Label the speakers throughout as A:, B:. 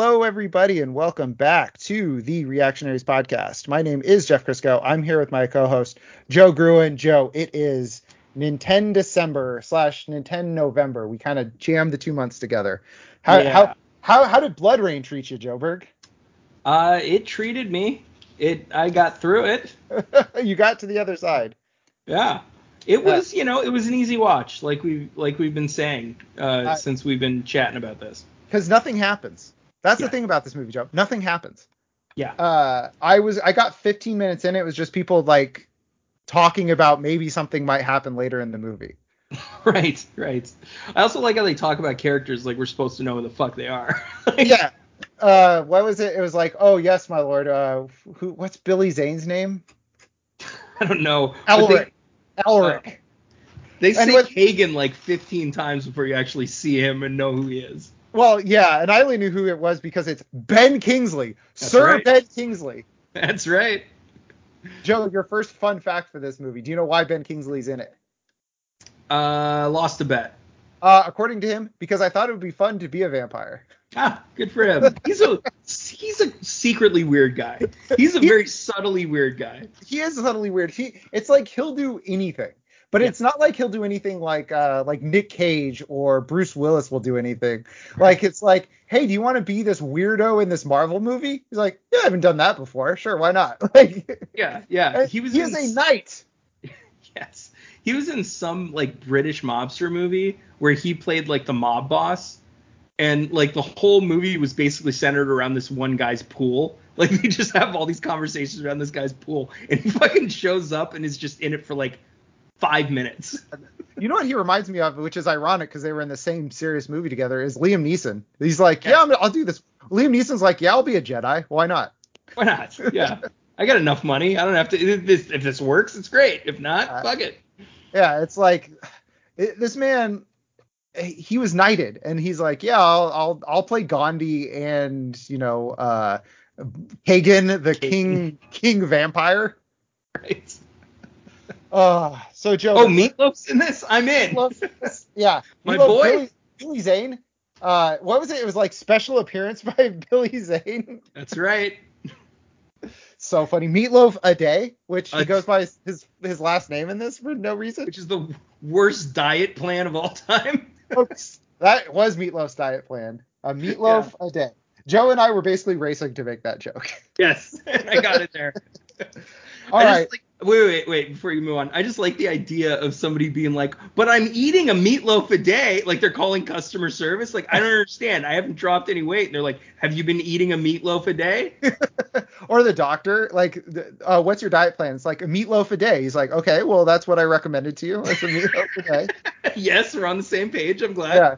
A: everybody, and welcome back to the Reactionaries Podcast. My name is Jeff Crisco. I'm here with my co-host Joe Gruen. Joe, it is Nintendo December slash Nintendo November. We kind of jammed the two months together. How
B: Yeah.
A: how how how did Blood Rain treat you, Joe Berg?
B: Uh, it treated me. It I got through it.
A: you got to the other side.
B: Yeah. It was, you know, it was an easy watch, like we like we've been saying uh,
A: I-
B: since we've been chatting about this.
A: because nothing happens. That's
B: Yeah.
A: the thing about this movie, Joe. Nothing happens.
B: Yeah.
A: Uh, I was I got 15 minutes in. It was just people like talking about maybe something might happen later in the movie.
B: right, right. I also like how they talk about characters like we're supposed to know who the fuck they are.
A: yeah. Uh, what was it? It was like, oh yes, my lord. Uh, who? What's Billy Zane's name?
B: I don't know. But they-
A: Elric. Elric.
B: They,
A: And
B: say
A: with-
B: Kagan like 15 times before you actually see him and know who he is.
A: Well, yeah, and I only knew who it was because it's Ben Kingsley,
B: That's
A: Sir
B: right.
A: Ben Kingsley.
B: That's right.
A: Joe, your first fun fact for this movie. Do you know why Ben Kingsley's in it?
B: Uh, lost a bet.
A: Uh, according to him, because I thought it would be fun to be a vampire.
B: Ah, good for him. He's a he's a secretly weird guy. He's a very subtly weird guy.
A: he is subtly weird. He it's like he'll do anything, but
B: Yeah.
A: it's not like he'll do anything like uh like Nick Cage or Bruce Willis will do anything. Like it's like, hey, do you want to be this weirdo in this Marvel movie? He's like, yeah, I haven't done that before. Sure, why not? Like
B: Yeah, yeah. Uh, He was.
A: Uh, he
B: in,
A: is a knight.
B: Yes, he was in some like British mobster movie where he played like the mob boss, and like the whole movie was basically centered around this one guy's pool. Like they just have all these conversations around this guy's pool, and he fucking shows up and is just in it for like five minutes.
A: You know what he reminds me of, which is ironic because they were in the same serious movie together, is Liam Neeson. He's like,
B: Yeah.
A: yeah, I'm, I'll do this. Liam Neeson's like, yeah, I'll be a Jedi. Why not?
B: Why not? Yeah. I got enough money. I don't have to. If this, if this works, it's great. If not,
A: Uh,
B: fuck it.
A: yeah it's like it, this man he was knighted and he's like yeah i'll i'll, I'll play gandhi and you know uh Kagan, the king king vampire
B: Right.
A: uh so joe
B: Oh, Meatloaf's in this. I'm in.
A: Meatloaf- yeah
B: My
A: Meatloaf
B: boy?
A: billy, billy zane uh what was it it was like special appearance by billy zane
B: That's right.
A: so funny meatloaf a day which he
B: Uh,
A: goes by his, his his last name in this for no reason
B: Which is the worst diet plan of all time.
A: Folks, that was Meatloaf's diet plan. A meatloaf a day. Joe and I were basically racing to make that joke.
B: Yes, I got it there.
A: All
B: I
A: right.
B: Just like, wait, wait, wait. Before you move on, I just like the idea of somebody being like, "But I'm eating a meatloaf a day." Like they're calling customer service. Like I don't understand. I haven't dropped any weight. And they're like, "Have you been eating a meatloaf a day?"
A: or the doctor, like, the- uh, what's your diet plan? It's like a meatloaf a day. He's like, okay, well, that's what I recommended to you. It's a meatloaf a day.
B: yes, we're on the same page. I'm glad.
A: Yeah.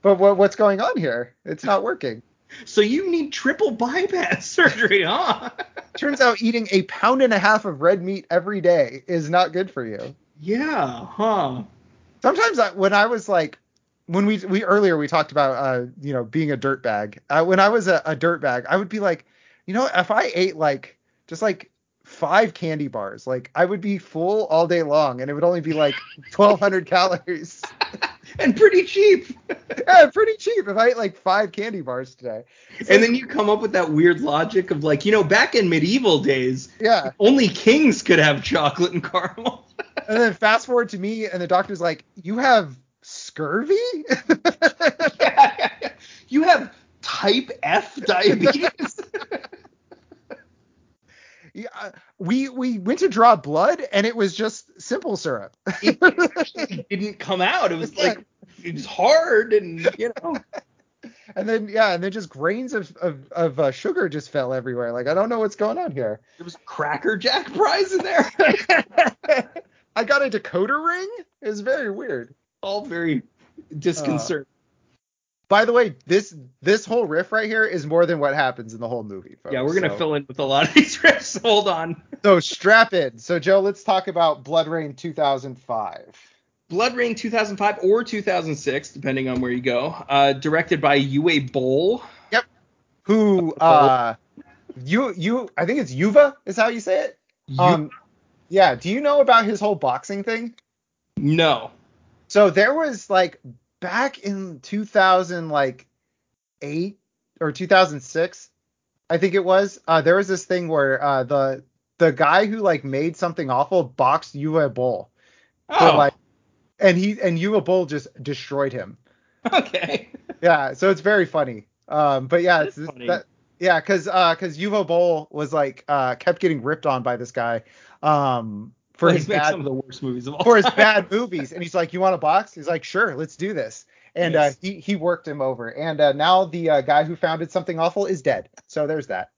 A: But what, what's going on here? It's not working.
B: So you need triple bypass surgery, huh?
A: Turns out eating a pound and a half of red meat every day is not good for you.
B: yeah, huh?
A: Sometimes I, when I was like, when we we earlier we talked about uh you know being a dirtbag. Uh, when I was a, a dirtbag, I would be like, you know, if I ate like just like five candy bars, like I would be full all day long, and it would only be like 1,200 calories.
B: And pretty cheap.
A: Yeah, pretty cheap if I ate like five candy bars today. It's
B: And
A: like,
B: then you come up with that weird logic of like, you know, back in medieval days,
A: yeah,
B: only kings could have chocolate and caramel.
A: and then fast forward to me, and the doctor's like, you have scurvy.
B: you have type F diabetes.
A: Yeah, uh, we we went to draw blood, and it was just simple syrup.
B: it actually didn't come out. It was like it was hard and you know.
A: And then yeah, and then just grains of of, of uh, sugar just fell everywhere. Like I don't know what's going on here.
B: There was a Cracker Jack prize in there.
A: I got a decoder ring. It was very weird.
B: All very disconcerting.
A: By the way, this this whole riff right here is more than what happens in the whole movie. Folks.
B: yeah, we're gonna
A: Oh, so,
B: fill in with a lot of these riffs. Hold on.
A: So strap in. So Joe, let's talk about Blood Rain 2005.
B: Blood Rain 2005 or 2006, depending on where you go. Uh, directed by Yue Boll.
A: Who uh, you you I think it's Yuva is how you say it.
B: You-
A: Um, yeah. Do you know about his whole boxing thing?
B: no.
A: So there was like back in 2000 like 8 or 2006, I think it was. Uh, there was this thing where uh, the the guy who like made something awful boxed Uwe Boll,
B: Oh,
A: for, like, and he and Uwe Boll just destroyed him.
B: okay.
A: yeah so it's very funny um but yeah
B: That
A: it's
B: is
A: this-
B: funny.
A: that, yeah because uh because Yuvo Bowl was like uh kept getting ripped on by this guy um for
B: Like,
A: his
B: make
A: bad
B: some of the worst movies of all
A: for his
B: time.
A: bad movies and he's like you want a box he's like sure let's do this and
B: Yes.
A: uh he he worked him over and uh now the uh, guy who founded something awful is dead so there's that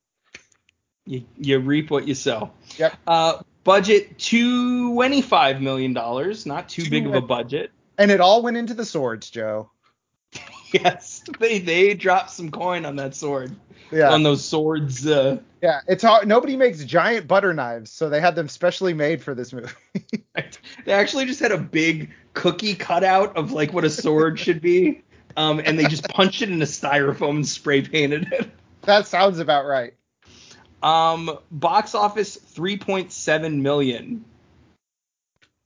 B: You, you reap what you sow.
A: Yep.
B: Uh, budget $25 million, not too big of a
A: Two-
B: budget.
A: and it all went into the swords Joe
B: Yes, they they dropped some coin on that sword,
A: yeah
B: on those swords. Uh,
A: yeah it's hard nobody makes giant butter knives so they had them specially made for this movie
B: They actually just had a big cookie cutout of like what a sword should be, um, and they just punched it into styrofoam and spray painted it.
A: that sounds about right
B: Um, box office 3.7 million.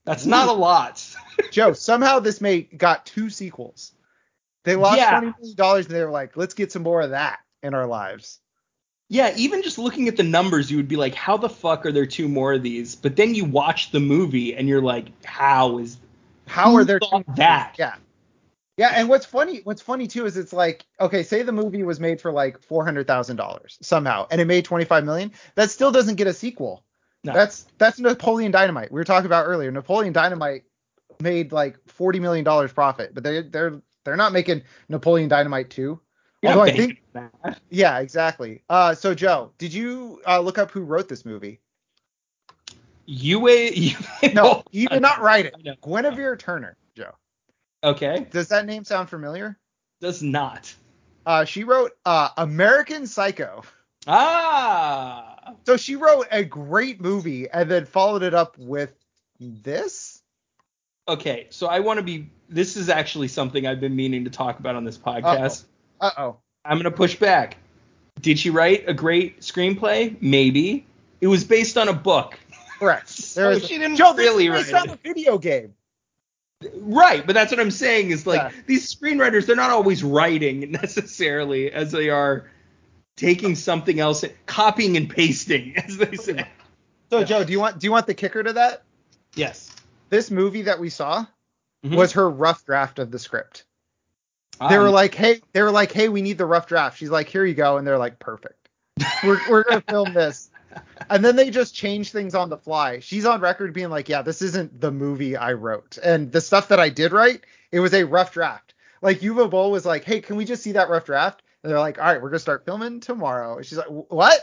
B: That's not a lot.
A: Joe, somehow this made got two sequels. They lost
B: Yeah.
A: twenty million dollars and they were like, let's get some more of that in our lives.
B: Yeah, even just looking at the numbers, you would be like, how the fuck are there two more of these? But then you watch the movie and you're like, how is
A: How
B: Who
A: are there
B: thought that?
A: Yeah. Yeah, and what's funny what's funny too is it's like, okay, say the movie was made for like four hundred thousand dollars somehow and it made twenty five million. That still doesn't get a sequel.
B: No.
A: That's that's Napoleon Dynamite. We were talking about earlier. Napoleon Dynamite made like forty million dollars profit, but they they're they're not making Napoleon Dynamite two.
B: you're not
A: Although I
B: banking
A: think-
B: on that.
A: Yeah, exactly. Uh, so Joe, did you uh, look up who wrote this movie?
B: you a- you
A: No, you did not write it.
B: I know.
A: Guinevere Turner, Joe.
B: okay
A: Does that name sound familiar?
B: does not
A: Uh, she wrote uh, American Psycho.
B: ah
A: So she wrote a great movie and then followed it up with this.
B: okay so I want to be this is actually something I've been meaning to talk about on this podcast
A: Uh oh.
B: I'm gonna push back did she write a great screenplay maybe it was based on a book
A: Correct.
B: So
A: is-
B: Oh, she didn't
A: Joe, this
B: really
A: is based
B: write
A: on a video game.
B: Right, but that's what I'm saying is like
A: Yeah.
B: these screenwriters, they're not always writing necessarily as they are taking something else, copying and pasting, as they say.
A: So
B: Yeah.
A: Joe, do you want do you want the kicker to that?
B: Yes.
A: This movie that we saw
B: Mhm.
A: was her rough draft of the script. They
B: Um,
A: were like, hey, they were like, hey, we need the rough draft. She's like, here you go, and they're like, perfect. We're we're gonna film this, and then they just change things on the fly. She's on record being like, yeah, this isn't the movie I wrote, and the stuff that I did write, it was a rough draft. Like Yuva Bowl was like, hey, can we just see that rough draft? And they're like, all right, we're gonna start filming tomorrow. And she's like, "Wh- what?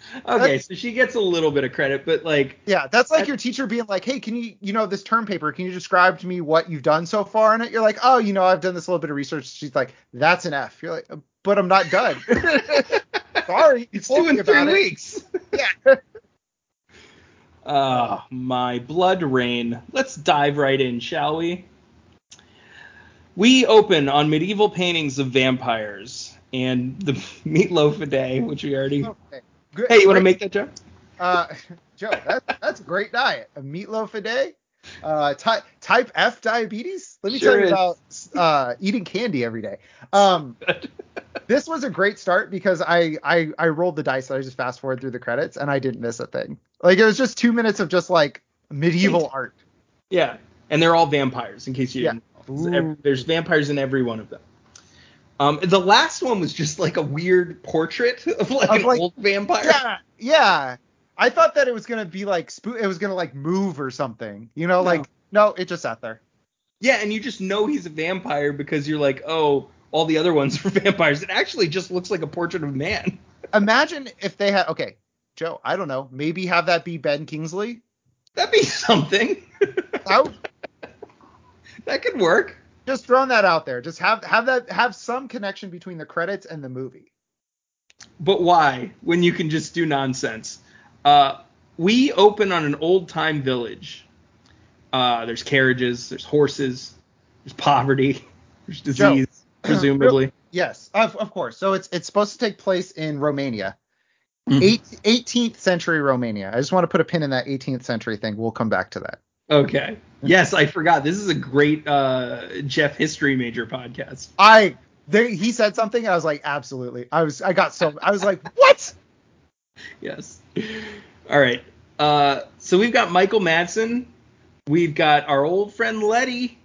B: okay, so she gets a little bit of credit, but like
A: Yeah, that's like your teacher being like, hey, can you, you know, this term paper, can you describe to me what you've done so far in it? You're like, oh, you know, I've done this little bit of research. She's like, that's an F. You're like, but I'm not done. Sorry, you
B: it's
A: told
B: due in
A: me about
B: three
A: it.
B: weeks. Uh, my blood rain. Let's dive right in, shall we? We open on medieval paintings of vampires and the meatloaf a day, which we already.
A: Okay. Good.
B: Hey, you want to make that joke?
A: uh, Joe? That, that's a great diet. A meatloaf a day. Uh, ty- type F diabetes. Let me
B: Sure
A: tell you
B: is.
A: about uh, eating candy every day. Um, this was a great start because I, I I rolled the dice. I just fast forward through the credits and I didn't miss a thing. Like it was just two minutes of just like medieval art.
B: Yeah, and they're all vampires. In case you
A: Yeah.
B: didn't, know. There's ev- there's vampires in every one of them. Um, the last one was just like a weird portrait of like
A: Of,
B: an
A: like-
B: old vampire.
A: Yeah, yeah. I thought that it was gonna be like spook. It was gonna like move or something. You know,
B: No.
A: like no, it just sat there.
B: Yeah, and you just know he's a vampire because you're like, oh, all the other ones are vampires. It actually just looks like a portrait of man.
A: Imagine if they had okay, Joe. I don't know. Maybe have that be Ben Kingsley.
B: That'd be something.
A: I would
B: that could work.
A: just throwing that out there. Just have have that have some connection between the credits and the movie.
B: But why when you can just do nonsense? Uh, we open on an old time village. Uh, there's carriages, there's horses, there's poverty, there's disease, presumably.
A: Yes, of of course. So it's it's supposed to take place in Romania,
B: Mhm.
A: Eight, 18th century Romania. I just want to put a pin in that 18th century thing. We'll come back to that.
B: Okay. Yes, I forgot. This is a great uh, Jeff history major podcast.
A: I They, he said something, and I was like, absolutely. I was, I got so, I was like, what?
B: Yes. All right. Uh, so we've got Michael Madsen. We've got our old friend Letty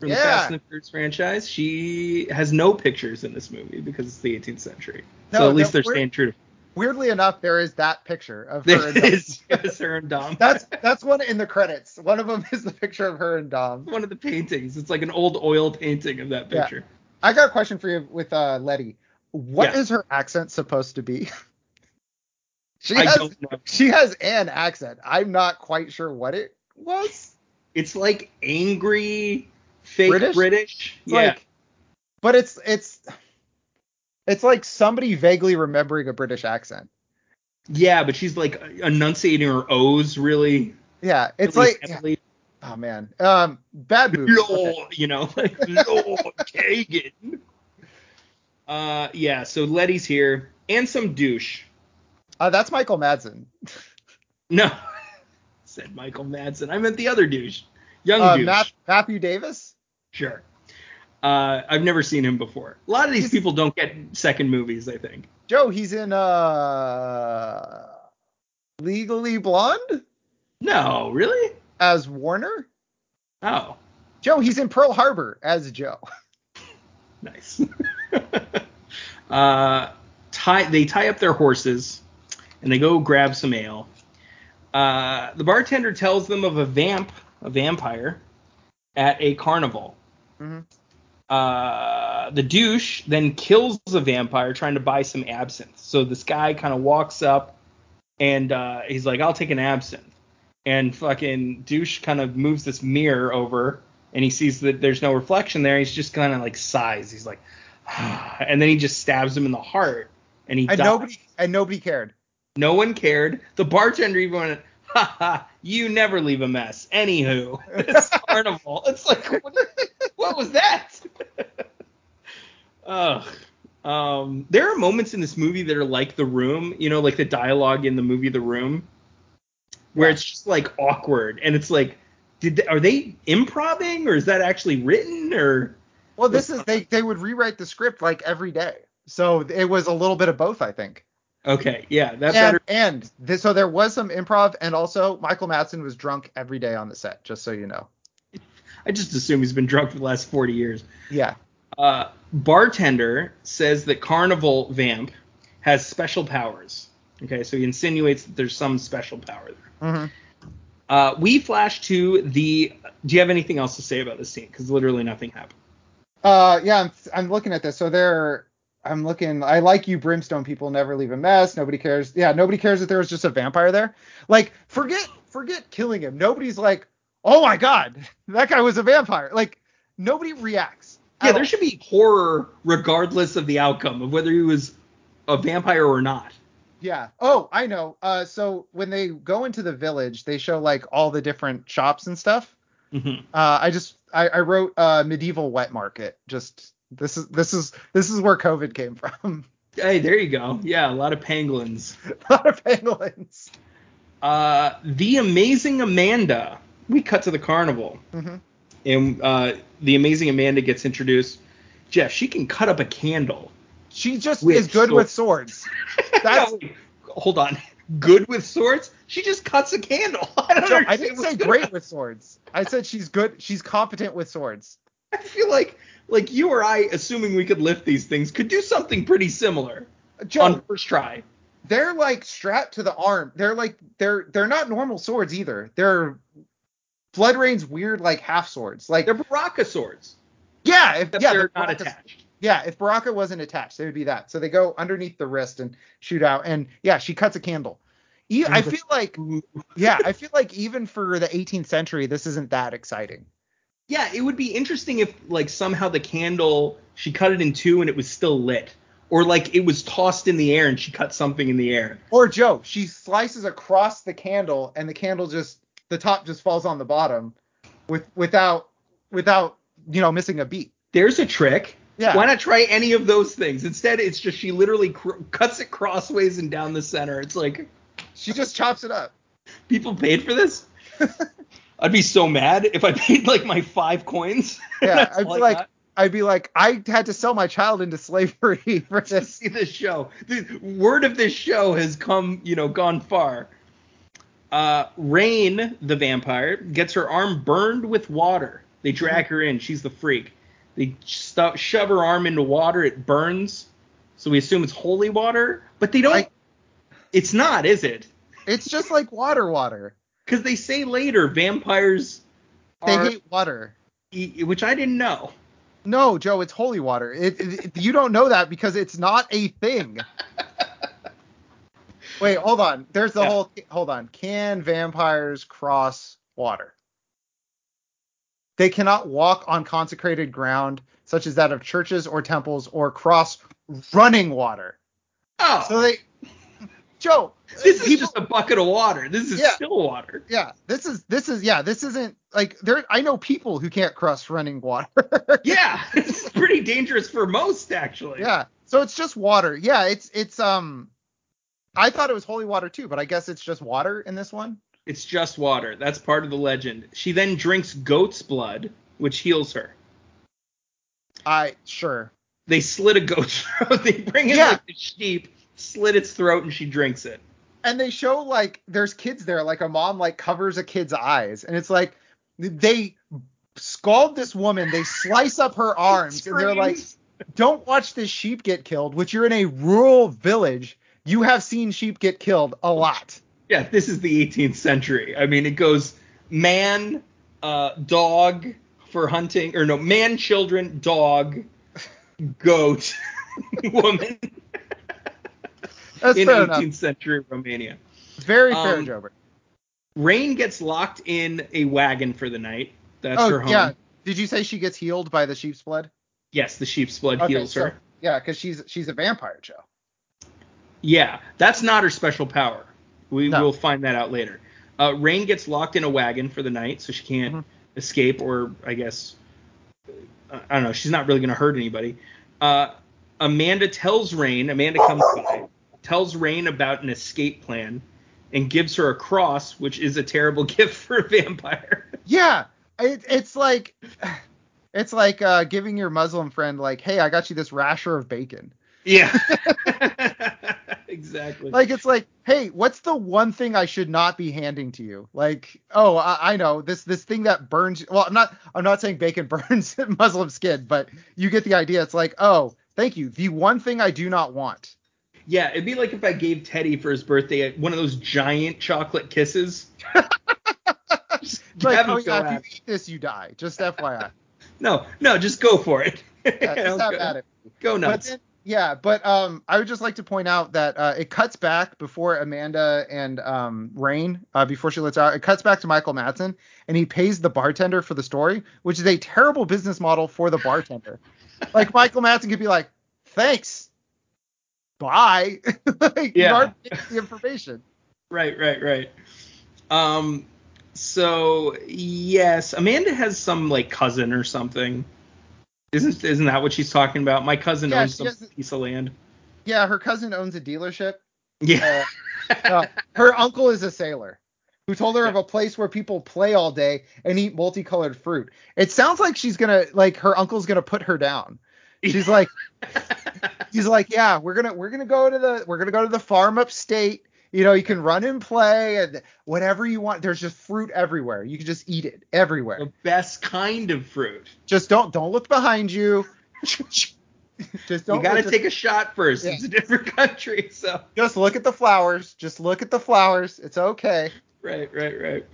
B: from the
A: Yeah.
B: Fast and the Furious franchise. She has no pictures in this movie because it's the 18th century.
A: No,
B: so at
A: no,
B: least they're
A: we're-
B: staying true.
A: Weirdly enough, there is that picture of her. And Dom.
B: It's just her and Dom.
A: That's that's one in the credits. One of them is the picture of her and Dom.
B: one of the paintings. It's like an old oil painting of that
A: Yeah.
B: picture.
A: I got a question for you with uh, Letty. What is
B: Yeah.
A: her accent supposed to be? she
B: I
A: has
B: don't know.
A: she has an accent. I'm not quite sure what it was.
B: It's like angry, fake
A: British?
B: British.
A: It's
B: yeah.
A: like but it's it's it's like somebody vaguely remembering a British accent.
B: yeah, but she's like enunciating her O's really.
A: Yeah, it's
B: really
A: like
B: heavily.
A: oh man, um, bad movie.
B: Lord,
A: Okay.
B: you know, like Lord Kagan. Uh, yeah. So Letty's here, and some douche.
A: Uh, that's Michael Madsen.
B: No, said Michael Madsen. I meant the other douche, young
A: Uh,
B: douche.
A: Math- Matthew Davis.
B: Sure. Uh, I've never seen him before. A lot of these people don't get second movies, I think.
A: Joe, he's in uh Legally Blonde
B: No, really?
A: as Warner.
B: Oh,
A: Joe, he's in Pearl Harbor as Joe.
B: nice. uh, tie. They tie up their horses, and they go grab some ale. Uh, the bartender tells them of a vamp, a vampire, at a carnival.
A: Mhm.
B: Uh, the douche then kills the vampire trying to buy some absinthe. So this guy kind of walks up and uh, he's like, I'll take an absinthe. And fucking douche kind of moves this mirror over and he sees that there's no reflection there. He's just kind of like sighs. He's like, and then he just stabs him in the heart and he
A: And
B: dies.
A: nobody and nobody cared.
B: No one cared. The bartender even went, ha ha, you never leave a mess. Anywho, this carnival. It's like, what, what was that? Ugh. Um, there are moments in this movie that are like The Room, you know, like the dialogue in the movie The Room, where it's just like awkward. And it's like, did they, are they improvising or is that actually written or?
A: Well, this is they they would rewrite the script like every day. So it was a little bit of both, I think.
B: Okay, yeah,
A: And,
B: that better.
A: and this, so there was some improv, and also Michael Madsen was drunk every day on the set, just so you know.
B: I just assume he's been drunk for the last 40 years.
A: Yeah.
B: uh, bartender says that carnival vamp has special powers okay so he insinuates that there's some special power there
A: hmm
B: uh, we flash to the do you have anything else to say about this scene because literally nothing happened
A: Uh, yeah, I'm I'm looking at this. So there, I'm looking. I like you, brimstone people. Never leave a mess. Nobody cares. Yeah, nobody cares that there was just a vampire there. Like, forget forget killing him. Nobody's like, oh my god, that guy was a vampire. Like, nobody reacts.
B: yeah
A: at
B: there
A: all.
B: should be horror regardless of the outcome of whether he was a vampire or not
A: Yeah. Oh, I know. Uh, so when they go into the village, they show like all the different shops and stuff.
B: Mhm.
A: Uh, I just I, I wrote uh medieval wet market. Just this is this is this is where COVID came from.
B: hey there you go yeah a lot of pangolins
A: a lot of penguins.
B: uh, the amazing amanda we cut to the carnival
A: hmm
B: and uh, the amazing amanda gets introduced jeff she can cut up a candle
A: She just
B: With
A: is good
B: swords.
A: with swords. That's
B: No, wait. hold on. Good with swords? She just cuts a candle. I don't
A: Joe,
B: understand
A: I didn't
B: what's
A: say
B: going
A: great
B: on.
A: with swords. I said she's good. She's competent with swords.
B: I feel like like you or I, assuming we could lift these things, could do something pretty similar
A: Joe,
B: on first try.
A: they're like strapped to the arm. They're like they're they're not normal swords either. They're Blood Rain's weird like half swords. Like
B: They're Baraka swords.
A: yeah, if
B: Except
A: yeah,
B: they're
A: the
B: not
A: Baraka-
B: attached.
A: Yeah, if Baraka wasn't attached, they would be that. So they go underneath the wrist and shoot out. And yeah, she cuts a candle. E- I feel like yeah, I feel like even for the 18th century, this isn't that exciting.
B: Yeah, it would be interesting if like somehow the candle she cut it in two and it was still lit. Or like it was tossed in the air and she cut something in the air.
A: Or Joe, she slices across the candle and the candle just the top just falls on the bottom with without without you know missing a beat.
B: There's a trick.
A: Yeah.
B: Why not try any of those things? Instead, it's just she literally cr- cuts it crossways and down the center. It's like
A: She just chops it up.
B: people paid for this. I'd be so mad if I paid like my five coins.
A: Yeah,
B: That's
A: I'd
B: all
A: be
B: I
A: like
B: got.
A: I'd be like, I had to sell my child into slavery for
B: to
A: this.
B: see this show. The word of this show has come, you know, gone far. Uh, Rain, the vampire, gets her arm burned with water. They drag her in. She's the freak. They stu shove her arm into water. It burns. So we assume it's holy water, but they don't.
A: I-
B: it's not, is it?
A: It's just like water, water.
B: Because they say later vampires
A: They
B: are,
A: hate water.
B: e- which I didn't know.
A: No, Joe, it's holy water. It, it, it- you don't know that because it's not a thing. Wait, hold on. There's the
B: Yeah.
A: whole. Hold on. Can vampires cross water? They cannot walk on consecrated ground, such as that of churches or temples, or cross running water.
B: Oh,
A: So they, Joe,
B: this is
A: people-
B: just a bucket of water. This is
A: Yeah.
B: still water.
A: yeah, this is this is yeah, this isn't like there. I know people who can't cross running water.
B: Yeah, it's pretty dangerous for most, actually.
A: yeah, so it's just water. Yeah, it's it's um, I thought it was holy water too, but I guess it's just water in this one.
B: It's just water. That's part of the legend. She then drinks goat's blood, which heals her.
A: I sure.
B: They slit a goat's throat. They bring in
A: Yeah.
B: like a sheep, slit its throat, and she drinks it.
A: And they show like there's kids there, like a mom like covers a kid's eyes, and it's like they scald this woman, they slice up her arms, and they're like,
B: Screams.
A: don't watch this sheep get killed, which you're in a rural village. You have seen sheep get killed a lot.
B: yeah, this is the 18th century. I mean, it goes man, uh, dog for hunting, or no, man, children, dog, goat, woman
A: That's
B: in
A: fair
B: 18th
A: enough.
B: century Romania.
A: Very fair,
B: um,
A: Jobert.
B: Rain gets locked in a wagon for the night. That's her
A: Oh
B: home.
A: yeah. Did you say she gets healed by the sheep's blood?
B: Yes, the sheep's blood
A: Okay,
B: heals
A: so-
B: her.
A: Yeah, because she's she's a vampire, Joe.
B: Yeah, that's not her special power. We
A: No.
B: will find that out later. Uh, Rain gets locked in a wagon for the night, so she can't
A: Mhm.
B: escape, or I guess I I don't know. She's not really going to hurt anybody. Uh, Amanda tells Rain. Amanda comes by, tells Rain about an escape plan, and gives her a cross, which is a terrible gift for a vampire.
A: Yeah, it, it's like it's like uh, giving your Muslim friend like, hey, I got you this rasher of bacon.
B: yeah, exactly.
A: Like it's like, hey, what's the one thing I should not be handing to you? Like, oh, I, I know this this thing that burns. Well, I'm not I'm not saying bacon burns Muslim skin, but you get the idea. It's like, oh, thank you. The one thing I do not want.
B: Yeah, it'd be like if I gave Teddy for his birthday one of those giant chocolate kisses. Just
A: Like,
B: have him
A: oh
B: go
A: yeah,
B: at
A: if you eat this, you die. Just FYI.
B: it. No, no, just go for it.
A: Yeah, just have
B: go,
A: at it.
B: go
A: But
B: nuts.
A: then- yeah, but um, I would just like to point out that uh, it cuts back before Amanda and um, Rain, uh, before she lets out, it cuts back to Michael Madsen, and he pays the bartender for the story, which is a terrible business model for the bartender. like Michael Madsen could be like, "Thanks, bye." like,
B: Yeah.
A: you already gave the information.
B: Right, right, right. Um, so yes, Amanda has some like cousin or something. Isn't isn't that what she's talking about? My cousin
A: Yeah,
B: owns
A: she
B: some
A: has-
B: piece of land.
A: Yeah, her cousin owns a dealership.
B: Yeah,
A: Uh, no, her uncle is a sailor who told her of a place where people play all day and eat multicolored fruit. It sounds like she's gonna like her uncle's gonna put her down. She's like he's like, Yeah, we're gonna we're gonna go to the we're gonna go to the farm upstate. You know, you can run and play and whatever you want. There's just fruit everywhere. You can just eat it everywhere.
B: the best kind of fruit.
A: Just don't don't look behind you. just don't
B: you got to
A: look-
B: take a shot first.
A: Yeah.
B: It's a different country, so.
A: just look at the flowers. Just look at the flowers. It's okay.
B: Right, right, right.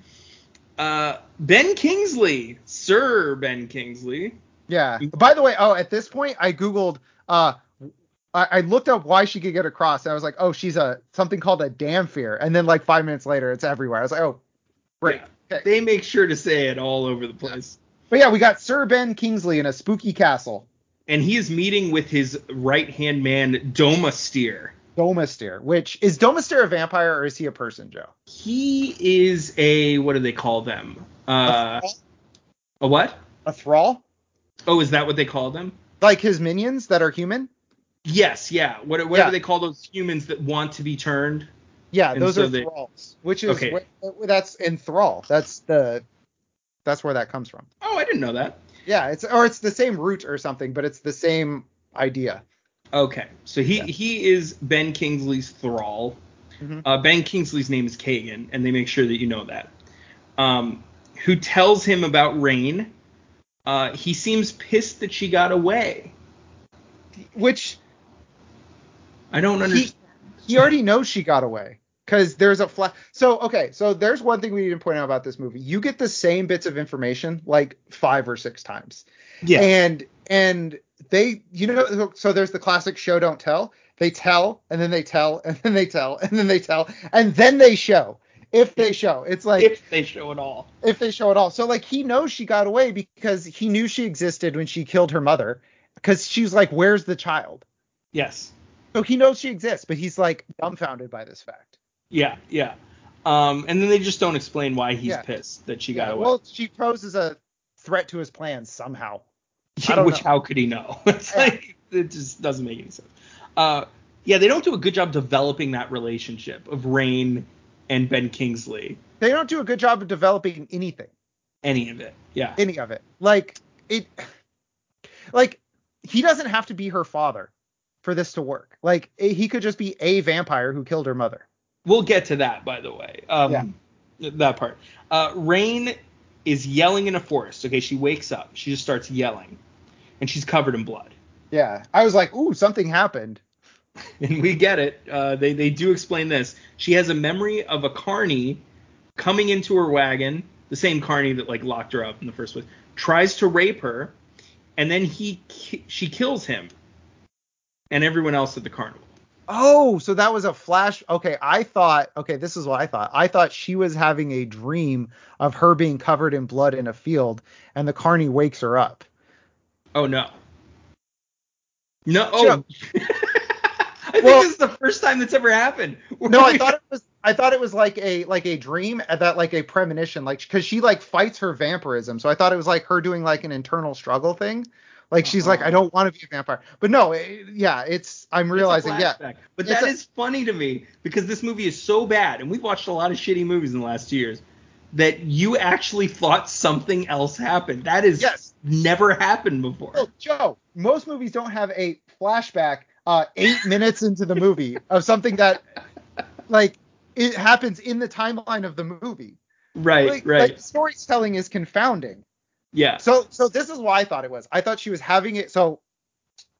B: Uh, ben Kingsley, Sir Ben Kingsley.
A: Yeah. By the way, oh, at this point, I googled. Uh, I, I looked up why she could get across, and I was like, oh, she's a something called a damn fear. And then like five minutes later, it's everywhere. I was like, oh, great.
B: Yeah.
A: Okay.
B: They make sure to say it all over the place.
A: But yeah, we got Sir Ben Kingsley in a spooky castle,
B: And he is meeting with his right hand man, Domasteer.
A: Domister. Which is Domister a vampire or is he a person, Joe?
B: He is a what do they call them? Uh, a what?
A: A thrall?
B: Oh, is that what they call them?
A: Like his minions that are human?
B: Yes, yeah. What what
A: Yeah.
B: do they call those humans that want to be turned?
A: Yeah,
B: And
A: those
B: so
A: are
B: they-
A: thralls. Which is
B: Okay.
A: wh- that's in thrall. That's the that's where that comes from.
B: Oh, I didn't know that.
A: yeah, it's or it's the same root or something, but it's the same idea.
B: Okay, so he
A: Yeah.
B: he is Ben Kingsley's thrall.
A: Mhm.
B: Uh, ben Kingsley's name is Kagan, and they make sure that you know that. Um, who tells him about Rain? Uh, he seems pissed that she got away.
A: Which
B: I don't understand.
A: he already knows she got away because there's a flash. So okay, so there's one thing we need to point out about this movie. You get the same bits of information like five or six times,
B: yeah,
A: and and they you know so there's the classic show don't tell. They tell and then they tell and then they tell and then they tell and then they show if they show. It's like
B: if they show it all.
A: if they show it all. So like he knows she got away because he knew she existed when she killed her mother because she's like where's the child?
B: Yes.
A: So he knows she exists, but he's like dumbfounded by this fact.
B: Yeah. Yeah. Um, and then they just don't explain why he's
A: Yeah.
B: pissed that she
A: Yeah,
B: got away.
A: Well, she poses a threat to his plans somehow. I don't
B: Which
A: know.
B: how could he know? It's
A: Yeah.
B: like it just doesn't make any sense. Uh, yeah, they don't do a good job developing that relationship of Rain and Ben Kingsley.
A: They don't do a good job of developing anything,
B: Any of it. Yeah.
A: any of it. Like it like he doesn't have to be her father for this to work. Like eh, he could just be a vampire who killed her mother.
B: We'll get to that by the way. Um
A: Yeah.
B: th- that part. Uh Rain is yelling in a forest. Okay, she wakes up. She just starts yelling. And she's covered in blood.
A: Yeah. I was like, "Ooh, something happened."
B: and we get it. Uh, they they do explain this. She has a memory of a carny coming into her wagon, the same carny that like locked her up in the first place, tries to rape her, and then he ki- she kills him and everyone else at the carnival.
A: Oh, so that was a flash. Okay, I thought. Okay, this is what I thought. I thought she was having a dream of her being covered in blood in a field, and the carney wakes her up.
B: Oh no.
A: Joe.
B: No. Oh. I think
A: Well-
B: this is the first time that's ever happened.
A: No, I thought it was. I thought it was like a like a dream uh, that like a premonition, like because she like fights her vampirism. So I thought it was like her doing like an internal struggle thing. Like she's like,
B: Uh-huh.
A: I don't want to be a vampire. But no, it, yeah, it's. I'm realizing,
B: It's a
A: yeah,
B: flashback. But
A: It's
B: that is
A: a-
B: funny to me because this movie is so bad, and we've watched a lot of shitty movies in the last two years, that you actually thought something else happened. That is
A: Yes. Oh,
B: never happened before.
A: Well, Joe, most movies don't have a flashback uh, eight minutes into the movie of something that, like, it happens in the timeline of the movie.
B: right,
A: like,
B: right.
A: Like, storytelling is confounding.
B: yeah.
A: So, so this is why I thought it was. I thought she was having it. So,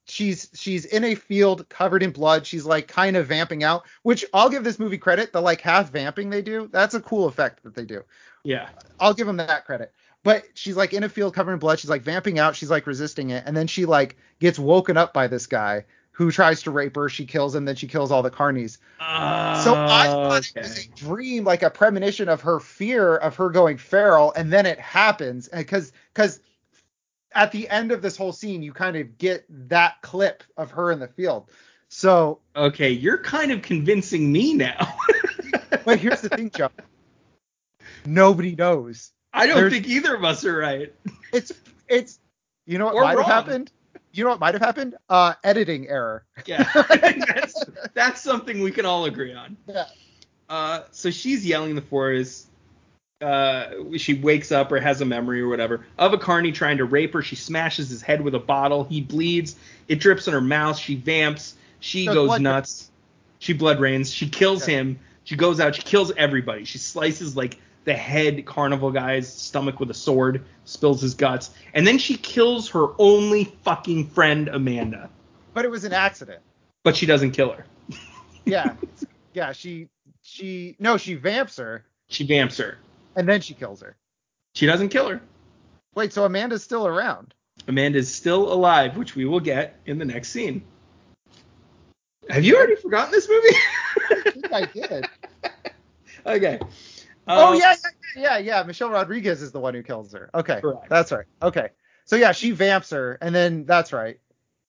A: she's she's in a field covered in blood. She's like kind of vamping out, which I'll give this movie credit. The like half vamping they do, that's a cool effect that they do.
B: Yeah.
A: I'll give him that credit. But she's like in a field covered in blood. She's like vamping out. She's like resisting it, and then she like gets woken up by this guy who tries to rape her. She kills him. Then she kills all the carnies. So I thought it was
B: Oh, Okay.
A: a dream, like a premonition of her fear of her going feral, and then it happens because because at the end of this whole scene, you kind of get that clip of her in the field. So,
B: Okay, you're kind of convincing me now.
A: but here's the thing, Joe. Nobody knows.
B: I don't
A: There's-
B: think either of us are right.
A: it's it's you know what
B: Or
A: might
B: wrong.
A: have happened you know what might have happened uh editing error
B: Yeah. that's, that's something we can all agree on.
A: yeah
B: Uh, so she's yelling in the forest. Uh, she wakes up or has a memory or whatever of a carney trying to rape her. She smashes his head with a bottle. He bleeds. It drips on her mouth. She vamps. She
A: No,
B: goes
A: blood-
B: nuts. She blood rains. She kills
A: Yeah.
B: him. She goes out. She kills everybody. She slices like the head carnival guy's stomach with a sword, spills his guts, and then she kills her only fucking friend Amanda.
A: but it was an accident
B: But she doesn't kill her.
A: yeah yeah she she no she vamps her
B: She vamps her.
A: and then she kills her
B: She doesn't kill her.
A: wait so amanda's still around
B: Amanda's still alive, which we will get in the next scene. Have you already forgotten this
A: i
B: movie?
A: think i did
B: okay.
A: oh
B: Um,
A: yeah, yeah yeah yeah michelle rodriguez is the one who kills her okay
B: Correct.
A: that's right okay so yeah she vamps her and then that's right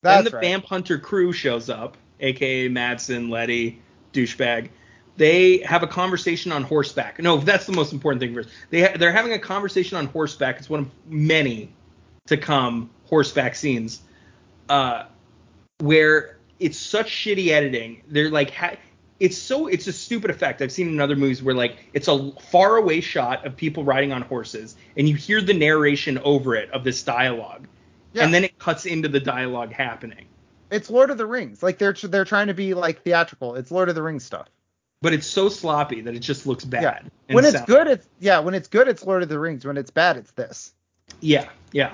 B: Then
A: that's
B: the
A: right
B: Vamp Hunter crew shows up, aka Madsen, Letty, douchebag. They have a conversation on horseback. No, that's the most important thing first. They ha- they're having a conversation on horseback. It's one of many to come horseback scenes, uh, where it's such shitty editing. They're like, ha- it's so it's a stupid effect. I've seen in other movies where like it's a far away shot of people riding on horses and you hear the narration over it of this dialogue.
A: Yeah.
B: And then it cuts into the dialogue happening.
A: It's Lord of the Rings. Like they're they're trying to be like theatrical. It's Lord of the Rings stuff.
B: But it's so sloppy that it just looks bad.
A: Yeah.
B: and
A: when it's
B: sounds-
A: good, it's yeah. When it's good, it's Lord of the Rings. When it's bad, it's this.
B: Yeah, yeah.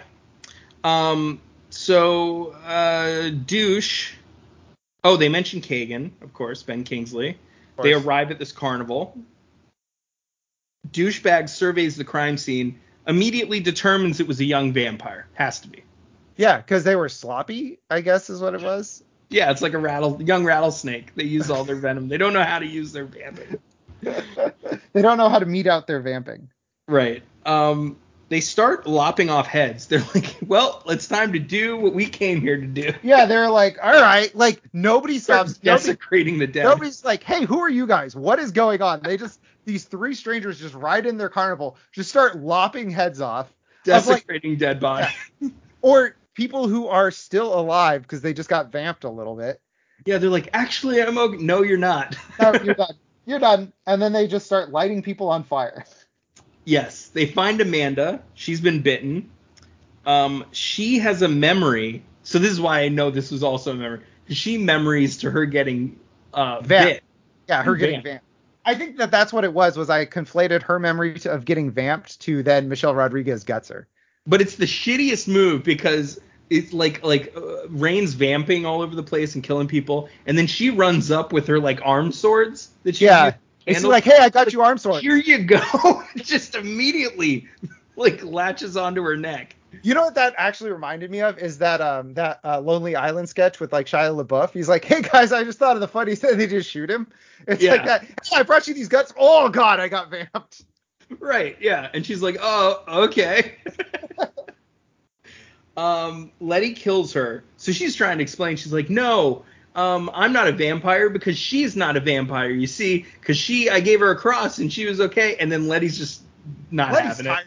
B: Um so uh douche Oh, they mentioned Kagan, of course, Ben Kingsley.
A: Of
B: They
A: course.
B: arrive at this carnival. Douchebag surveys the crime scene, immediately determines it was a young vampire. Has to be.
A: Yeah, because they were sloppy. I guess is what it was.
B: Yeah, it's like a rattle, young rattlesnake. They use all their venom. They don't know how to use their venom.
A: they don't know how to mete out their vamping.
B: Right. Um, they start lopping off heads. They're like, well, it's time to do what we came here to do.
A: Yeah, they're like, all right, like nobody
B: Stop
A: stops. Nobody,
B: desecrating the dead.
A: nobody's like, hey, who are you guys? What is going on? They just these three strangers just ride in their carnival, just start lopping heads off, of, like-
B: desecrating dead body.
A: or people who are still alive because they just got vamped a little bit.
B: Yeah, they're like, actually, I'm okay. No, you're not.
A: No, you're done. You're done. And then they just start lighting people on fire.
B: Yes, they find Amanda. She's been bitten. Um, she has a memory. So this is why I know this was also a memory. She memories to her getting uh,
A: Vamp.
B: bit.
A: Yeah, her
B: And
A: getting
B: vamped.
A: vamped. I think that that's what it was. Was I conflated her memory to, of getting vamped to then Michelle Rodriguez guts her.
B: But it's the shittiest move because it's like like uh, Rain's vamping all over the place and killing people, and then she runs up with her like arm swords that she
A: Yeah, it's like, hey, I got you arm sword.
B: here you go, just immediately like latches onto her neck.
A: You know what that actually reminded me of is that um that uh, Lonely Island sketch with like Shia LaBeouf. He's like, hey guys, I just thought of the funniest thing. They just shoot him. It's
B: Yeah.
A: like that. Hey, I brought you these guts. Oh god, I got vamped.
B: Right, yeah. And she's like, oh, okay. um, Letty kills her. So she's trying to explain. She's like, no, um, I'm not a vampire because she's not a vampire, you see? Because she, I gave her a cross and she was okay. And then Letty's just not
A: Letty's
B: having
A: tired.
B: it.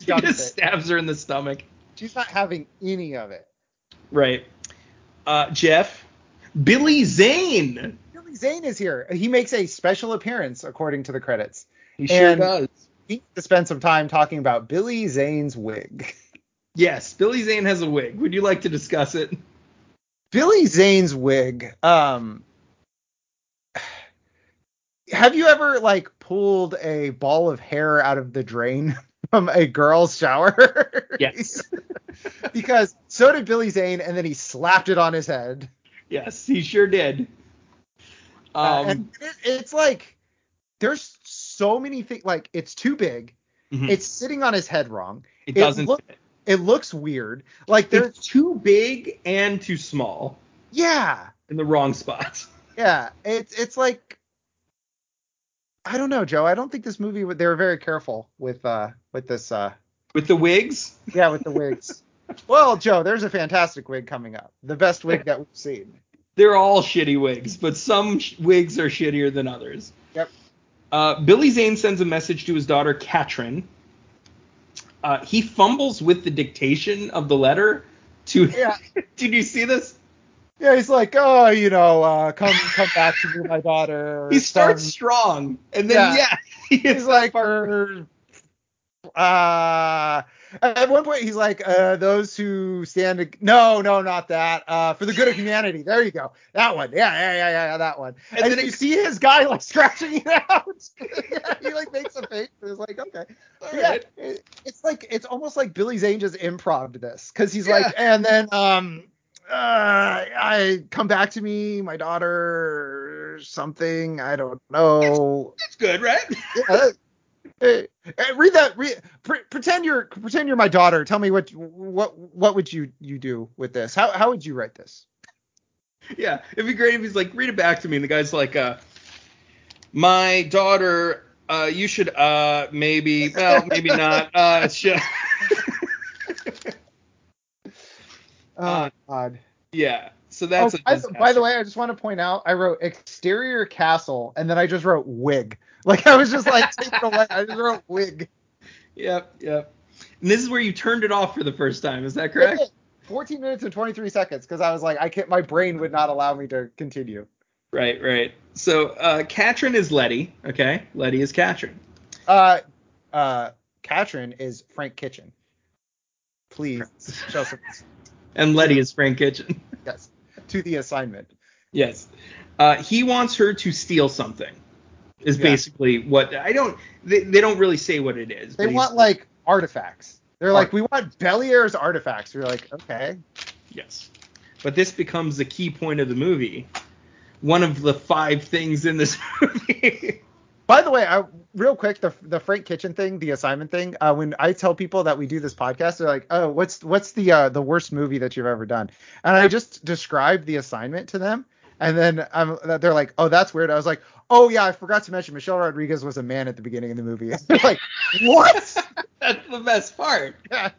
A: She's
B: She
A: done with
B: just
A: it.
B: stabs her in the stomach.
A: She's not having any of it.
B: Right. Uh, Jeff, Billy Zane.
A: Billy Zane is here. He makes a special appearance according to the credits.
B: He sure
A: And-
B: does.
A: He needs to spend some time talking about Billy Zane's wig.
B: Yes, Billy Zane has a wig. Would you like to discuss it?
A: Billy Zane's wig. Um, have you ever like pulled a ball of hair out of the drain from a girl's shower?
B: Yes.
A: because so did Billy Zane, and then he slapped it on his head.
B: Yes, he sure did.
A: Uh,
B: Um,
A: and it, it's like there's so many things. Like it's too big.
B: mhm.
A: It's sitting on his head wrong.
B: it
A: it
B: doesn't
A: look-
B: fit.
A: It looks weird. Like there's
B: It's too big and too small
A: yeah.
B: in the wrong spots.
A: Yeah, it's it's like I don't know, Joe. I don't think this movie would- they were very careful with uh with this uh
B: With the wigs,
A: yeah with the wigs. well, Joe, there's a fantastic wig coming up, the best wig that we've seen.
B: they're all shitty wigs, but some sh- wigs are shittier than others.
A: Yep.
B: Uh, Billy Zane sends a message to his daughter, Katrin. Uh, he fumbles with the dictation of the letter to.
A: Yeah.
B: Did you see this?
A: Yeah, he's like, oh, you know, uh, come come back to me, my daughter. or
B: He starts
A: some-
B: strong, and then, yeah.
A: Yeah. he's like, er, uh, at one point he's like, uh, those who stand, ag- no, no, not that, uh, for the good of humanity. There you go, that one, yeah, yeah, yeah, yeah, yeah, that one.
B: And
A: And,
B: then
A: then you
B: it-
A: see his guy like scratching it out. Yeah, he like makes a face. It's like, okay,
B: All
A: yeah,
B: right.
A: it- it's like it's almost like Billy Zane just improv this because he's
B: Yeah.
A: like, and then um, uh, I come back to me, my daughter, something, I don't know.
B: That's good, right?
A: Yeah. Hey, hey, read that. Read, pre- pretend you're pretend you're my daughter. Tell me what what what would you you do with this? How how would you write this?
B: Yeah, it'd be great if he's like, read it back to me. And the guy's like, uh, my daughter, uh, you should, uh, maybe, well, maybe not. Uh, sh-
A: Oh
B: Uh,
A: God.
B: yeah. So that's.
A: Oh,
B: a
A: by, the- by
B: disaster.
A: the way, I just want to point out I wrote exterior castle and then I just wrote wig. Like I was just like taking away. I just wrote wig.
B: Yep, yep. And this is where you turned it off for the first time. Is that correct?
A: 14 minutes and 23 seconds because I was like I can't. My brain would not allow me to continue.
B: right, right. So uh, Katrin is Letty. Okay, Letty is Katrin.
A: Uh, uh, Katrin is Frank Kitchen. Please, Chelsea.
B: And Letty is Frank Kitchen.
A: Yes, to the assignment.
B: Yes. Uh, he wants her to steal something. Is
A: Yeah.
B: basically what I don't. They, they don't really say what it is.
A: They
B: but he's-
A: want like artifacts. They're like,
B: Art-
A: we want Bellier's artifacts. You're like, okay.
B: Yes. But this becomes the key point of the movie. One of the five things in this movie.
A: By the way, I real quick the the Frank Kitchen thing, the assignment thing. Uh, when I tell people that we do this podcast, they're like, "Oh, what's what's the uh, the worst movie that you've ever done?" And I just described the assignment to them, and then I'm, they're like, "Oh, that's weird." I was like, "Oh yeah, I forgot to mention Michelle Rodriguez was a man at the beginning of the movie." they're like, "What?"
B: That's the best part.
A: Yeah.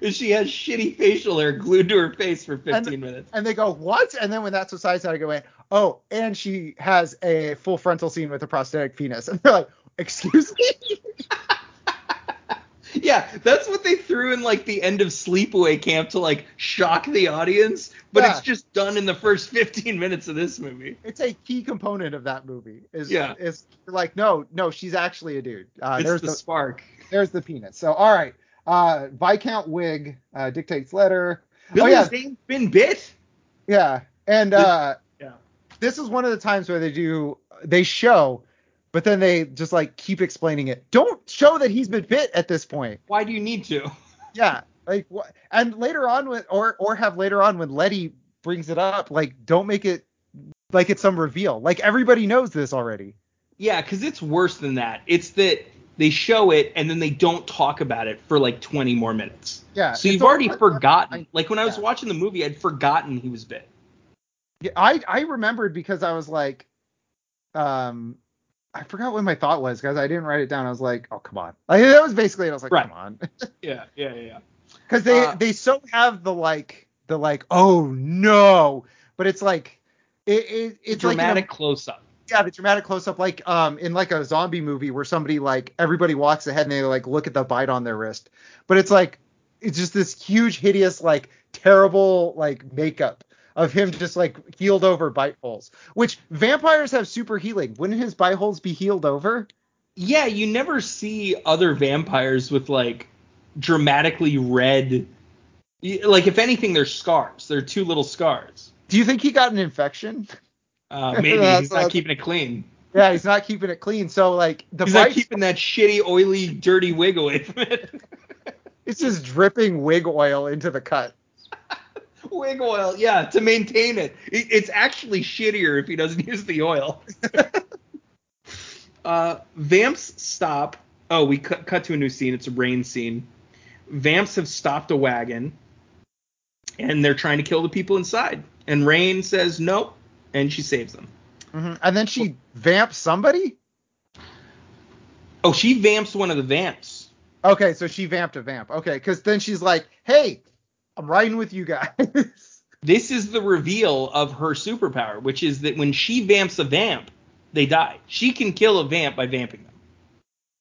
B: Is she has shitty facial hair glued to her face for 15 minutes.
A: And they go, "What?" And then when that's what size I go in, "Oh, and she has a full frontal scene with a prosthetic penis." And they're like, "Excuse me."
B: Yeah, that's what they threw in like the end of Sleepaway Camp to like shock the audience, but
A: Yeah.
B: it's just done in the first 15 minutes of this movie.
A: it's a key component of that movie. Is
B: Yeah.
A: is like no, no, she's actually a dude. Uh,
B: it's
A: there's
B: the,
A: the,
B: spark.
A: there's the penis. So all right, uh, Viscount Wig uh, dictates letter.
B: Bill
A: Oh, yeah.
B: has been bit.
A: Yeah, and uh,
B: Yeah.
A: this is one of the times where they do they show, but then they just like keep explaining it. Don't show that he's been bit at this point.
B: Why do you need to?
A: Yeah, like what? And later on when or or have later on when Letty brings it up, like don't make it like it's some reveal. Like everybody knows this already.
B: Yeah, because it's worse than that. It's that they show it and then they don't talk about it for like 20 more minutes.
A: Yeah.
B: So
A: it's
B: you've
A: a-
B: already forgotten. Like when I was
A: yeah.
B: watching the movie, I'd forgotten he was bit.
A: Yeah, I I remembered because I was like, um, I forgot what my thought was because I didn't write it down. I was like, oh come on, like that was basically it. I was like,
B: Right.
A: come on,
B: Yeah, yeah, yeah.
A: because they
B: Uh,
A: they so have the like the like oh no, but it's like it, it it's
B: dramatic
A: like
B: close up.
A: in a, yeah the dramatic close up like um in like a zombie movie where somebody like everybody walks ahead and they like look at the bite on their wrist, but it's like it's just this huge hideous like terrible like makeup of him just like healed over bite holes which vampires have super healing wouldn't his bite holes be healed over
B: Yeah, you never see other vampires with like dramatically red. y- Like if anything, they're scars. They're two little scars.
A: do you think he got an infection
B: Uh, maybe
A: That's
B: he's not
A: awesome.
B: keeping it clean.
A: yeah he's not keeping it clean so like the
B: He's not
A: bites
B: keeping that shitty, oily, dirty wig away from it.
A: it's just dripping wig oil into the cut
B: Wig oil, yeah, to maintain it. It- It's actually shittier if he doesn't use the oil. uh, vamps stop. Oh, we cut, cut to a new scene. It's a rain scene. Vamps have stopped a wagon, and they're trying to kill the people inside. And Rain says nope, and she saves them.
A: Mhm. and then she vamps somebody
B: Oh, she vamps one of the vamps.
A: okay so she vamped a vamp okay because then she's like hey i'm riding with you guys
B: This is the reveal of her superpower, which is that when she vamps a vamp, they die. She can kill a vamp by vamping them.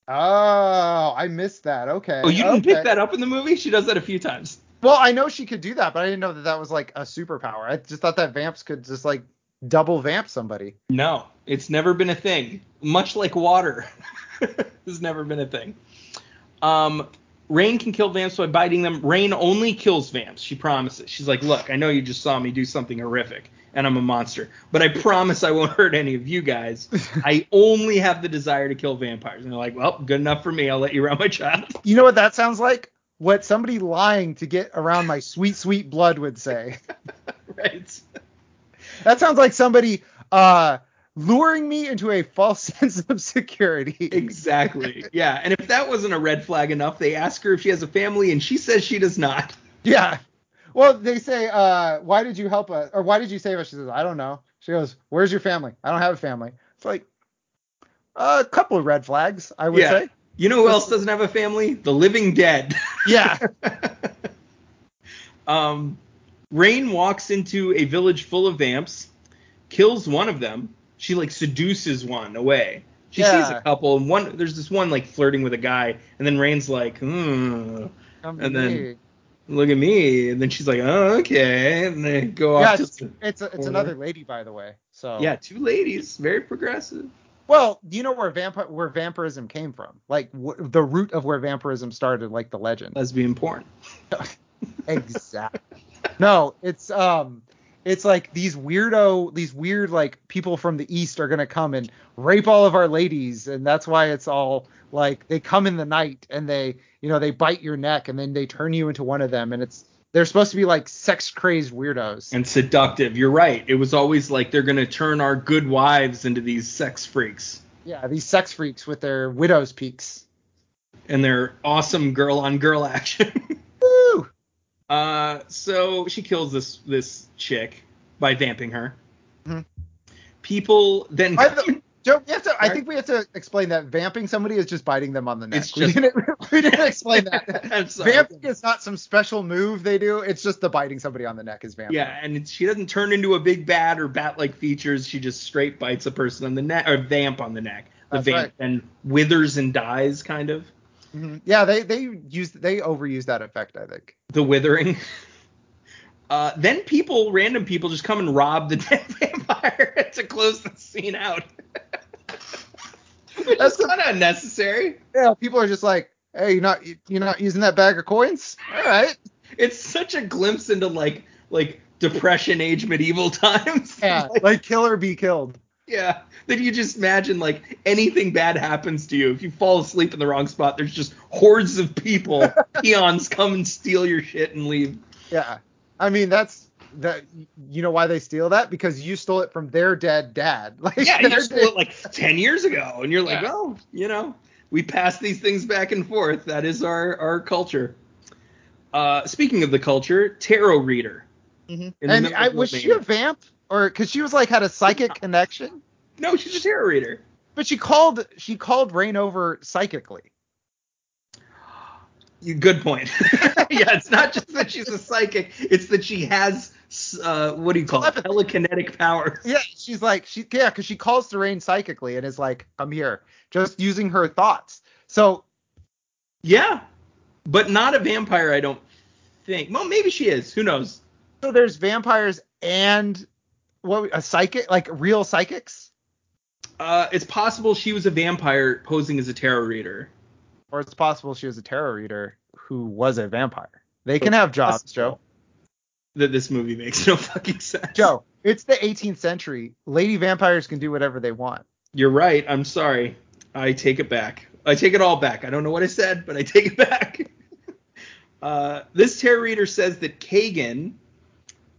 A: oh i missed that okay
B: Oh, you didn't
A: okay.
B: pick that up in the movie? She does that a few times.
A: Well, I know she could do that, but I didn't know that that was like a superpower. I just thought that vamps could just like double vamp somebody.
B: No, it's never been a thing. Much like water, it's never been a thing. Um, Rain can kill vamps by biting them. Rain only kills vamps. She promises. She's like, look, I know you just saw me do something horrific, and I'm a monster, but I promise I won't hurt any of you guys. I only have the desire to kill vampires. And they're like, well, good enough for me. I'll let you around my child.
A: You know what that sounds like? What somebody lying to get around my sweet, sweet blood would say.
B: right.
A: That sounds like somebody uh luring me into a false sense of security.
B: Exactly. Yeah. And if that wasn't a red flag enough, they ask her if she has a family, and she says she does not.
A: Yeah. Well, they say, uh, why did you help us or why did you save us? She says, I don't know. She goes, Where's your family? I don't have a family. It's like a couple of red flags, I would
B: Yeah.
A: say.
B: You know who else doesn't have a family? The living dead.
A: Yeah.
B: um, Rain walks into a village full of vamps, kills one of them. She like seduces one away. She sees
A: Yeah.
B: a couple, and one there's this one like flirting with a guy, and then Rain's like, hmm.
A: Come to
B: And then-
A: me.
B: look at me. And then she's like, oh, okay. And they go
A: yeah,
B: off.
A: it's
B: to the-
A: it's, a, it's
B: corner.
A: another lady, by the way. So
B: yeah, two ladies, very progressive.
A: Well, you know where vamp where vampirism came from, like w- the root of where vampirism started, like the legend.
B: Lesbian porn.
A: exactly. No, it's um, it's like these weirdo, these weird like people from the east are gonna come and rape all of our ladies, and that's why it's all like they come in the night and they, you know, they bite your neck and then they turn you into one of them, and it's they're supposed to be like sex crazed weirdos.
B: and seductive. You're right. It was always like they're gonna turn our good wives into these sex freaks
A: yeah, these sex freaks with their widow's peaks.
B: and their awesome girl on girl action.
A: Woo!
B: uh, so she kills this this chick by vamping her.
A: Mhm.
B: People then
A: By the- Joe, we have to, I
B: Sorry?
A: think we have to explain that vamping somebody is just biting them on the neck.
B: It's
A: we,
B: just-
A: didn't, we didn't explain that.
B: I'm sorry.
A: vamping is not some special move they do. It's just the biting somebody on the neck is vamping.
B: Yeah, and it's, she doesn't turn into a big bat or bat-like features. She just straight bites a person on the neck or vamp on the neck. The
A: That's
B: vamp
A: right.
B: then withers and dies, kind of
A: Mhm. Yeah, they they use they overuse that effect, I think.
B: the withering. Uh, then people, random people, just come and rob the dead vampire to close the scene out. Which
A: That's
B: That's
A: the-
B: kind of unnecessary.
A: Yeah, people are just like, "Hey, you're not you're not using that bag of coins?" All right.
B: It's such a glimpse into like like depression age medieval times.
A: Yeah,
B: Like,
A: like kill or be killed.
B: yeah. That you just imagine like anything bad happens to you if you fall asleep in the wrong spot. There's just hordes of people, peons come and steal your shit and leave.
A: Yeah. I mean, that's that you know why they steal that because you stole it from their dead dad. Like
B: yeah, you
A: their
B: just blew it like 10 years ago, and you're like,
A: Yeah.
B: well, you know, we pass these things back and forth. That is our, our culture. Uh, speaking of the culture, tarot reader. in the
A: And
B: middle
A: I,
B: of
A: was
B: living
A: she a
B: it.
A: vamp or because she was like had a psychic connection,
B: No, she's a tarot reader.
A: but she called she called Rain over psychically.
B: You, good point. yeah, it's not just that she's a psychic; it's that she has uh, what do you call it? Telekinetic powers.
A: Yeah, she's like she yeah because she calls to Rain psychically and is like come here, just using her thoughts. So
B: Yeah, but not a vampire, I don't think. Well, maybe she is. Who knows?
A: so there's vampires and what a psychic like real psychics
B: Uh, it's possible she was a vampire posing as a tarot reader.
A: or it's possible she was a tarot reader who was a vampire. They can have jobs, Joe.
B: that this movie makes no fucking sense.
A: Joe, it's the 18th century. Lady vampires can do whatever they want.
B: You're right. I'm sorry. I take it back. I take it all back. I don't know what I said, but I take it back. uh, this tarot reader says that Kagan.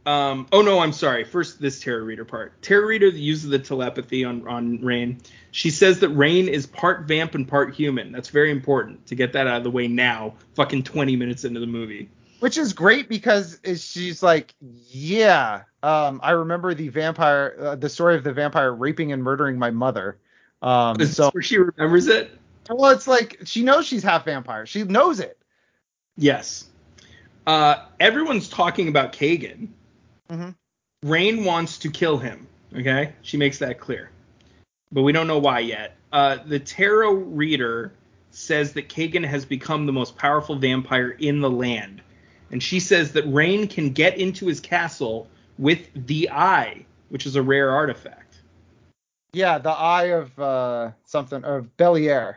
B: Um, oh no, I'm sorry. First, this tarot reader part. Tarot reader uses the telepathy on on Rain. She says that Rain is part vamp and part human. That's very important to get that out of the way now. Fucking 20 minutes into the movie.
A: which is great because is- she's like yeah um i remember the vampire uh, the story of the vampire raping and murdering my mother um
B: Is
A: so
B: this where she remembers it?
A: well it's like she knows she's half vampire she knows it
B: Yes. Uh, everyone's talking about Kagan.
A: Mhm.
B: Rain wants to kill him. Okay, she makes that clear, but we don't know why yet. Uh, the tarot reader says that Kagan has become the most powerful vampire in the land, and she says that Rain can get into his castle with the Eye, which is a rare artifact
A: yeah the eye of uh something of belliere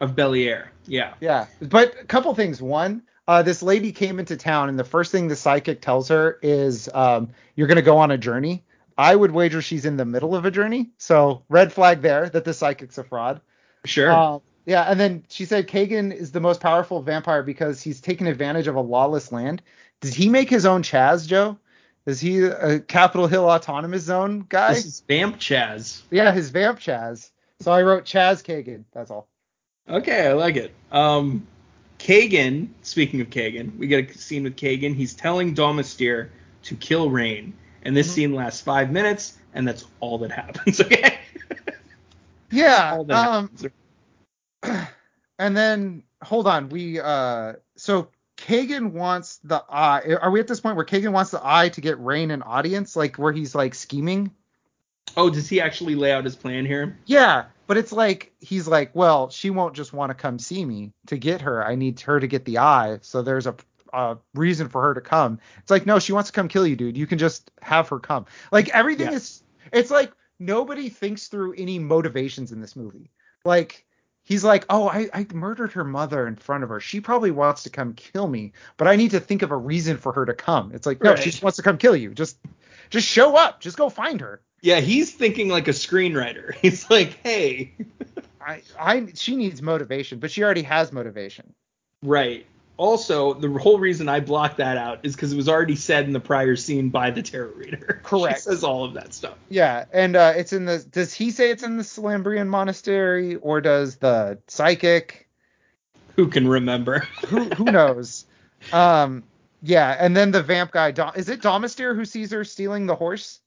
B: of Belier. Yeah.
A: yeah but a couple things one uh, this lady came into town, and the first thing the psychic tells her is, um, "You're gonna go on a journey." I would wager she's in the middle of a journey, so red flag there that the psychic's a fraud.
B: Sure.
A: Um, yeah, and then she said Kagan is the most powerful vampire because he's taken advantage of a lawless land. Did he make his own Chaz, Joe? Is he a Capitol Hill Autonomous Zone guy?
B: this is Vamp Chaz.
A: yeah, his vamp Chaz. So I wrote Chaz Kagan. That's all.
B: Okay, I like it. Um, Kagan, speaking of Kagan, we get a scene with Kagan. He's telling Domestier to kill Rain, and this
A: Mhm.
B: scene lasts five minutes, and that's all that happens. Okay.
A: Yeah.
B: all that
A: Um,
B: happens.
A: and then hold on. We uh, so Kagan wants the eye. Are we at this point where Kagan wants the eye to get Rain an audience, like where he's like scheming?
B: Oh, does he actually lay out his plan here?
A: Yeah, but it's like he's like, well, she won't just want to come see me. To get her, I need her to get the eye. So there's a uh, reason for her to come. It's like, no, she wants to come kill you, dude. You can just have her come. Like everything
B: Yeah.
A: is. It's like nobody thinks through any motivations in this movie. Like he's like, oh, I, I murdered her mother in front of her. She probably wants to come kill me, but I need to think of a reason for her to come. It's like, no,
B: Right.
A: she just wants to come kill you. Just just show up. Just go find her.
B: Yeah, he's thinking like a screenwriter. He's like, hey,
A: I, I she needs motivation, but she already has motivation.
B: right. Also, the whole reason I blocked that out is because it was already said in the prior scene by the tarot reader.
A: Correct.
B: She says all of that stuff.
A: Yeah, and uh, it's in the. Does he say it's in the Salambrian monastery, or does the psychic?
B: Who can remember?
A: Who who knows? um, yeah, and then the vamp guy. Dom, is it Domisteer who sees her stealing the horse?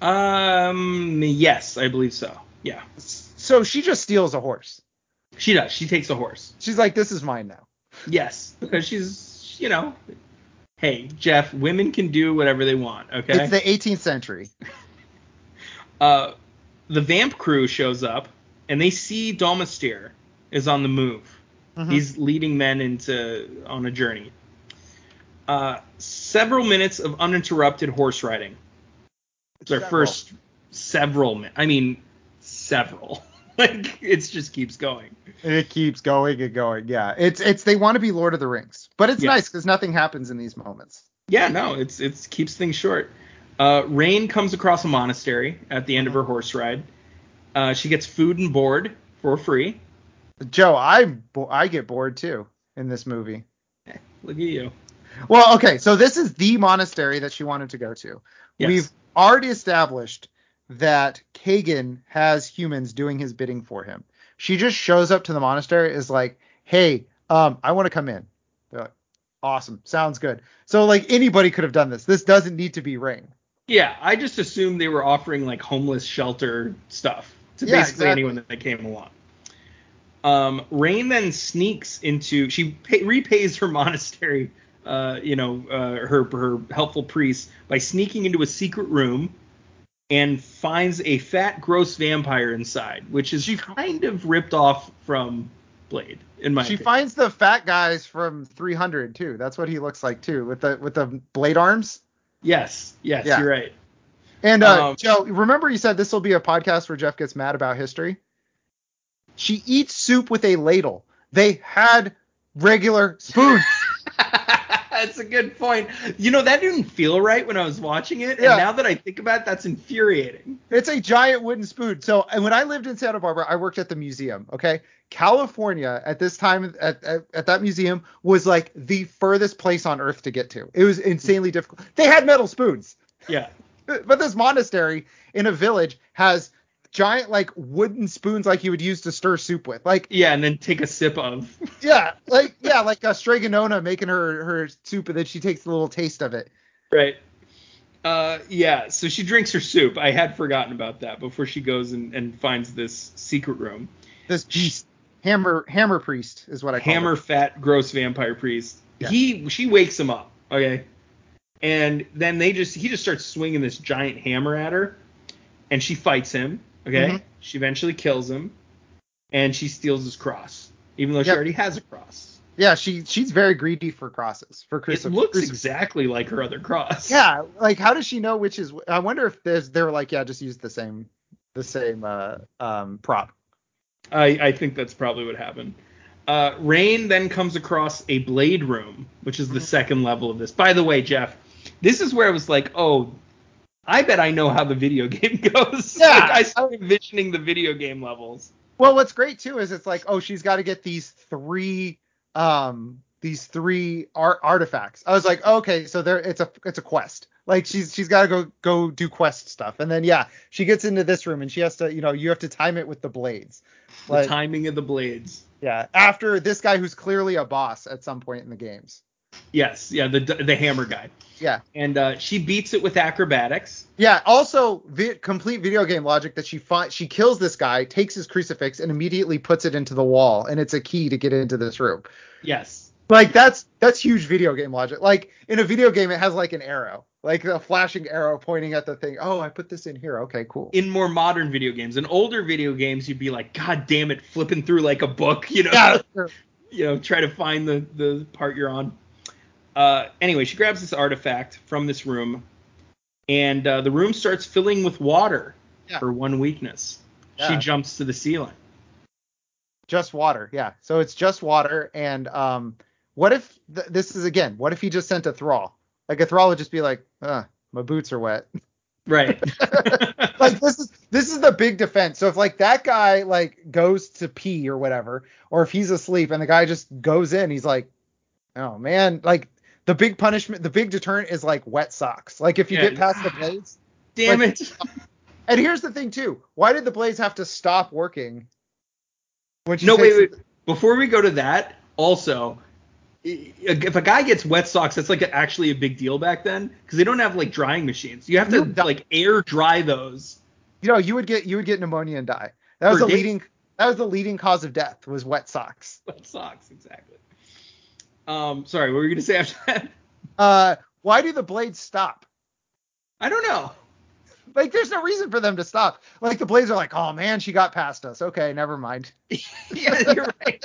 B: Um, yes, I believe so. Yeah,
A: So she just steals a horse.
B: she does. She takes a horse.
A: She's like, "This is mine now."
B: Yes, because she's, you know, hey, Jeff, women can do whatever they want. Okay.
A: It's the 18th century.
B: uh, the vamp crew shows up and they see Domisteer is on the move.
A: Mhm.
B: He's leading men into on a journey. Uh, several minutes of uninterrupted horse riding. It's our
A: Several.
B: first several. mi- I mean, several. like it just keeps going.
A: It keeps going and going. Yeah, it's it's they want to be Lord of the Rings, but it's
B: Yeah.
A: nice because nothing happens in these moments.
B: Yeah, no, it's it's keeps things short. Uh, Rain comes across a monastery at the end of her horse ride. Uh, she gets food and board for free.
A: Joe, I bo- I get bored too in this movie.
B: Look at you.
A: Well, okay, so this is the monastery that she wanted to go to.
B: Yes.
A: We've already established that Kagan has humans doing his bidding for him. She just shows up to the monastery, is like, "Hey, um, I want to come in." They're like, awesome, sounds good. So like anybody could have done this. This doesn't need to be Ring.
B: Yeah, I just assumed they were offering like homeless shelter stuff to
A: Yeah,
B: basically
A: exactly.
B: anyone that came along. Um, Rain then sneaks into she pay, repays her monastery, uh, you know, uh, her her helpful priest by sneaking into a secret room and finds a fat, gross vampire inside, which is kind of ripped off from Blade in my
A: She
B: opinion.
A: finds the fat guys from 300 too. That's what he looks like too, with the with the blade arms.
B: yes, yes,
A: Yeah.
B: you're right.
A: And uh,
B: Um,
A: Joe, remember you said this will be a podcast where Jeff gets mad about history. She eats soup with a ladle. They had regular spoons.
B: that's a good point. You know, that didn't feel right when I was watching it.
A: Yeah.
B: And now that I think about it, that's infuriating.
A: it's a giant wooden spoon. So and when I lived in Santa Barbara, I worked at the museum. Okay, California at this time at, at, at that museum was like the furthest place on earth to get to. It was insanely difficult. They had metal spoons.
B: Yeah.
A: but this monastery in a village has giant like wooden spoons like you would use to stir soup with like
B: Yeah, and then take a sip of.
A: yeah like yeah like uh, stregonona making her her soup and then she takes a little taste of it
B: Right. Uh, yeah, so she drinks her soup. I had forgotten about that before she goes and, and finds this secret room.
A: this beast hammer hammer priest is what i call
B: Hammer
A: her.
B: fat, gross vampire priest.
A: Yeah.
B: He she wakes him up. Okay. And then they just he just starts swinging this giant hammer at her, and she fights him. Okay.
A: Mhm.
B: She eventually kills him, and she steals his cross, even though she
A: Yep.
B: already has a cross.
A: yeah she she's very greedy for crosses for
B: It
A: crucifix
B: looks exactly like her other cross.
A: yeah like how does she know which is i wonder if there's they were like yeah just use the same the same uh um prop
B: I, I think that's probably what happened. Uh, Rain then comes across a blade room, which is
A: Mm-hmm.
B: the second level of this. By the way, Jeff, this is where I was like, oh, I bet I know how the video game goes.
A: Yeah.
B: like, I started envisioning the video game levels.
A: Well, what's great too is it's like, oh, she's got to get these three, um, these three ar- artifacts. I was like, okay, so there, it's a, it's a quest. Like she's, she's got to go, go do quest stuff. And then yeah, she gets into this room and she has to, you know, you have to time it with the blades.
B: The
A: Like,
B: timing of the blades.
A: yeah, after this guy who's clearly a boss at some point in the games.
B: Yes, yeah, the the hammer guy.
A: Yeah,
B: And uh, she beats it with acrobatics.
A: yeah. Also, vi- complete video game logic that she finds, she kills this guy, takes his crucifix, and immediately puts it into the wall, and it's a key to get into this room.
B: Yes.
A: like that's that's huge video game logic like in a video game it has like an arrow like a flashing arrow pointing at the thing oh i put this in here okay cool
B: In more modern video games, in older video games, you'd be like, God damn it, flipping through like a book, you know,
A: yeah sure.
B: you know, try to find the the part you're on. Uh, anyway, she grabs this artifact from this room, and uh, the room starts filling with water.
A: Yeah.
B: Her one weakness. She
A: Yeah.
B: jumps to the ceiling.
A: Just water. Yeah. So it's just water. And um, what if th- this is again? What if he just sent a thrall? Like a thrall would just be like, uh, my boots are wet.
B: Right.
A: like this is this is the big defense. So if like that guy like goes to pee or whatever, or if he's asleep and the guy just goes in, he's like, oh man, like the big punishment, the big deterrent is like wet socks. Like if you
B: Yeah.
A: get past the blades.
B: Damn
A: Like-
B: it.
A: And here's the thing too. Why did the blades have to stop working? When she
B: No,
A: takes-
B: wait, wait. Before we go to that, also, i- if a guy gets wet socks, that's like actually a big deal back then because they don't have like drying machines. You have to
A: You die.
B: like air dry those.
A: You know, you would get you would get pneumonia and die. That was
B: For
A: the
B: days.
A: leading that was the leading cause of death was wet socks.
B: Wet socks, exactly. Um, sorry, what were you gonna say after that?
A: Uh, why do the blades stop?
B: I don't know.
A: Like, there's no reason for them to stop. Like, the Blades are like, oh man, she got past us. Okay, never mind.
B: yeah, you're right.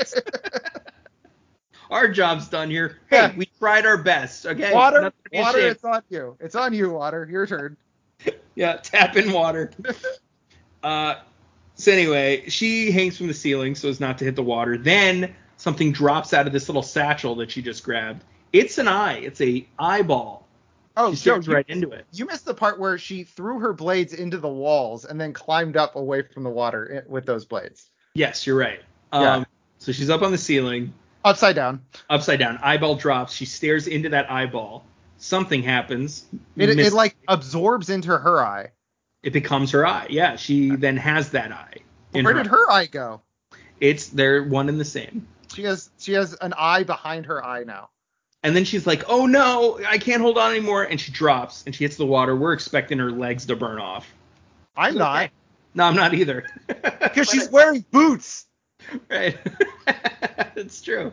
B: our job's done here. Hey,
A: Yeah.
B: we tried our best. Okay.
A: water,
B: Nothing to be
A: water,
B: ashamed.
A: it's on you. It's on you, water. Your turn.
B: Yeah, tap in water. uh, so anyway, she hangs from the ceiling so as not to hit the water. Then something drops out of this little satchel that she just grabbed. It's an eye. It's a eyeball.
A: Oh,
B: she
A: Joe,
B: stares
A: you,
B: right into it.
A: you missed the part where she threw her blades into the walls and then climbed up away from the water i- with those blades.
B: Yes, you're right. Um,
A: Yeah.
B: So she's up on the ceiling,
A: Upside down.
B: upside down. Eyeball drops. She stares into that eyeball. Something happens.
A: It, it,
B: Miss-
A: like absorbs into her eye.
B: it becomes her eye. Yeah, she then has that eye. in
A: Where did her eye go?
B: It's they're one and the same.
A: She has she has an eye behind her eye now.
B: And then she's like, "Oh no, I can't hold on anymore," and she drops and she hits the water. We're expecting her legs to burn off.
A: I'm
B: Okay.
A: not
B: No, I'm not either.
A: because she's wearing boots.
B: right. it's true.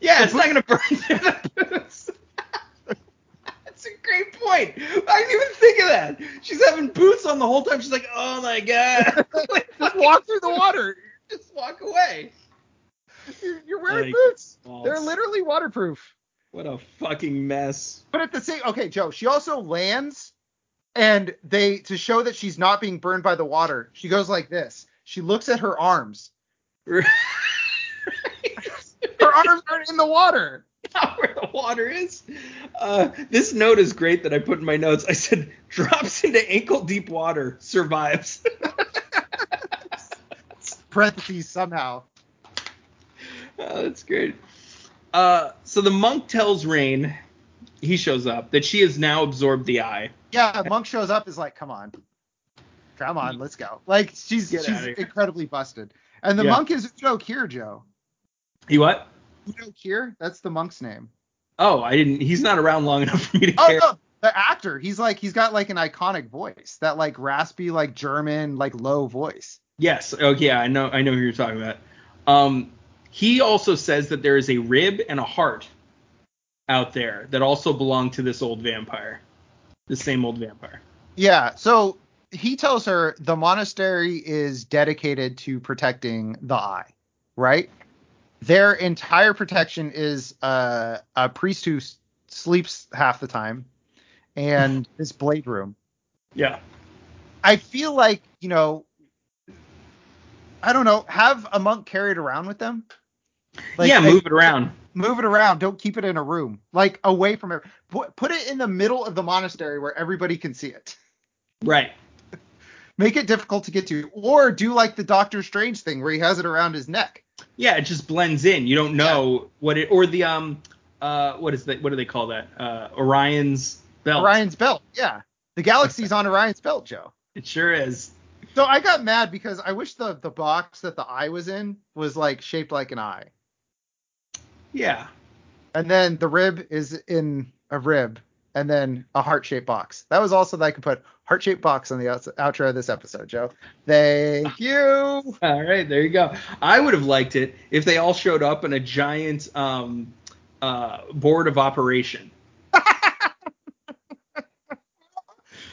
B: Yeah, it's not gonna burn through the boots. That's a great point. I didn't even think of that. She's having boots on the whole time. She's like, "Oh my god, Like,
A: Just walk through the water.
B: just walk away."
A: You're, you're wearing
B: Like,
A: boots.
B: balls.
A: They're literally waterproof.
B: What a fucking mess.
A: But at the same, okay, Joe. She also lands, and they to show that she's not being burned by the water. She goes like this. She looks at her arms. Her arms are in the water.
B: not where the water is. Uh, this note is great that I put in my notes. I said, drops into ankle deep water, survives.
A: Parentheses somehow.
B: oh, that's great. Uh, so the monk tells Rain, he shows up, that she has now absorbed the eye.
A: Yeah, monk shows up is like, come on, come on, let's go. Like she's
B: Get
A: she's
B: outta here.
A: incredibly busted. And the
B: Yeah.
A: monk is Udo Kier, Joe.
B: He what?
A: Udo Kier, that's the monk's name.
B: Oh, I didn't. He's not around long enough for me to
A: Oh
B: care.
A: no, the actor. He's like he's got like an iconic voice, that like raspy, like German, like low voice.
B: Yes. Oh, yeah. I know. I know who you're talking about. Um, he also says that there is a rib and a heart out there that also belong to this old vampire, the same old vampire.
A: Yeah. So he tells her the monastery is dedicated to protecting the eye, right? Their entire protection is uh, a priest who s- sleeps half the time and this blade room.
B: Yeah.
A: I feel like, you know, I don't know, have a monk carry it around with them.
B: yeah,
A: I-
B: move it around.
A: move it around. Don't keep it in a room, like away from it. Put, put it in the middle of the monastery where everybody can see it.
B: Right.
A: make it difficult to get to or do like the doctor strange thing where he has it around his neck
B: Yeah, it just blends in. You don't know what it or the um uh what is that what do they call that? Uh Orion's belt.
A: orion's belt yeah the galaxy's on orion's belt joe
B: It sure is.
A: so i got mad because i wish the the box that the eye was in was like shaped like an eye
B: Yeah.
A: and then the rib is in a rib and then a heart-shaped box that was also that i could put heart-shaped box on the outs- outro of this episode joe thank you
B: All right, there you go. I would have liked it if they all showed up in a giant um uh board of operation.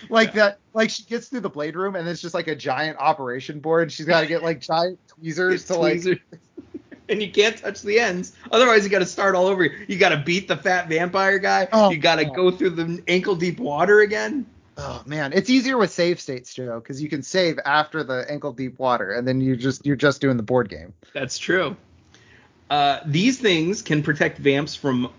A: like that like she gets through the blade room and it's just like a giant operation board she's got to get like giant tweezers to like
B: Tweezers. and you can't touch the ends. Otherwise, you got to start all over. You got to beat the fat vampire guy.
A: Oh,
B: you got to
A: man.
B: go through the ankle deep water again.
A: Oh man, it's easier with save states, Joe, because you can save after the ankle deep water, and then you just you're just doing the board game.
B: That's true. Uh, these things can protect vamps from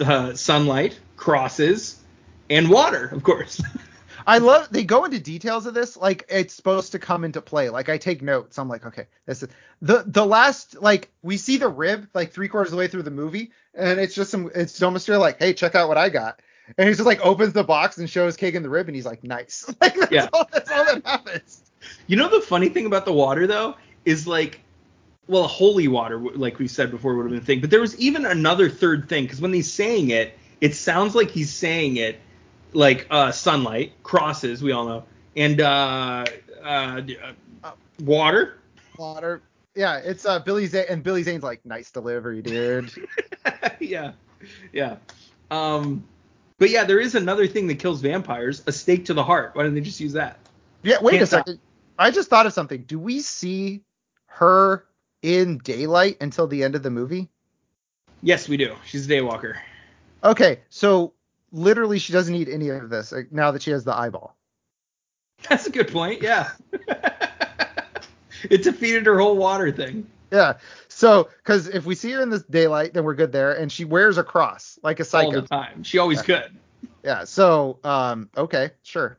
B: uh, sunlight, crosses, and water, of course.
A: I love they go into details of this like it's supposed to come into play. Like I take notes. I'm like, okay, this is the the last like we see the rib like three quarters of the way through the movie, and it's just some it's Domestier like, hey, check out what I got. And he just like opens the box and shows Kagan the rib, and he's like, nice. Like that's
B: Yeah.
A: all that's all that happens.
B: you know the funny thing about the water though is like, well, holy water, w- like we said before, would have been a thing. But there was even another third thing because when he's saying it, it sounds like he's saying it like uh, sunlight, crosses, we all know, and uh, uh, d- uh, water.
A: Water. Yeah, it's uh Billy Zane and Billy Zane's like, nice delivery, dude.
B: yeah, yeah. Um, but yeah, there is another thing that kills vampires: a stake to the heart. Why don't they just use that?
A: Yeah, wait a
B: Can't stop.
A: second. I just thought of something. Do we see her in daylight until the end of the movie?
B: Yes, we do. She's a daywalker.
A: Okay, so literally she doesn't need any of this like, now that she has the eyeball.
B: That's a good point. Yeah. it defeated her whole water thing.
A: Yeah. So, because if we see her in this daylight, then we're good there. And she wears a cross like a
B: all
A: psycho.
B: the time. She always could.
A: Yeah. So, um, okay, sure.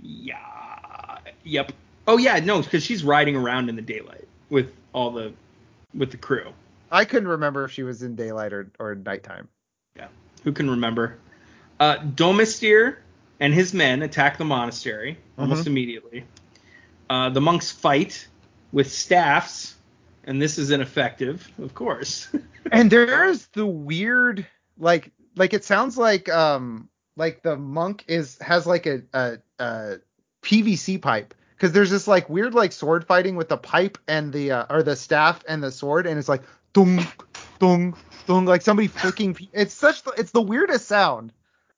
B: Yeah. Yep. Oh yeah, no, because she's riding around in the daylight with all the with the crew.
A: I couldn't remember if she was in daylight or, or nighttime.
B: Yeah. Who can remember? Uh, Domestir and his men attack the monastery almost
A: Mhm.
B: immediately. Uh, the monks fight with staffs, and this is ineffective, of course.
A: and there's the weird like like it sounds like um like the monk is has like a a, a PVC pipe because there's this like weird like sword fighting with the pipe and the uh, or the staff and the sword and it's like dung dung dung like somebody flicking pe- it's such the, it's the weirdest sound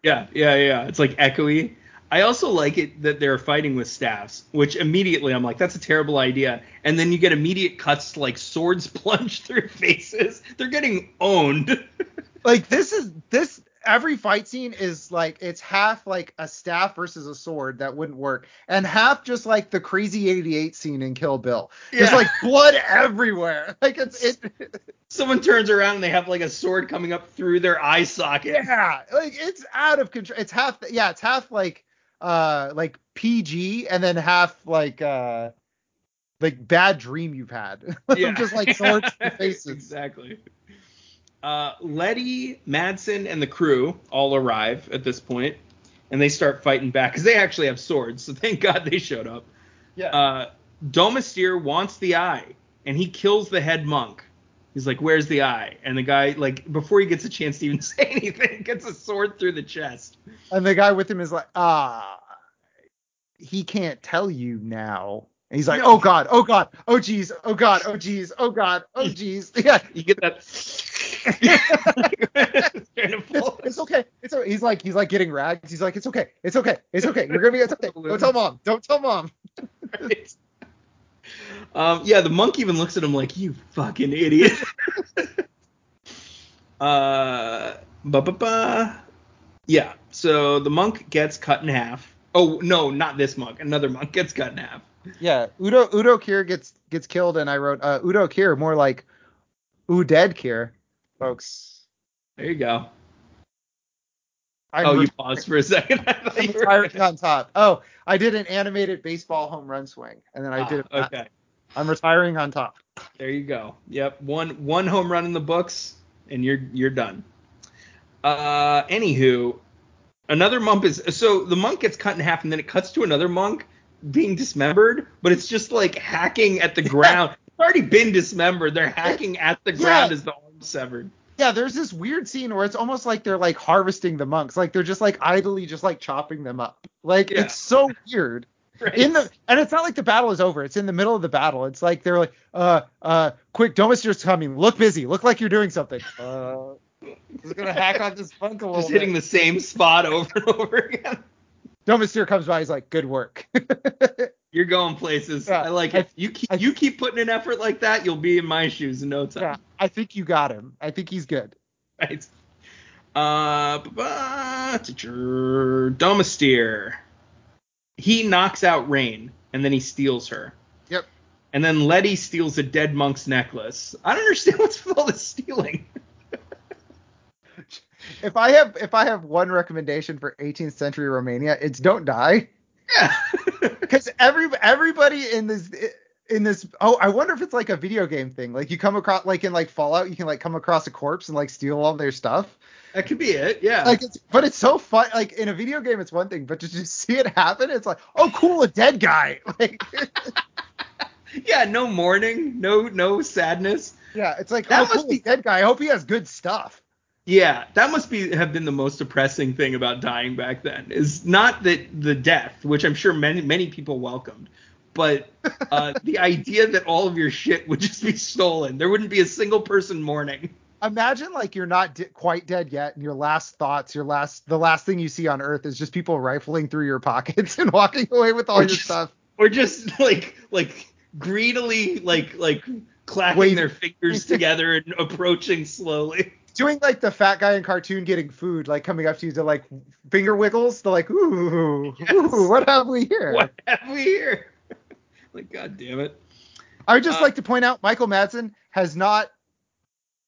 B: Yeah, yeah, yeah. It's like echoey. I also like it that they're fighting with staffs, which immediately I'm like, that's a terrible idea. And then you get immediate cuts to like swords plunge through faces. They're getting owned.
A: like this is this every fight scene is like it's half like a staff versus a sword that wouldn't work and half just like the crazy 88 scene in Kill Bill There's
B: Yeah.
A: like blood everywhere. Like it's it
B: Someone turns around and they have like a sword coming up through their eye socket.
A: yeah, like it's out of control. It's half yeah, it's half like uh like PG and then half like uh like bad dream you've had. Just like swords to faces.
B: Exactly. Uh, Letty, Madsen, and the crew all arrive at this point, and they start fighting back because they actually have swords. So thank God they showed up.
A: Yeah.
B: Uh, Domestier wants the eye, and he kills the head monk. He's like, "Where's the eye?" And the guy, like, before he gets a chance to even say anything, gets a sword through the chest.
A: and the guy with him is like, ah he can't tell you now. And he's like,
B: No.
A: oh god, oh god, oh geez, oh god, oh geez, oh god, oh geez. Yeah.
B: You get that. It's kind of
A: It's,
B: full.
A: it's okay. It's okay. He's like he's like getting rags. He's like it's okay. It's okay. It's okay. You're gonna be it's okay. Don't tell mom. Don't tell mom.
B: Right. um, yeah, the monk even looks at him like, "You fucking idiot." uh, ba ba ba. Yeah. So the monk gets cut in half. Oh no, not this monk. Another monk gets cut in half.
A: Yeah, Udo Udo Kier gets gets killed, and I wrote uh, Udo Kier more like Uded Kier, folks.
B: There you go.
A: I'm
B: oh,
A: re-
B: you paused for a second. I thought
A: I'm
B: you were-
A: retiring on top. Oh, I did an animated baseball home run swing, and then I
B: Ah,
A: did.
B: okay.
A: I'm retiring on top.
B: There you go. Yep. One one home run in the books, and you're you're done. Uh, anywho, another monk is so the monk gets cut in half, and then it cuts to another monk being dismembered, but it's just like hacking at the ground. It's already been dismembered. They're hacking at the
A: Yeah.
B: ground as the arm's severed.
A: Yeah, there's this weird scene where it's almost like they're like harvesting the monks, like they're just like idly just like chopping them up. Like
B: Yeah.
A: it's so weird.
B: Right?
A: in the and it's not like the battle is over it's in the middle of the battle it's like they're like uh uh quick domestier's coming look busy look like you're doing something uh just gonna hack on this funk a little
B: just hitting the same spot over and over again.
A: domestier comes by he's like good work
B: You're going places.
A: Yeah,
B: I like
A: I-
B: it. You keep
A: I-
B: you keep putting in effort like that, you'll be in my shoes in no time.
A: Yeah, I think you got him. I think he's good.
B: Right. Uh, ba-ba, teacher, Domestier. He knocks out Rain, and then he steals her.
A: Yep.
B: And then Letty steals a dead monk's necklace. I don't understand what's with all this stealing.
A: If I have if I have one recommendation for 18th century Romania, it's don't die.
B: Yeah.
A: Because every everybody in this in this oh I wonder if it's like a video game thing. Like you come across like in like Fallout, you can like come across a corpse and like steal all their stuff.
B: that could be it. Yeah.
A: Like it's but it's so fun. Like in a video game, it's one thing, but to just see it happen, it's like oh cool, a dead guy. Like
B: yeah. No mourning. No no sadness.
A: yeah, it's like
B: That
A: oh
B: must
A: cool,
B: be-
A: a dead guy. I hope he has good stuff.
B: Yeah, that must be have been the most depressing thing about dying back then is not that the death, which I'm sure many many people welcomed, but uh, the idea that all of your shit would just be stolen. There wouldn't be a single person mourning.
A: imagine like you're not di- quite dead yet and your last thoughts your last the last thing you see on earth is just people rifling through your pockets and walking away with all
B: Or
A: your
B: just
A: stuff
B: or just like like greedily like like clacking
A: Waving.
B: their fingers together and approaching slowly.
A: doing like the fat guy in cartoon getting food like coming up to you to like finger wiggles they're like ooh,
B: Yes.
A: ooh what have we here
B: What have we here? like god damn it.
A: i would just
B: Uh,
A: like to point out michael madsen has not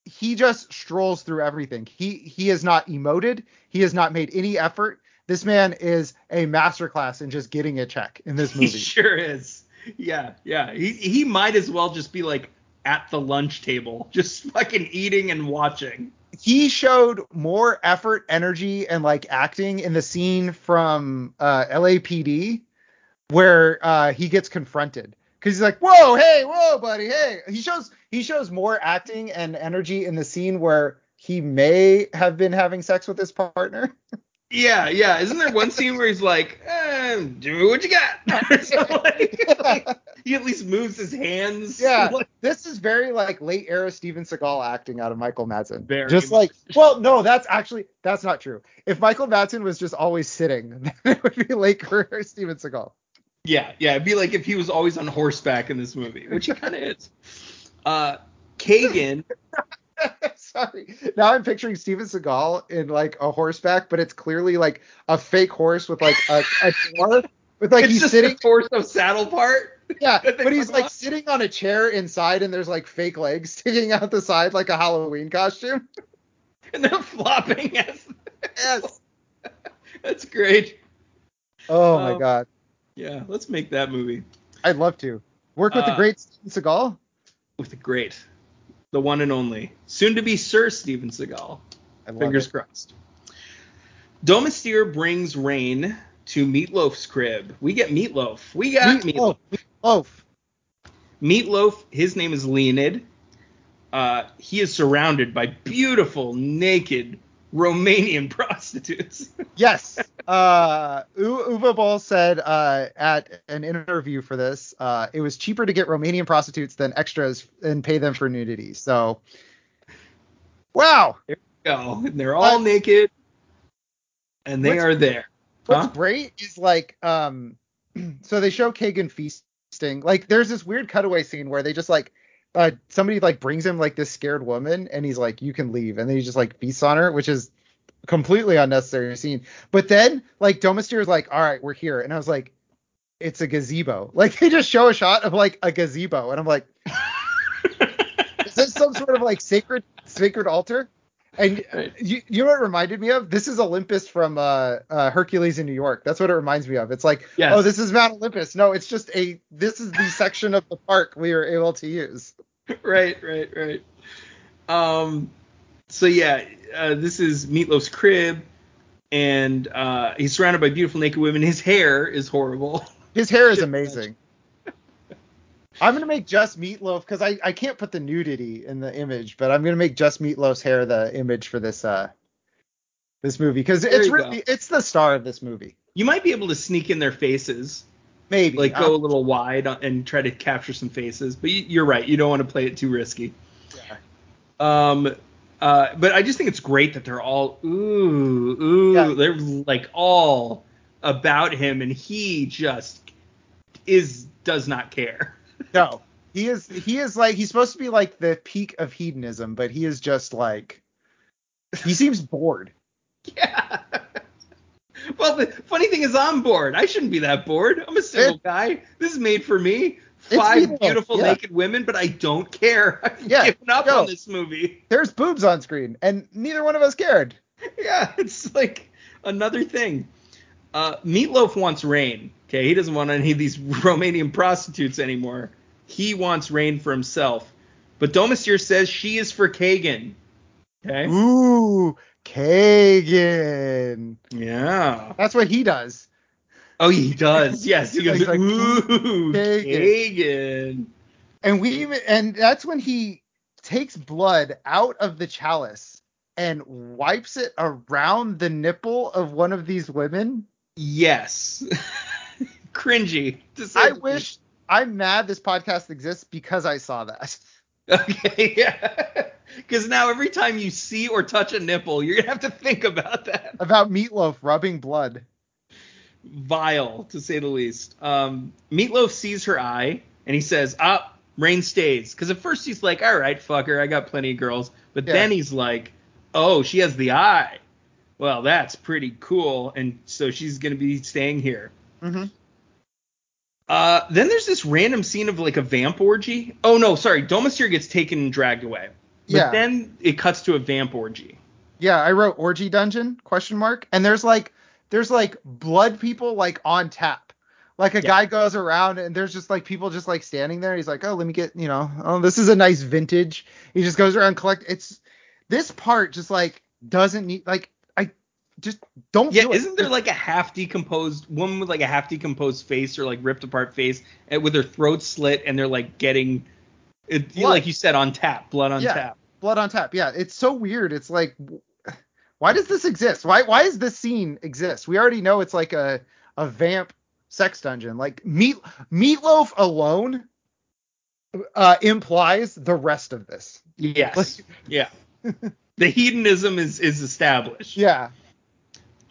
A: he just strolls through everything he he has not emoted he has not made any effort this man is a masterclass in just getting a check in this
B: He
A: movie
B: sure is. Yeah, yeah. He he might as well just be like at the lunch table, just fucking eating and watching.
A: he showed more effort, energy, and like acting in the scene from uh, LAPD where uh, he gets confronted because he's like, "Whoa, hey, whoa, buddy, hey." He shows he shows more acting and energy in the scene where he may have been having sex with his partner.
B: Yeah, yeah. Isn't there one scene where he's like, eh, "Do what you got"? Or something like- like, he at least moves his hands.
A: Yeah.
B: Like,
A: This is very like late era Steven Seagal acting out of Michael Madsen.
B: Very
A: just like, well, no, that's actually that's not true. If Michael Madsen was just always sitting, then it would be late career Steven Seagal.
B: yeah, yeah. It'd be like if he was always on horseback in this movie, which he kind of is. Uh, Kagan.
A: Sorry. Now I'm picturing Steven Seagal in like a horseback, but it's clearly like a fake horse with like a, a door. With like
B: it's
A: he's
B: just
A: sitting,
B: the torso saddle part.
A: yeah,
B: that they
A: but he's
B: put
A: like
B: on.
A: sitting on a chair inside, and there's like fake legs sticking out the side like a Halloween costume.
B: and they're flopping as yes. That's great.
A: Oh my
B: Um,
A: god,
B: Yeah, let's make that movie
A: I'd love to work with
B: uh,
A: the great Steven Seagal.
B: with the great, the one and only, soon to be Sir Steven Seagal.
A: I love
B: Fingers
A: it.
B: crossed. Domestier brings Rain to Meatloaf's crib. We get Meatloaf. We got Meatloaf.
A: Meatloaf, meatloaf.
B: Meatloaf. His name is Leonid. Uh, he is surrounded by beautiful, naked Romanian prostitutes.
A: Yes. Uh, U- Uwe Boll said uh, at an interview for this, uh, it was cheaper to get Romanian prostitutes than extras and pay them for nudity. So, wow.
B: Go, and they're all naked, and they
A: What's-
B: are there.
A: What's
B: Huh?
A: great is like, um, so they show Kagan feasting. Like, there's this weird cutaway scene where they just like, uh, somebody like brings him like this scared woman, and he's like, "You can leave," and then he just like feasts on her, which is completely unnecessary scene. But then like Domestier is like, "All right, we're here," and I was like, "It's a gazebo." Like they just show a shot of like a gazebo, and I'm like, "Is this some sort of like sacred sacred altar?" And you, you know what it reminded me of? This is Olympus from uh, uh, Hercules in New York. That's what it reminds me of. It's like,
B: Yes.
A: oh, this is Mount Olympus. No, it's just a this is the section of the park we were able to use.
B: right, right, right. Um, so yeah, uh, this is Meatloaf's crib, and uh, he's surrounded by beautiful naked women. His hair is horrible.
A: His hair is amazing. I'm gonna make just meatloaf because I, I can't put the nudity in the image, but I'm gonna make just meatloaf's hair the image for this uh this movie because
B: There
A: it's
B: you
A: really it's the star of this movie.
B: You might be able to sneak in their faces,
A: Maybe
B: like
A: I'm-
B: go a little wide on- and try to capture some faces. But you, you're right, you don't want to play it too risky.
A: Yeah.
B: Um, uh, but I just think it's great that they're all ooh ooh.
A: Yeah.
B: They're like all about him, and he just is does not care.
A: No, he is he is like he's supposed to be like the peak of hedonism, but he is just like he seems bored.
B: Yeah. Well, the funny thing is, I'm bored. I shouldn't be that bored. I'm a single
A: It-
B: guy. This is made for me.
A: Eh. It's
B: Five
A: female,
B: beautiful
A: yeah.
B: naked women, but I don't care. I've
A: Yeah,
B: given up
A: no.
B: on this movie.
A: There's boobs on screen, and neither one of us cared.
B: Yeah, it's like another thing. Uh, Meatloaf wants rain. Okay, he doesn't want any of these Romanian prostitutes anymore. He wants rain for himself. But Domitier says she is for Kagan. Okay.
A: Mm. Ooh, Kagan.
B: Yeah.
A: That's what he does.
B: Oh, he does. Yes, he goes.
A: He's like,
B: Ooh,
A: Kagan."
B: Kagan.
A: And we even and that's when he takes blood out of the chalice and wipes it around the nipple of one of these women.
B: Yes. Cringy. to say
A: I
B: the
A: wish I'm mad this podcast exists because I saw that.
B: least. Okay. Yeah. Because now every time you see or touch a nipple, you're gonna have to think about that.
A: About meatloaf rubbing blood.
B: Vile, to say the least. Um, Meatloaf sees her eye and he says, "Ah, rain stays." Because at first he's like, "All right, fuck her. I got plenty of girls." But
A: Yeah.
B: then he's like, "Oh, she has the eye. Well, that's pretty cool." And so she's gonna be staying here.
A: Mm-hmm.
B: Uh, then there's this random scene of like a vamp orgy. Oh no, sorry, Domitier gets taken and dragged away. But
A: Yeah.
B: then it cuts to a vamp orgy.
A: Yeah, I wrote orgy dungeon question mark and there's like there's like blood people like on tap. Like a
B: Yeah.
A: guy goes around and there's just like people just like standing there. He's like, "Oh, let me get, you know, oh, this is a nice vintage." He just goes around collect it's this part just like doesn't need like I just don't
B: Yeah,
A: do it.
B: isn't there like a half decomposed woman with like a half decomposed face or like ripped apart face and with her throat slit and they're like getting it,
A: Blood.
B: like you said on tap, blood on
A: Yeah.
B: tap.
A: blood on tap. Yeah, it's so weird. It's like w- why does this exist? Why why does this scene exist? We already know it's like a a vamp sex dungeon. Like meat meatloaf alone uh implies the rest of this.
B: Yes.
A: Like-
B: yeah. The hedonism is is established.
A: Yeah.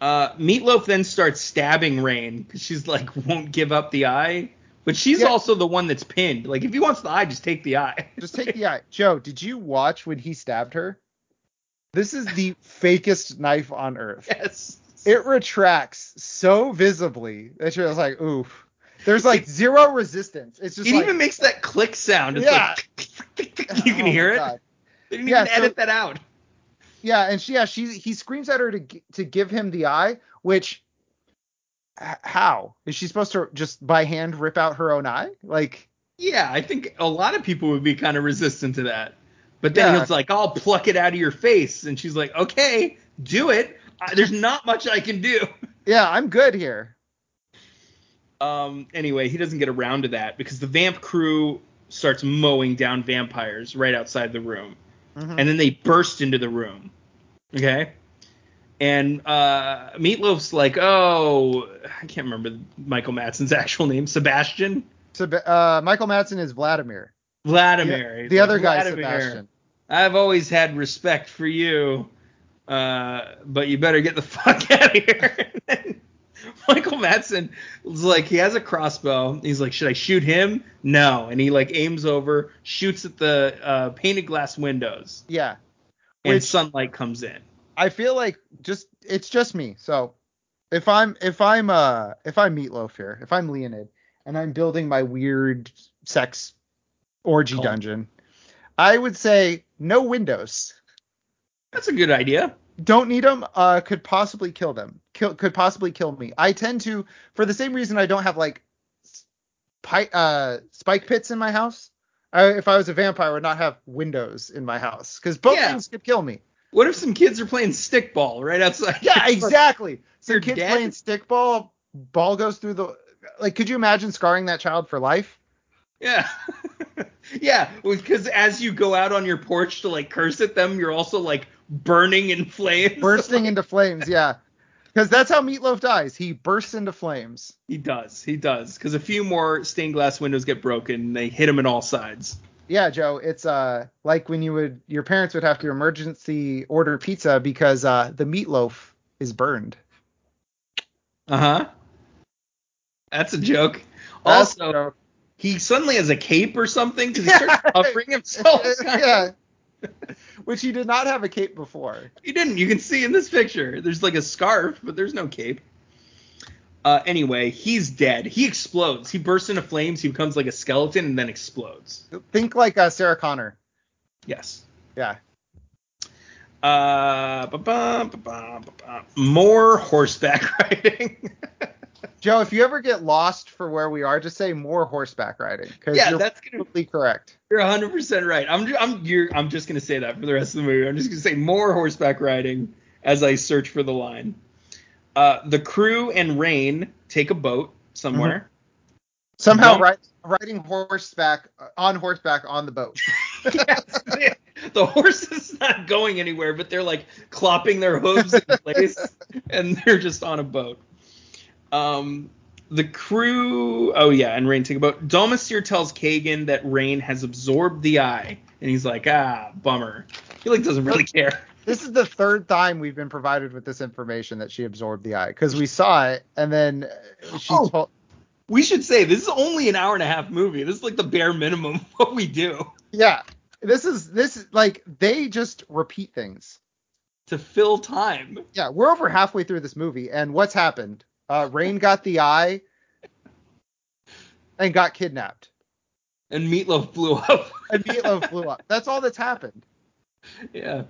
B: Uh, Meatloaf then starts stabbing Rain because she's like won't give up the eye, but she's
A: Yeah.
B: also the one that's pinned. Like if he wants the eye, just take the eye.
A: Just take the eye. Joe, did you watch when he stabbed her? This is the fakest knife on earth.
B: yes.
A: It retracts so visibly that you're just like, oof. There's like zero resistance. It's just
B: it
A: like,
B: even makes that click sound. It's
A: Yeah.
B: like you can
A: oh
B: hear
A: my
B: it.
A: God.
B: They didn't
A: Yeah,
B: even
A: so-
B: edit that out.
A: Yeah, and she yeah she he screams at her to gi- to give him the eye, which h- how is she supposed to just by hand rip out her own eye? Like
B: Yeah, I think a lot of people would be kind of resistant to that. But then
A: Yeah.
B: it's like, I'll pluck it out of your face, and she's like, okay, do it. I, there's not much I can do.
A: yeah, I'm good here.
B: Um, anyway, he doesn't get around to that because the vamp crew starts mowing down vampires right outside the room,
A: Mhm.
B: and then they burst into the room. Okay, and uh, Meatloaf's like, "Oh, I can't remember Michael Madsen's actual name, Sebastian
A: So uh, Michael Madsen is Vladimir.
B: Vladimir."
A: The,
B: He's like,
A: other guy is
B: "Vladimir,
A: Sebastian.
B: I've always had respect for you, uh, but you better get the fuck out of here. And Michael Madsen was like, he has a crossbow. He's like, should I shoot him? No. And he like aims over, shoots at the uh, painted glass windows,
A: Yeah,
B: and
A: Which-
B: sunlight comes in.
A: I feel like just it's just me. So if I'm if I'm uh if I'm Meatloaf here, if I'm Leonid, and I'm building my weird sex orgy
B: Cult.
A: dungeon, I would say no windows.
B: That's a good idea.
A: don't need them uh could possibly kill them kill could possibly kill me i tend to for the same reason i don't have like s- pi- uh spike pits in my house I, if i was a vampire I would not have windows in my house because both
B: Yeah.
A: things could kill me
B: What if some kids are playing stickball right outside?
A: yeah
B: your-
A: exactly so
B: You're
A: kids
B: dead.
A: playing stickball ball goes through the like could you imagine scarring that child for life
B: Yeah. yeah, because as you go out on your porch to like curse at them, you're also like burning in flames.
A: bursting into flames yeah because that's how meatloaf dies he bursts into flames
B: He does. He does. Because a few more stained glass windows get broken. And they hit him on all sides.
A: Yeah, Joe, it's uh like when you would your parents would have to emergency order pizza because uh the meatloaf is burned.
B: Uh huh. Uh-huh. That's a joke.
A: That's
B: Also,
A: dope.
B: he suddenly has a cape or something because he starts covering himself.
A: yeah. Which he did not have a cape before.
B: He didn't. You can see in this picture. There's like a scarf, but there's no cape. Uh, anyway, he's dead. He explodes. He bursts into flames. He becomes like a skeleton and then explodes.
A: Think like uh, Sarah Connor.
B: Yes.
A: Yeah.
B: Uh, ba-bum, ba-bum, ba-bum. More horseback riding.
A: Joe, if you ever get lost for where we are, just say more horseback riding because
B: yeah,
A: you're
B: that's gonna.
A: absolutely correct.
B: You're 100 percent right. I'm. ju- I'm. You're. I'm just gonna say that for the rest of the movie. I'm just gonna say more horseback riding as I search for the line. Uh, the crew and Rain take a boat somewhere.
A: Somehow
B: One-
A: ri- riding horseback uh, on horseback on the boat.
B: Yes. the horse is not going anywhere, but they're like clopping their hooves in place, and they're just on a boat. Um, the crew. Oh yeah, and Rain take a boat. Domitier tells Kagan that Rain has absorbed the eye, and he's like, ah, bummer. He like doesn't really care.
A: This is the third time we've been provided with this information that she absorbed the eye because we saw it and then she
B: Oh.
A: told.
B: We should say this is only an hour and a half movie. This is like the bare minimum of what we do
A: Yeah, this is this is like they just repeat things.
B: to fill time.
A: Yeah, we're over halfway through this movie, and what's happened? Uh, Rain got the eye and got kidnapped.
B: And Meatloaf blew up.
A: And Meatloaf blew up. That's all that's happened.
B: Yeah.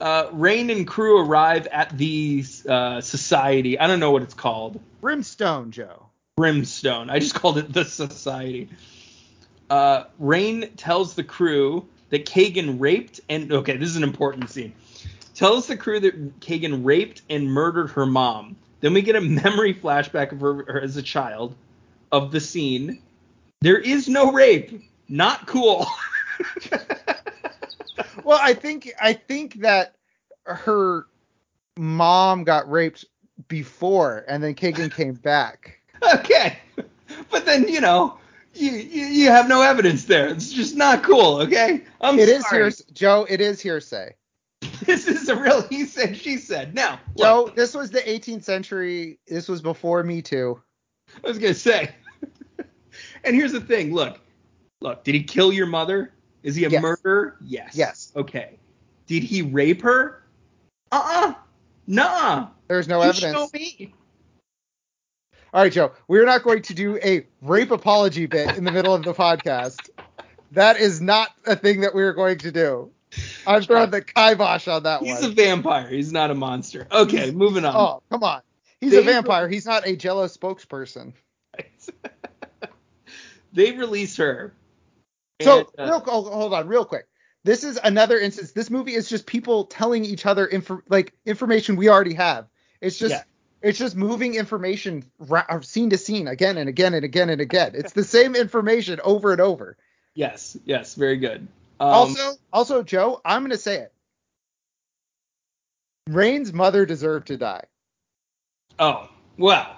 B: Uh, Rain and crew arrive at the uh, society. I don't know what it's called.
A: Brimstone, Joe.
B: Brimstone. I just called it the society. Uh, Rain tells the crew that Kagan raped and okay, this is an important scene. Tells the crew that Kagan raped and murdered her mom. Then we get a memory flashback of her, her as a child of the scene. There is no rape. Not cool.
A: Well, I think I think that her mom got raped before, and then Kagan came back.
B: Okay. But then, you know, you, you, you have no evidence there. It's just not cool, okay? I'm
A: It is
B: sorry.
A: hearsay, Joe. It is hearsay.
B: This is a real he said, she said. Now,
A: Joe,
B: look,
A: this was the 18th century. This was before Me Too.
B: I was going to say. and here's the thing look, look, did he kill your mother? Is he a
A: Yes.
B: murderer? Yes.
A: Yes.
B: Okay. Did he rape her? Uh uh Nah.
A: There's no
B: you
A: evidence.
B: show me.
A: All right, Joe. We're not going to do a rape apology bit in the middle of the podcast. That is not a thing that we are going to do. I'm throwing the kibosh on that
B: He's a
A: one.
B: vampire. He's not a monster. Okay, moving on.
A: oh, come on. He's a
B: They-
A: vampire. He's not a Jello spokesperson.
B: they release her.
A: So,
B: And, uh,
A: real, oh, hold on, real quick. This is another instance. This movie is just people telling each other infor- like information we already have. It's just
B: Yeah.
A: it's just moving information ra- uh, scene to scene again and again and again and again. It's the same information over and over.
B: Yes, yes, very good. Um,
A: also, also Joe, I'm gonna say it. Rain's mother deserved to die.
B: oh, well,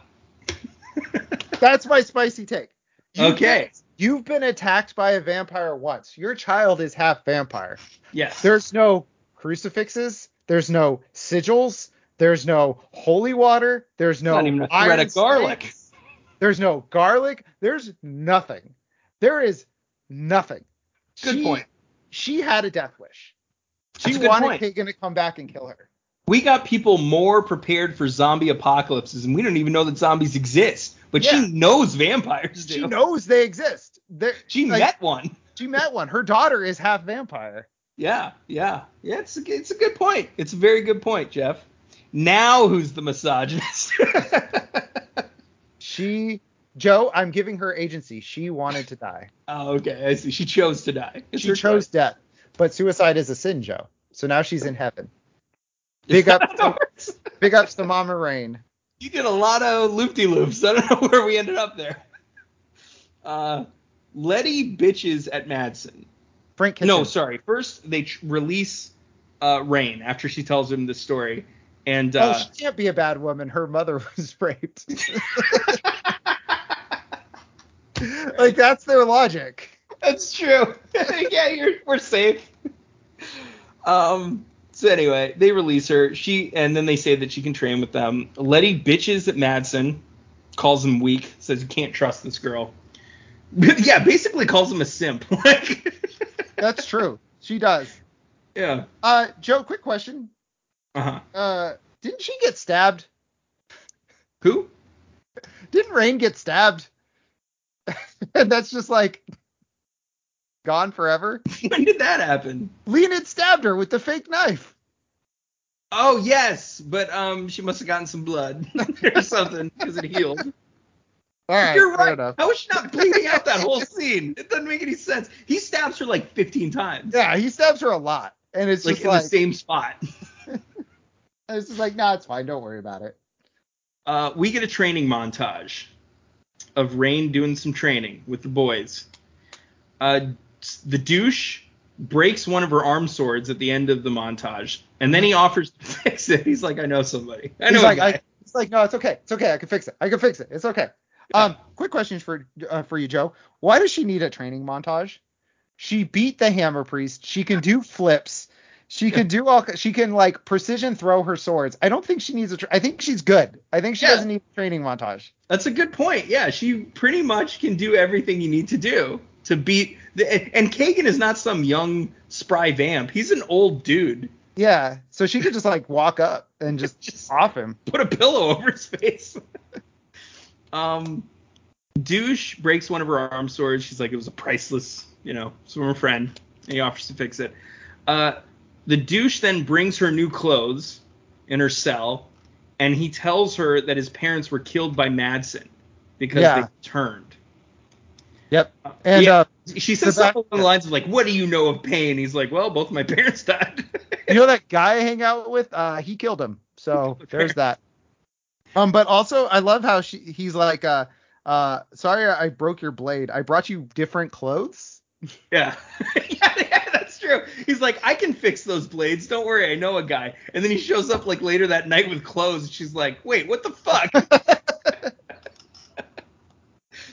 A: That's my spicy take. You've
B: okay,
A: been- you've been attacked by a vampire once. Your child is half vampire.
B: yes,
A: There's no crucifixes. There's no sigils. There's no holy water. There's no
B: not even a thread
A: iron
B: of garlic.
A: snakes. There's no garlic. There's nothing. There is nothing.
B: Good
A: She-
B: point.
A: She had a death wish. She
B: That's a good
A: wanted
B: point.
A: Kagan to come back and kill her.
B: We got people more prepared for zombie apocalypses, and we don't even know that zombies exist. But
A: Yeah.
B: she knows vampires do.
A: She knows they exist. There,
B: She
A: like,
B: met one.
A: She met one. Her daughter is half vampire.
B: Yeah, yeah, yeah. It's a, g- it's a good point. It's a very good point, Jeff. Now who's the misogynist?
A: She, Joe, I'm giving her agency. She wanted to die.
B: oh, okay, I see. She chose to die. It's
A: She
B: her
A: chose
B: choice.
A: death, but suicide is a sin, Joe. So now she's in heaven.
B: Is
A: Big up-
B: that how it works?
A: Big ups to Mama Rain.
B: You did a lot of loop de loops. I don't know where we ended up there. Uh, Letty bitches at Madsen.
A: Frank Kitchen.
B: No, sorry. First, they tr- release uh, Rain after she tells him the story. And
A: Oh,
B: uh,
A: she can't be a bad woman. Her mother was raped. Like that's their logic.
B: that's true. yeah, you're, we're safe. Um. So anyway, they release her. She and then they say that she can train with them. Letty bitches at Madsen, calls him weak, says you can't trust this girl. yeah, basically calls him a simp. Like,
A: That's true. She does.
B: yeah.
A: Uh, Joe, quick question.
B: Uh huh.
A: Uh, didn't she get stabbed?
B: Who?
A: Didn't Rain get stabbed? and that's just like gone forever.
B: When did that happen?
A: Leonid stabbed her with the fake knife.
B: Oh yes, but um, she must have gotten some blood or something because it healed.
A: All right,
B: You're
A: fair
B: right.
A: enough.
B: How is she not bleeding out that whole scene? It doesn't make any sense. He stabs her like 15 times,
A: Yeah, he stabs her a lot, and it's
B: like
A: just
B: in
A: like
B: the same spot.
A: it's just like, nah, it's fine. Don't worry about it.
B: Uh, we get a training montage of Rain doing some training with the boys. Uh, the douche breaks one of her arm swords at the end of the montage, and then he offers to fix it. He's like, "I know somebody. I know."
A: he's
B: a
A: like,
B: guy."
A: I, he's like, no, it's okay. It's okay. I can fix it. I can fix it. It's okay. Um, quick question for uh, for you, Joe. Why does she need a training montage? She beat the hammer priest. She can do flips. She can do all. She can like precision throw her swords. I don't think she needs a. Tra- I think she's good. I think she
B: Yeah.
A: doesn't need a training montage.
B: That's a good point. Yeah, she pretty much can do everything you need to do to beat. The, and Kagan is not some young spry vamp. He's an old dude.
A: Yeah. So she could just like walk up and just,
B: Just-
A: off him.
B: Put a pillow over his face. um, douche breaks one of her arm swords. She's like, it was a priceless, you know, it's from her friend. And he offers to fix it. Uh, the douche then brings her new clothes in her cell, and he tells her that his parents were killed by Madsen because
A: Yeah.
B: they turned.
A: Yep. And
B: Yeah.
A: uh,
B: She says
A: Rebecca-
B: something along the lines of like, "What do you know of pain?" He's like, "Well, both my parents died."
A: you know that guy I hang out with? Uh, he killed him. So there's that. Um, but also I love how she he's like, uh, uh, sorry I broke your blade. I brought you different clothes.
B: yeah. yeah, yeah, that's true. He's like, "I can fix those blades. Don't worry, I know a guy." And then he shows up like later that night with clothes. And she's like, "Wait, what the fuck?"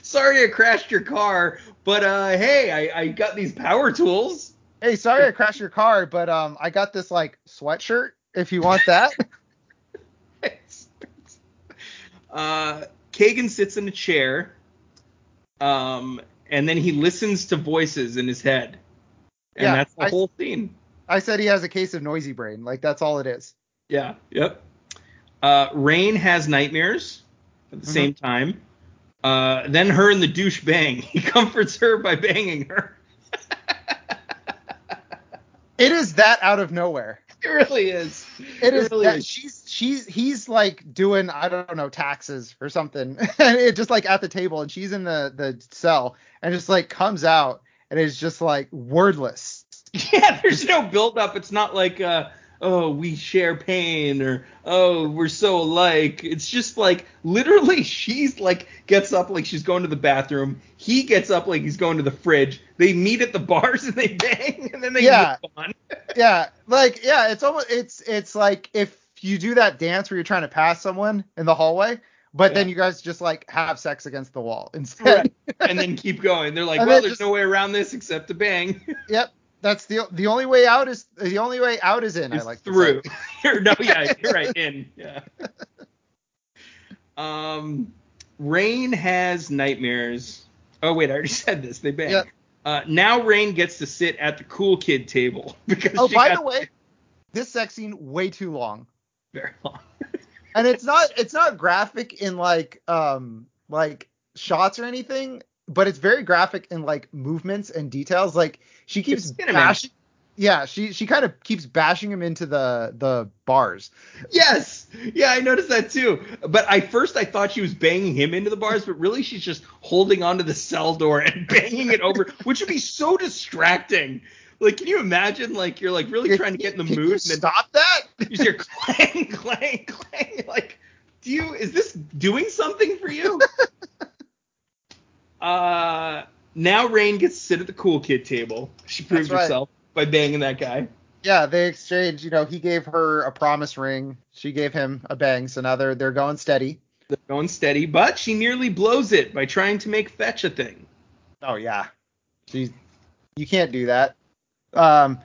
B: Sorry, I crashed your car, but uh, hey, I, I got these power tools.
A: Hey, sorry I crashed your car, but um, I got this like sweatshirt. If you want that,
B: uh, Kagan sits in a chair, um, and then he listens to voices in his head, and
A: Yeah,
B: that's the
A: I-
B: whole scene.
A: I said he has a case of noisy brain. Like that's all it is.
B: Yeah. Yep. Uh, Rain has nightmares at the
A: Mhm.
B: same time. Uh, then her and the douche bang. He comforts her by banging her.
A: It is that out of nowhere.
B: It really is.
A: It is
B: really
A: that she's she's he's like doing I don't know taxes or something, and it just like at the table, and she's in the the cell, and just like comes out and is just like wordless.
B: Yeah, there's no build up. It's not like uh oh, we share pain or oh, we're so alike. It's just like literally she's like gets up like she's going to the bathroom. He gets up like he's going to the fridge. They meet at the bars and they bang and then they
A: Yeah.
B: move on.
A: Yeah, like yeah, it's almost it's it's like if you do that dance where you're trying to pass someone in the hallway, but then
B: Yeah.
A: you guys just like have sex against the wall instead.
B: Right. and then keep going. They're like,
A: And
B: well,
A: then
B: there's
A: just-
B: no way around this except to bang.
A: Yep, that's the the only way out is the only way out is in. I
B: It's
A: like to say.
B: through. Or no, yeah, you're right in. Yeah. Um, Rain has nightmares. Oh wait, I already said this. They bang.
A: Yep.
B: Uh, now Rain gets to sit at the cool kid table because
A: Oh,
B: she
A: by
B: got
A: the way, this sex scene way too long.
B: very long.
A: and it's not it's not graphic in like um like shots or anything but it's very graphic in like movements and details like she keeps
B: It's cinematic.
A: bashing yeah she she kind of keeps bashing him into the the bars
B: Yes. Yeah, I noticed that too. But I first I thought she was banging him into the bars, but really she's just holding onto the cell door and banging it over, which would be so distracting. Like, can you imagine? Like, you're like really trying to get in the
A: Can you
B: mood, and then
A: stop that
B: you hear clang, clang, clang. You're Like, do you? Is this doing something for you? uh, now Rain gets to sit at the cool kid table. She proved
A: right.
B: herself by banging that guy.
A: yeah they exchange you know he gave her a promise ring she gave him a bang so now they're they're going steady
B: They're going steady, but she nearly blows it by trying to make fetch a thing.
A: oh yeah She's, you can't do that um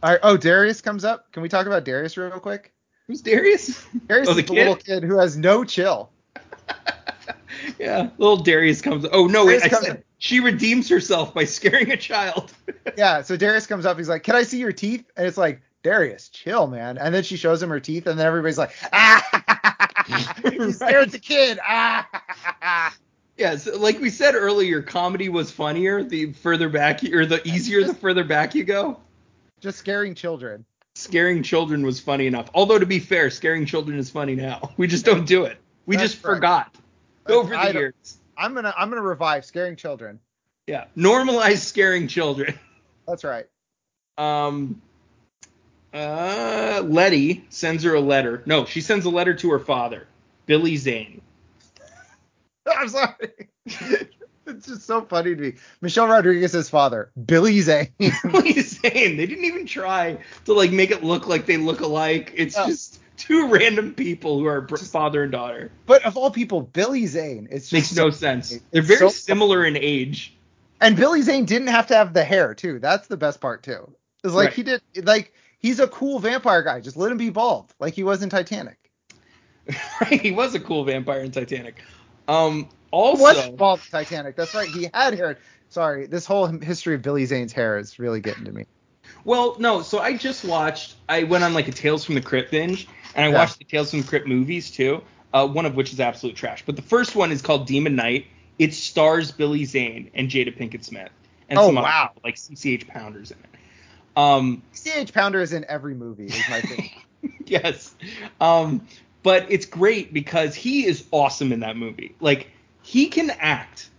A: all right, oh darius comes up can we talk about darius real quick
B: Who's Darius?
A: Darius
B: Oh,
A: is
B: the
A: the little kid who has no chill.
B: Yeah, little Darius comes. Oh no, wait,
A: Darius
B: I
A: comes
B: said
A: in.
B: she redeems herself by scaring a child.
A: Yeah, so Darius comes up. He's like, "Can I see your teeth?" And it's like, "Darius, chill, man." And then she shows him her teeth, and then everybody's like, "Ah!" you scared the kid. Ah!
B: yeah, so like we said earlier, comedy was funnier the further back you, or the easier the further back you go.
A: Just scaring children.
B: Scaring children was funny enough. Although to be fair, scaring children is funny now. We just don't do it. We
A: That's
B: just
A: correct.
B: forgot over
A: I
B: the
A: don't-
B: years.
A: I'm gonna I'm gonna revive scaring children.
B: Yeah, normalize scaring children.
A: That's right.
B: um uh letty sends her a letter no she sends a letter to her father billy zane
A: I'm sorry. it's just so funny to me. Michelle Rodriguez's father, Billy Zane.
B: billy zane they didn't even try to like make it look like they look alike it's
A: No.
B: just two random people who are br- father and daughter
A: but of all people, Billy Zane. It's
B: makes
A: just
B: no sense they're
A: it's
B: very
A: so-
B: similar in age
A: and Billy Zane didn't have to have the hair too. That's the best part too. It's like
B: Right.
A: he did like he's a cool vampire guy. Just let him be bald, like he was in Titanic.
B: right he was a cool vampire in titanic um
A: He was
B: also
A: bald in Titanic. That's right. He had hair. Sorry, this whole history of Billy Zane's hair is really getting to me.
B: Well, no. So I just watched. I went on like a Tales from the Crypt binge, and I
A: Yeah.
B: watched the Tales from the Crypt movies too. Uh, one of which is absolute trash. But the first one is called Demon Knight. It stars Billy Zane and Jada Pinkett Smith, and
A: Oh,
B: some other
A: wow.
B: people, like CCH Pounders in it. Um,
A: CH Pounder is in every movie. Is my thing.
B: yes. Um, but it's great because he is awesome in that movie. Like he can act.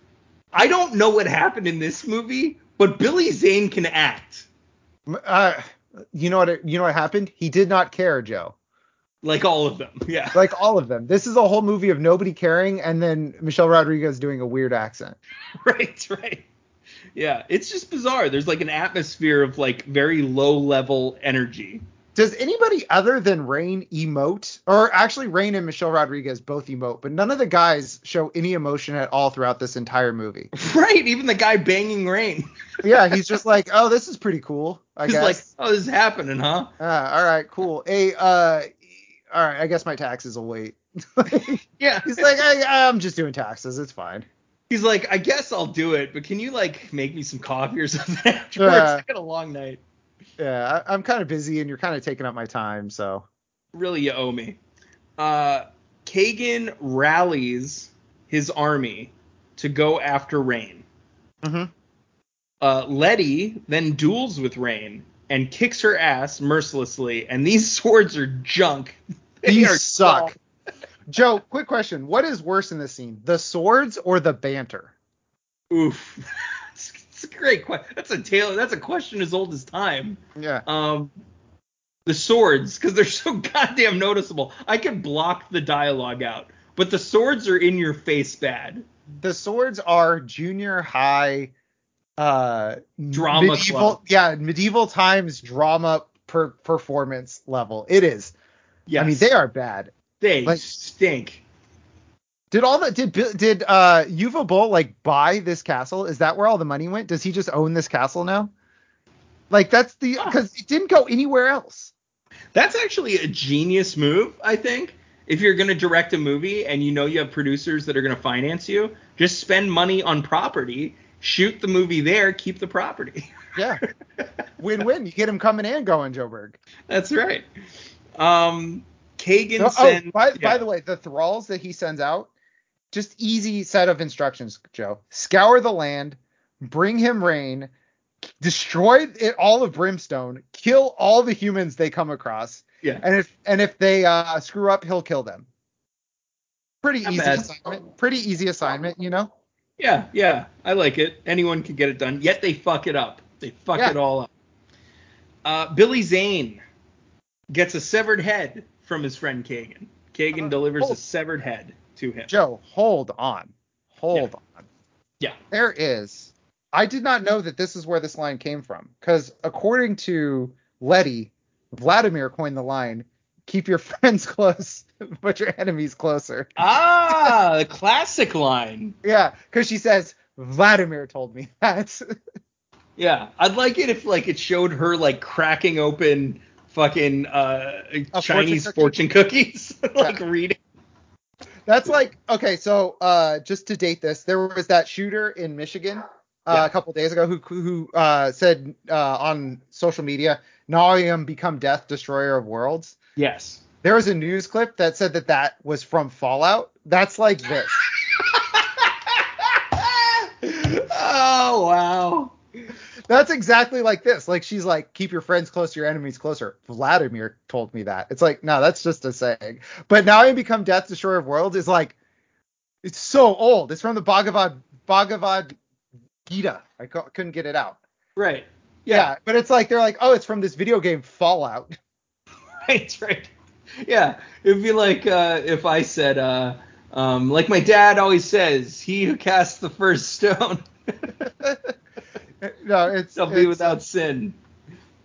B: I don't know what happened in this movie, but Billy Zane can act.
A: uh, you know what? You know what happened? He did not care, Joe.
B: Like all of them. Yeah.
A: Like all of them. This is a whole movie of nobody caring, and then Michelle Rodriguez doing a weird accent.
B: right right yeah it's just bizarre there's like an atmosphere of like very low level energy
A: Does anybody other than Rain emote? Or actually, Rain and Michelle Rodriguez both emote, but none of the guys show any emotion at all throughout this entire movie.
B: right even the guy banging rain
A: yeah, he's just like, oh, this is pretty cool. I
B: he's
A: guess.
B: like oh this is happening huh
A: Ah, all right, cool. Hey, uh, all right, I guess my taxes will wait.
B: yeah
A: He's like, I, I'm just doing taxes. It's fine.
B: he's like i guess i'll do it but can you like make me some coffee or something afterwards
A: Yeah.
B: i got a long night
A: Yeah, I, I'm kind of busy, and you're kind of taking up my time, so.
B: really you owe me uh kagan rallies his army to go after rain
A: Mhm.
B: uh, Letty then duels with Rain and kicks her ass mercilessly. And these swords are junk. They
A: These
B: are
A: suck.
B: dull.
A: Joe, quick question: What is worse in this scene, the swords or the banter?
B: Oof. it's, it's a great question. That's a tale. That's a question as old as time.
A: Yeah.
B: Um, the swords because they're so goddamn noticeable. I can block the dialogue out, but the swords are in your face bad.
A: the swords are junior high uh
B: Drama
A: medieval
B: club.
A: yeah medieval times drama per performance level it is
B: Yes.
A: i mean they are bad
B: they
A: like-
B: stink.
A: did all the did Bi- did uh yuva bull like buy this castle is that where all the money went does he just own this castle now like that's the because it didn't go anywhere else
B: That's actually a genius move, I think. If you're going to direct a movie and you know you have producers that are going to finance you, just spend money on property, shoot the movie there, keep the property.
A: yeah win-win you get him coming and going joe berg
B: That's right. Um, Kagan
A: Oh, oh,
B: sends.
A: by, by
B: yeah.
A: the way, the thralls that he sends out, just easy set of instructions, Joe. Scour the land, bring him rain, destroy it all of brimstone, kill all the humans they come across,
B: yeah.
A: and if and if they uh, screw up, he'll kill them. Pretty
B: Not
A: easy
B: bad.
A: assignment. Pretty easy assignment, you know.
B: Yeah, yeah, I like it. Anyone can get it done. Yet they fuck it up. They fuck
A: Yeah.
B: it all up. Uh, Billy Zane gets a severed head from his friend Kagan. Kagan
A: Uh,
B: delivers
A: oh.
B: a severed head to him.
A: Joe, hold on, hold on.
B: Yeah.
A: There is. I did not know that this is where this line came from because according to Letty, Vladimir coined the line: "Keep your friends close, but your enemies closer."
B: Ah, the classic line.
A: Yeah, because she says Vladimir told me that.
B: Yeah, I'd like it if like it showed her like cracking open fucking uh
A: A fortune
B: Chinese
A: cookie?
B: fortune, cookies, like reading.
A: That's like okay. So uh, just to date this, there was that shooter in Michigan uh,
B: Yeah.
A: a couple days ago who who uh, said uh, on social media, "Narium become death, destroyer of worlds."
B: Yes.
A: There was a news clip that said that that was from Fallout. That's like this.
B: Ah, oh wow.
A: That's exactly like this. Like she's like, keep your friends close, your enemies closer. Vladimir told me that. It's like, no, that's just a saying. But now I become Death Destroyer of Worlds is like, it's so old. It's from the Bhagavad Bhagavad Gita. I co- couldn't get it out.
B: Right.
A: Yeah. but it's like they're like, oh, it's from this video game Fallout.
B: Right, right. Yeah, it'd be like uh, if I said, uh, um, like my dad always says, "He who casts the first stone
A: No, it's,
B: shall be
A: it's-
B: without sin."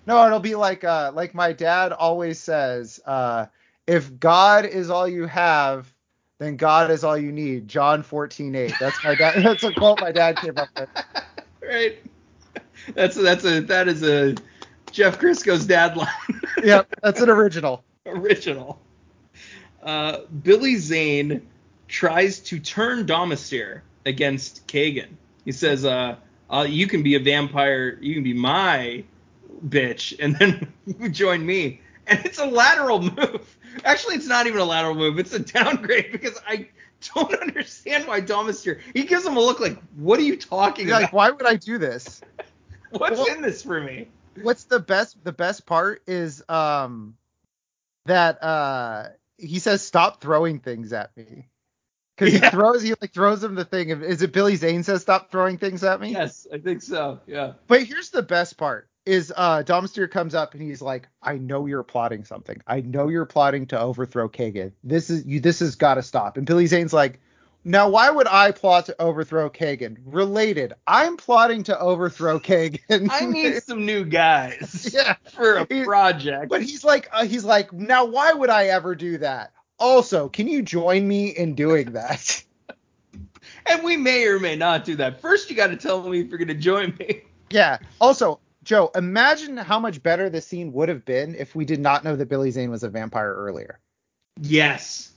A: No, it'll be like uh like my dad always says, uh if God is all you have, then God is all you need. John 14:8. That's my dad. That's a quote my dad came up with.
B: Right. That's that's a that is a Jeff Crisco's dad line.
A: Yep, that's an original.
B: Original. Uh, Billy Zane tries to turn Domisteer against Kagan. He says, uh, uh, "You can be a vampire. You can be my bitch, and then you join me." And it's a lateral move. Actually, it's not even a lateral move. It's a downgrade because I don't understand why Domisteer. He gives him a look like, "What are you talking
A: You're like,
B: about?
A: why would I do this?
B: What's
A: well-
B: in this for me?"
A: What's the best the best part is um that uh he says stop throwing things at me. Cuz
B: Yeah.
A: he throws he like throws him the thing. Is it Billy Zane says stop throwing things at me?
B: Yes, I think so. Yeah.
A: But here's the best part is uh Domsteer comes up and he's like, I know you're plotting something. I know you're plotting to overthrow Kagan. This is you this has gotta stop. And Billy Zane's like, Now why would I plot to overthrow Kagan? Related, I'm plotting to overthrow Kagan.
B: I need some new guys.
A: yeah.
B: for a
A: He-
B: project.
A: But he's like uh, he's like, now why would I ever do that? Also, can you join me in doing that?
B: and we may or may not do that. First, you got to tell me if you're going to join me.
A: Yeah. Also, Joe, imagine how much better the scene would have been if we did not know that Billy Zane was a vampire earlier.
B: Yes.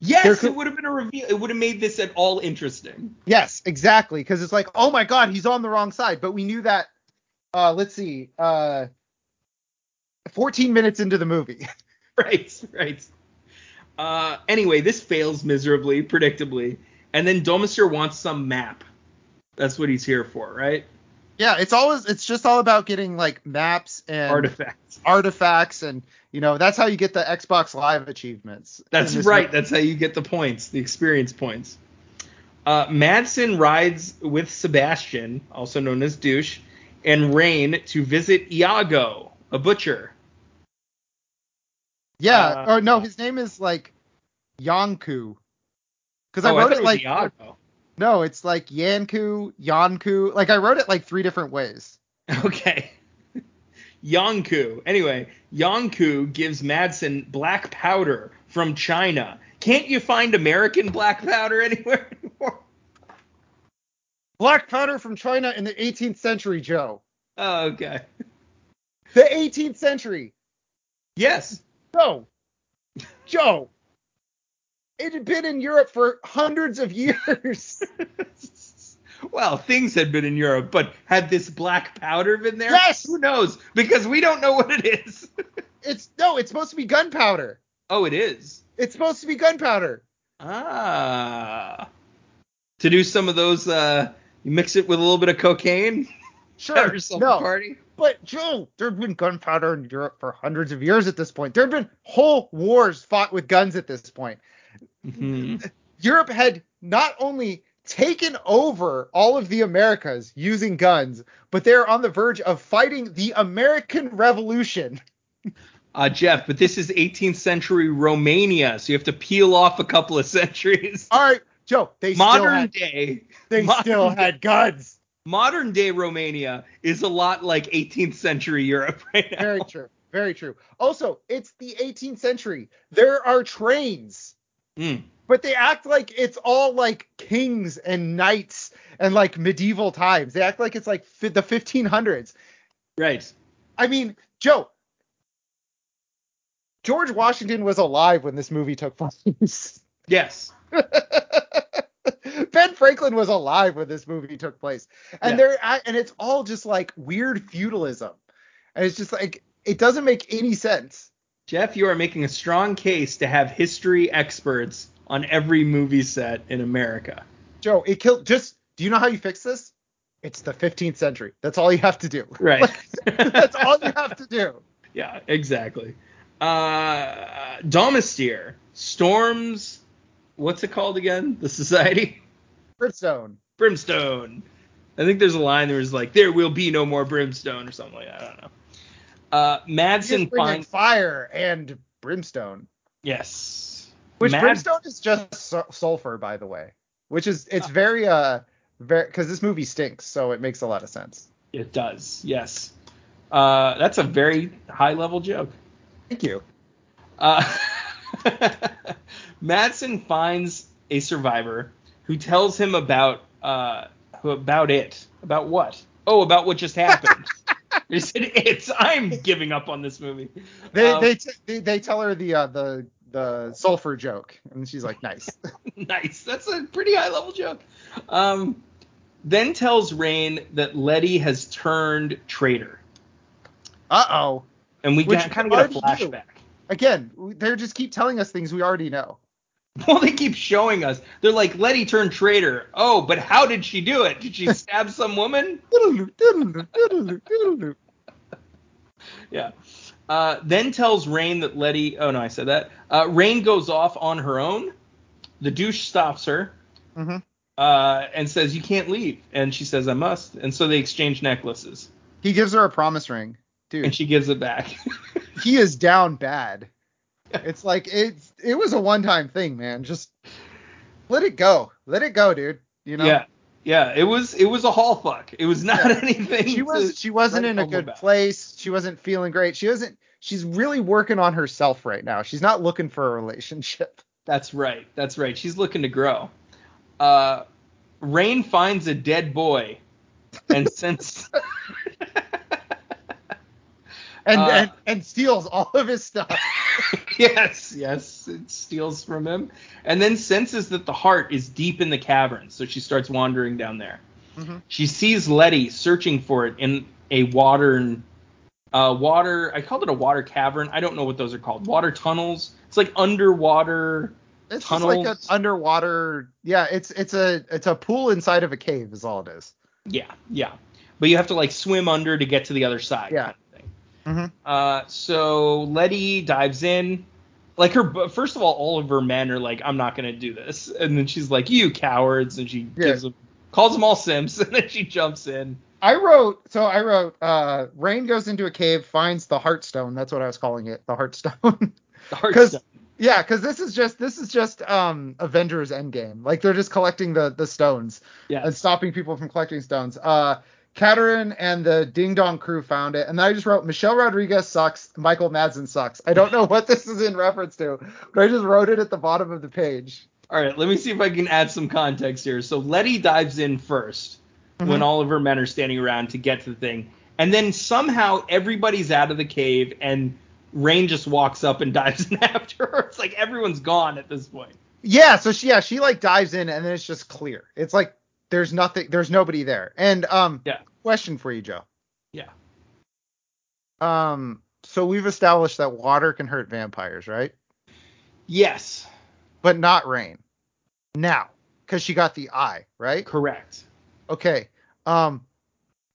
A: There
B: Yes,
A: could-
B: it would have been a reveal. It would have made this at all interesting.
A: Yes, exactly. Because it's like, oh my God, he's on the wrong side. But we knew that. Uh, let's see. Uh, 14 minutes into the movie.
B: Right, right. Uh, anyway, this fails miserably, predictably. And then Domister wants some map. That's what he's here for, right?
A: yeah, it's always it's just all about getting like maps and
B: Artifacts.
A: artifacts and you know that's how you get the Xbox Live achievements.
B: That's
A: in this
B: right.
A: movie.
B: That's how you get the points, the experience points. Uh, Madsen rides with Sebastian, also known as Douche, and Rain to visit Iago, a butcher.
A: Yeah.
B: Uh,
A: or no, his name is like Yonku. Because
B: Oh,
A: I wrote
B: thought
A: it like
B: was Iago.
A: no, it's like Yanku, Yonku. Like I wrote it like three different ways.
B: Okay. Yonku. Anyway, Yonku gives Madsen black powder from China. Can't you find American black powder anywhere anymore?
A: Black powder from China in the 18th century, Joe.
B: Oh, okay.
A: The 18th century.
B: Yes.
A: Joe. Joe. It had been in Europe for hundreds of years.
B: Well, things had been in Europe, but had this black powder been there?
A: Yes!
B: Who knows? Because we don't know what it is.
A: It's no, it's supposed to be gunpowder.
B: oh, it is.
A: It's supposed to be gunpowder.
B: Ah. To do some of those, uh, you mix it with a little bit of cocaine, have
A: Sure.
B: yourself a
A: No.
B: party.
A: But Joe, there'd been gunpowder in Europe for hundreds of years at this point. There'd been whole wars fought with guns at this point.
B: Mhm.
A: Europe had not only taken over all of the Americas using guns, but they're on the verge of fighting the American Revolution.
B: Uh, Jeff, but this is 18th century Romania, so you have to peel off a couple of centuries.
A: All right, Joe, Oh, they still
B: modern
A: had,
B: day,
A: they
B: modern
A: still had guns.
B: modern day Romania is a lot like 18th century Europe right now.
A: Very true. Very true. Also, it's the 18th century. There are trains,
B: Mm.
A: but they act like it's all like kings and knights and like medieval times. They act like it's like fi- the 1500s.
B: Right.
A: I mean, Joe, George Washington was alive when this movie took place.
B: Yes.
A: Ben Franklin was alive when this movie took place, and
B: Yeah.
A: they're at, and it's all just like weird feudalism, and it's just like it doesn't make any sense.
B: Jeff, you are making a strong case to have history experts on every movie set in America.
A: Joe, it killed. Just do you know how you fix this? It's the 15th century. That's all you have to do.
B: Right.
A: Like, that's all you have to do.
B: Yeah, exactly. Uh, Domestier storms. What's it called again? The society?
A: Brimstone.
B: Brimstone. I think there's a line that was like, "There will be no more brimstone" or something like that. I don't know. Uh,
A: You
B: Madsen
A: just bring in
B: finds
A: fire and brimstone.
B: yes.
A: Which
B: Mad-
A: brimstone is just su- sulfur, by the way. Which is it's very uh very because this movie stinks, so it makes a lot of sense.
B: It does. Yes. Uh, that's a very high level joke.
A: Thank you.
B: Uh, Madsen finds a survivor who tells him about uh, who- about it. About what? Oh, about what just happened. he said, "It's." I'm giving up on this movie.
A: They
B: Um,
A: they, t- they they tell her the uh the the sulfur joke, and she's like, nice.
B: nice. That's a pretty high level joke. Um, then tells Rain that Letty has turned traitor,
A: uh oh.
B: and we
A: Which
B: get, kind
A: you
B: of get a
A: already knew.
B: flashback.
A: Again, they just keep telling us things we already know.
B: Well, they keep showing us. They're like, Letty turned traitor. Oh, but how did she do it? Did she stab some woman?
A: Diddle-doo, diddle-doo, diddle-doo, diddle-doo.
B: Yeah. Uh, then tells Rain that Letty. Oh no, I said that. Uh, Rain goes off on her own. The douche stops her
A: Mhm.
B: uh, and says, "You can't leave." And she says, "I must." And so they exchange necklaces,
A: He gives her a promise ring,
B: and
A: dude.
B: she gives it back.
A: he is down bad. It's like it's it was a one time thing, man. Just let it go, let it go, dude. You know.
B: Yeah, yeah. It was it was a haul fuck. It was not anything.
A: she
B: to-
A: was she wasn't
B: write
A: in a
B: home
A: good
B: about.
A: place. She wasn't feeling great. She wasn't she's really working on herself right now. She's not looking for a relationship.
B: That's right. That's right. She's looking to grow. Uh, Rain finds a dead boy, and since
A: And
B: Uh.
A: and, and steals all of his stuff.
B: yes, yes, it steals from him, and then senses that the heart is deep in the cavern, so she starts wandering down there.
A: Mhm.
B: She sees Letty searching for it in a water, uh, water. I called it a water cavern. I don't know what those are called. Water tunnels. It's like underwater.
A: It's just like an
B: Tunnels.
A: underwater yeah, it's it's a it's a pool inside of a cave is all it is.
B: Yeah, yeah. But you have to like swim under to get to the other side.
A: Yeah.
B: Kind of thing.
A: Mhm.
B: Uh, so Letty dives in. Like her, but first of all, all of her men are like, "I'm not gonna do this," and then she's like, "You cowards!" and she
A: Yeah.
B: gives them, calls them all simps, and then she jumps in.
A: I wrote so I wrote uh Rain goes into a cave, finds the heartstone, that's what I was calling it, the heartstone.
B: The heart
A: 'Cause-
B: stone.
A: yeah, because this is just this is just um Avengers Endgame. Like they're just collecting the the stones.
B: yeah,
A: and stopping people from collecting stones. Uh, Katerin and the Ding Dong crew found it, and then I just wrote Michelle Rodriguez sucks, Michael Madsen sucks. I don't know what this is in reference to, but I just wrote it at the bottom of the page.
B: All right, let me see if I can add some context here. So Letty dives in 1st when
A: Mhm.
B: all of her men are standing around to get to the thing. And then somehow everybody's out of the cave and Rain just walks up and dives in after her. It's like everyone's gone at this point.
A: Yeah, so she yeah she like dives in, and then it's just clear. It's like there's nothing, there's nobody there. And um,
B: Yeah.
A: question for you, Joe.
B: Yeah.
A: Um, so we've established that water can hurt vampires, right?
B: Yes,
A: But not rain. Now, because she got the eye, right?
B: correct.
A: Okay. Um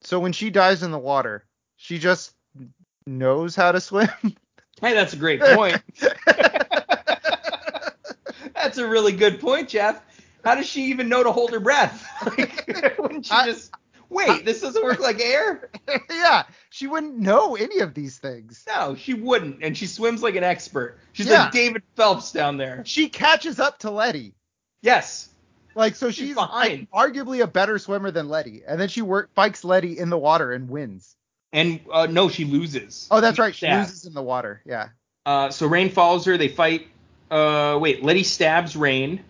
A: so when she dives in the water, she just knows how to swim.
B: Hey, that's a great point. that's a really good point, Jeff. How does she even know to hold her breath? Like, wouldn't she
A: I-
B: just wait? This doesn't work like air.
A: yeah, she wouldn't know any of these things.
B: No, she wouldn't. And she swims like an expert. She's
A: Yeah.
B: like David Phelps down there.
A: She catches up to Letty.
B: Yes.
A: Like so
B: She's
A: she's like,
B: behind.
A: arguably a better swimmer than Letty. And then she work bikes Letty in the water and wins.
B: And uh, no, she loses.
A: Oh, that's right. She
B: Yeah.
A: loses in the water. Yeah.
B: Uh, so Rain follows her. They fight. Uh, wait, Letty stabs Rain.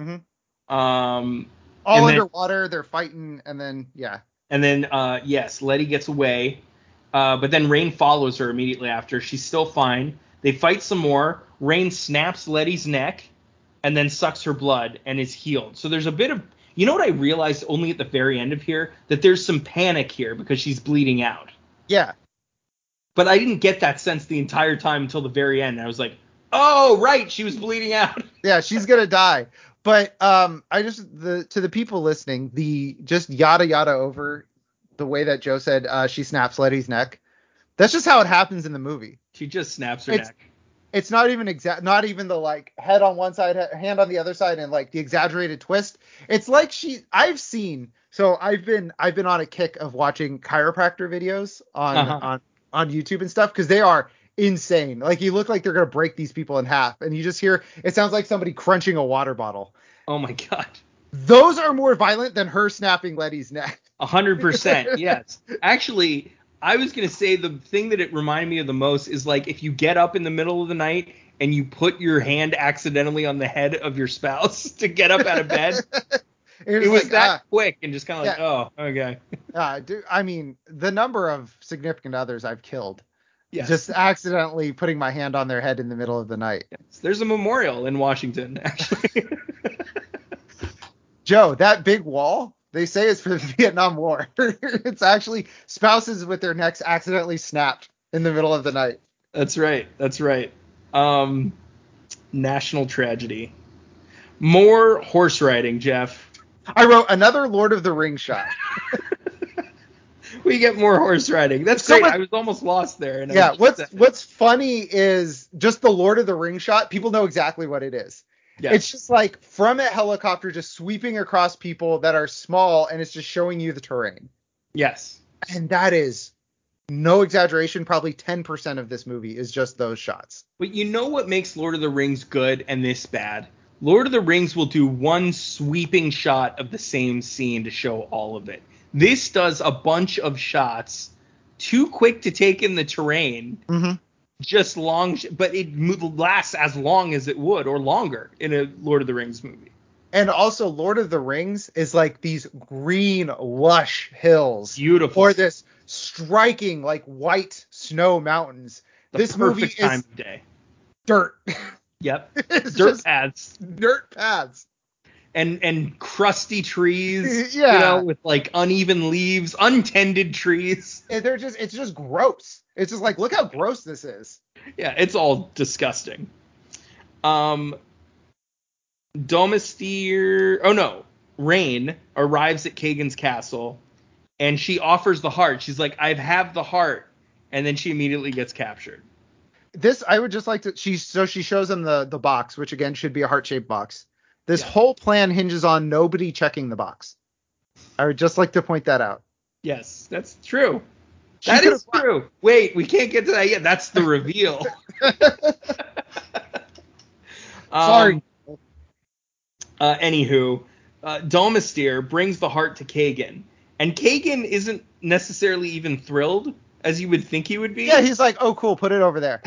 A: Mhm.
B: Um,
A: All
B: And then-
A: underwater, they're fighting and then yeah.
B: and then uh, yes, Letty gets away. Uh, but then Rain follows her immediately after. She's still fine. They fight some more. Rain snaps Letty's neck and then sucks her blood and is healed. So there's a bit of you know what I realized only at the very end of here that there's some panic here because she's bleeding out.
A: Yeah.
B: But I didn't get that sense the entire time until the very end. I was like, "Oh, right, she was bleeding out."
A: Yeah, she's gonna die. But um, I just the to the people listening, the just yada yada over the way that Joe said uh, she snaps Letty's neck. That's just how it happens in the movie.
B: She just snaps her
A: It's-
B: neck.
A: It's not even exact, not even the like head on one side, he- hand on the other side, and like the exaggerated twist. It's like she. I've seen. So I've been I've been on a kick of watching chiropractor videos on
B: Uh-huh.
A: on on YouTube and stuff because they are insane. Like you look like they're gonna break these people in half, and you just hear it sounds like somebody crunching a water bottle.
B: Oh my god.
A: Those are more violent than her snapping Letty's neck.
B: A hundred percent, yes. Actually, I was gonna say the thing that it reminded me of the most is like if you get up in the middle of the night and you put your hand accidentally on the head of your spouse to get up out of bed.
A: It
B: it was
A: like,
B: that
A: ah.
B: quick and just kind of like, oh, okay.
A: Uh, do, I mean, the number of significant others I've killed
B: Yes.
A: just accidentally putting my hand on their head in the middle of the night.
B: There's a memorial in Washington, actually.
A: Joe, that big wall they say is for the Vietnam War. it's actually spouses with their necks accidentally snapped in the middle of the night.
B: that's right. That's right. Um, national tragedy. More horse riding, Jeff.
A: I wrote another Lord of the Ring shot.
B: We get more horse riding. That's
A: So
B: great.
A: much-
B: I was almost lost there. And I
A: yeah,
B: was
A: what's
B: upset.
A: what's funny is just the Lord of the Ring shot. People know exactly what it is.
B: Yeah.
A: It's just like from a helicopter just sweeping across people that are small and it's just showing you the terrain.
B: yes.
A: And that is no exaggeration, probably 10% of this movie is just those shots.
B: But you know what makes Lord of the Rings good and this bad? Lord of the Rings will do one sweeping shot of the same scene to show all of it. This does a bunch of shots too quick to take in the terrain,
A: Mm-hmm.
B: just long, sh- but it mo- lasts as long as it would or longer in a Lord of the Rings movie.
A: And also, Lord of the Rings is like these green, lush hills
B: Beautiful.
A: or this striking, like white snow mountains.
B: The
A: this movie
B: perfect
A: is-
B: time of day.
A: Dirt.
B: Yep.
A: it's
B: Dirt
A: just
B: paths
A: dirt paths.
B: and and crusty trees.
A: Yeah.
B: You know, with like uneven leaves, untended trees.
A: And They're just, it's just gross. It's just like, look how gross this is.
B: Yeah, it's all disgusting. Um, Domestier, oh no, Rain arrives at Kagan's castle, and she offers the heart. She's like, "I've have the heart," and then she immediately gets captured.
A: this I would just like to she so she shows them the the box, which again should be a heart shaped box. This
B: Yeah.
A: whole plan hinges on nobody checking the box. I would just like to point that out.
B: Yes, that's true.
A: She
B: That
A: could
B: is true. Wait, we can't get to that yet. That's the reveal. Um,
A: Sorry.
B: Uh, anywho, uh, Domestier brings the heart to Kagan, and Kagan isn't necessarily even thrilled as you would think he would be.
A: Yeah, he's like, oh cool, put it over there.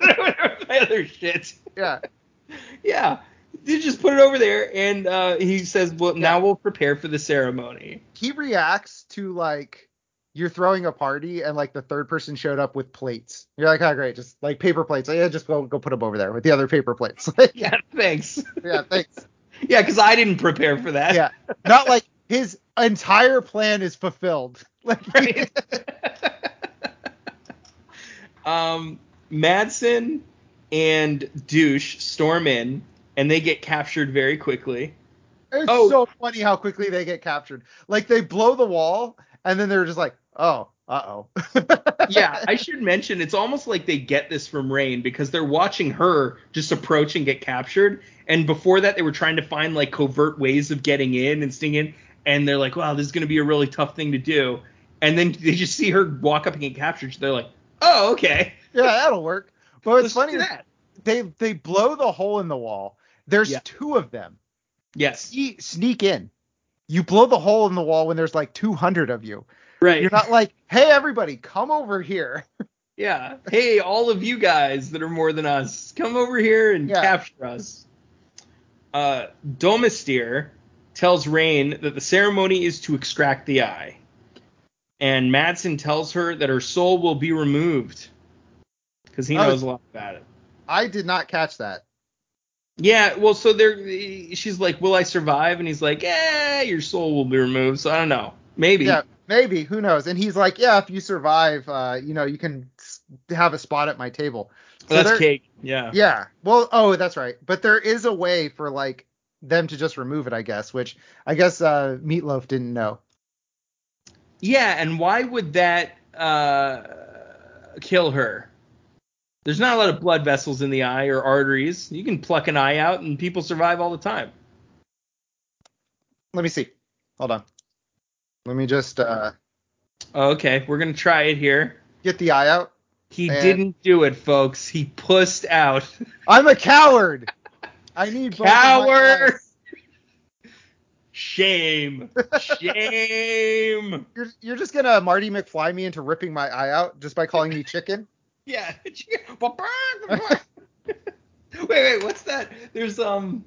B: my other shit.
A: Yeah,
B: Yeah, you just put it over there, and uh, he says, "Well, now
A: Yeah.
B: we'll prepare for the ceremony."
A: he reacts to like you're throwing a party and like the third person showed up with plates. You're like, oh great, just like paper plates. Like, yeah, just go go put them over there with the other paper plates. Like,
B: Yeah, thanks.
A: yeah, thanks.
B: Yeah, because I didn't prepare for that.
A: Yeah, not like his entire plan is fulfilled. Like,
B: Right. um, Madsen and Douche storm in, and they get captured very quickly.
A: It's
B: Oh.
A: so funny how quickly they get captured. Like they blow the wall and then they're just like, oh, uh oh.
B: Yeah, I should mention it's almost like they get this from Rain because they're watching her just approach and get captured. And before that, they were trying to find like covert ways of getting in and stinging. And they're like, wow, this is going to be a really tough thing to do. And then they just see her walk up and get captured. So they're like, oh, okay.
A: yeah, that'll work. But it's
B: Let's do
A: funny
B: that.
A: they they blow the hole in the wall. There's
B: Yeah.
A: two of them.
B: Yes.
A: Ye- sneak in. You blow the hole in the wall when there's like 200 of you.
B: Right.
A: You're not like, hey everybody, come over here.
B: Yeah. Hey, all of you guys that are more than us, come over here and
A: Yeah.
B: capture us. Uh, Domestier tells Rain that the ceremony is to extract the eye. And Madsen tells her that her soul will be removed because he
A: Oh.
B: knows a lot about it.
A: I did not catch that.
B: Yeah, well, so they she's like, "Will I survive?" And he's like, "Eh, your soul will be removed." So I don't know. Maybe.
A: Yeah, maybe. Who knows? And he's like, yeah, if you survive, uh, you know, you can s- have a spot at my table. So
B: Well, that's
A: there-
B: cake. Yeah.
A: Yeah. Well, oh, that's right. But there is a way for like them to just remove it, I guess, which I guess uh, Meatloaf didn't know.
B: Yeah, and why would that uh, kill her? There's not a lot of blood vessels in the eye or arteries. You can pluck an eye out, and people survive all the time.
A: Let me see. Hold on. Let me just uh,
B: Okay, we're gonna try it here.
A: get the eye out.
B: He
A: And-
B: didn't do it, folks. He pussed out.
A: I'm a coward. I need both of my
B: Coward!
A: eyes.
B: Shame. Shame.
A: You're, you're just gonna Marty McFly me into ripping my eye out just by calling me chicken.
B: Yeah. wait, wait, what's that? There's um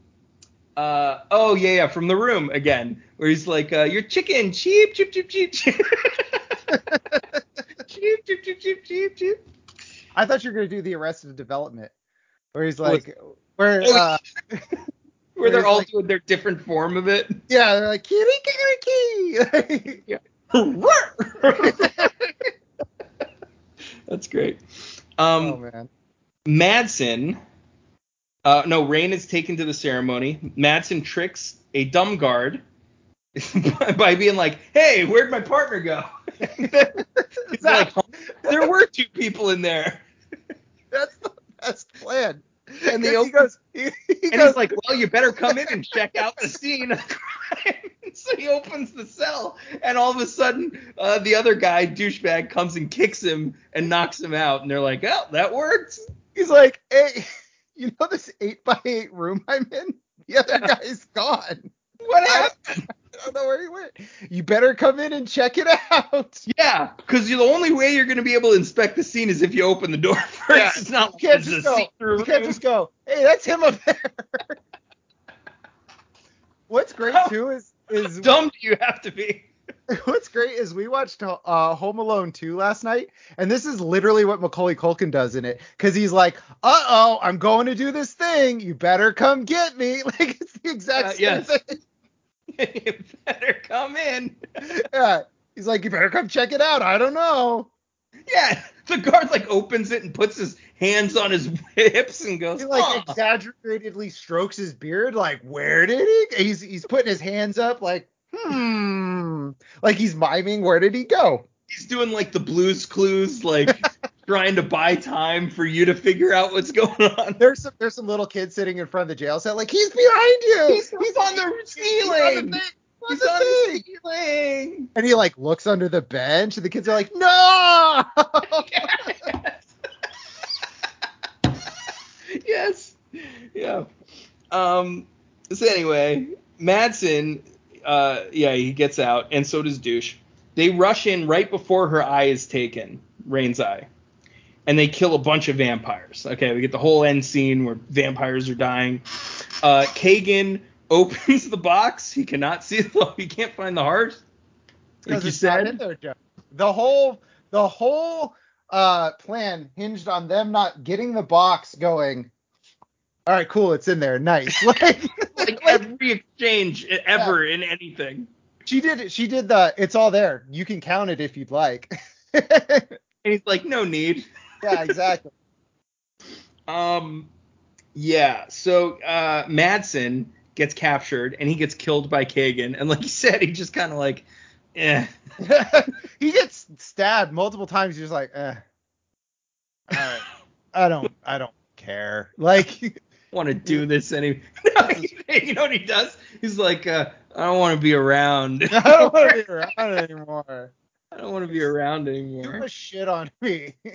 B: uh oh yeah, yeah, from the room again, where he's like, uh, you're chicken, cheep, cheep, cheep, cheep, cheep. cheep, cheep, cheep, cheep, cheep, cheep.
A: I thought you were gonna do the Arrested Development, where he's
B: What?
A: like, where uh,
B: Where they're
A: It's
B: all
A: like-
B: doing their different form of it.
A: yeah, they're like kitty kitty.
B: That's great.
A: oh
B: Um
A: man.
B: Madsen uh no, Rain is taken to the ceremony. Madsen tricks a dumb guard by being like, "Hey, where'd my partner go?" He's like, "Huh? there were two people in there.
A: That's the best plan. And
B: they
A: he
B: open-
A: goes, he, he
B: And
A: goes
B: he's like, well, you better come in and check out the scene of crime. so he opens the cell, and all of a sudden, uh, the other guy, douchebag, comes and kicks him and knocks him out. And they're like, oh, that worked.
A: he's like, hey, you know this eight by eight room I'm in? The other guy's gone.
B: What
A: I
B: happened?
A: don't, I don't know where he went. You better come in and check it out.
B: Yeah, because the only way you're going to be able to inspect the scene is if you open the door first.
A: Yeah.
B: It's not
A: You can't
B: it's a
A: just go.
B: see-through
A: You can't
B: room.
A: just go, hey, that's him up there. what's great
B: Oh.
A: too is is
B: dumb do you have to be?
A: what's great is we watched uh, Home Alone 2 last night, and this is literally what Macaulay Culkin does in it, because he's like, "Uh oh, I'm going to do this thing. You better come get me." Like it's the exact
B: Uh,
A: same
B: yes.
A: thing.
B: you better come in.
A: Yeah. He's like, "You better come check it out. I don't know."
B: Yeah, the guard like opens it and puts his hands on his hips and goes,
A: He like
B: "Huh."
A: exaggeratedly strokes his beard, like, "Where did he?" He's he's putting his hands up, like, "Hmm," like he's miming, "Where did he go?"
B: he's doing like the Blues Clues, like trying to buy time for you to figure out what's going on.
A: There's some there's some little kid sitting in front of the jail cell, like, "He's behind you.
B: He's, he's on the
A: He's on the
B: ceiling.
A: thing.
B: He's
A: the
B: on the
A: thing.
B: ceiling.
A: And he like looks under the bench, and the kids are like, "No!"
B: yes. Yeah. Um. So anyway, Madsen, uh, yeah, he gets out, and so does Douche. They rush in right before her eye is taken, Rain's eye, and they kill a bunch of vampires. Okay, we get the whole end scene where vampires are dying. Uh, Kagan opens the box. He cannot see the. He can't find the heart. Like
A: Because
B: you
A: it's not
B: said.
A: in there, Joe. The whole the whole uh, plan hinged on them not getting the box. Going, all right, cool, it's in there, nice. Like,
B: like
A: like,
B: every exchange e-, ever in anything.
A: she did she did the it's all there. You can count it if you'd like.
B: And he's like, no need.
A: yeah, exactly.
B: Um, yeah. So uh, Madsen gets captured and he gets killed by Kagan. And like you said, he just kind of like, eh.
A: he gets stabbed multiple times. He's just like, eh, all right, I don't, I don't care. Like,
B: want to do this any? No, he- you know what he does? He's like, uh, I don't want to be around.
A: I don't want to be around anymore.
B: I don't want to be around
A: You
B: anymore.
A: a shit on me.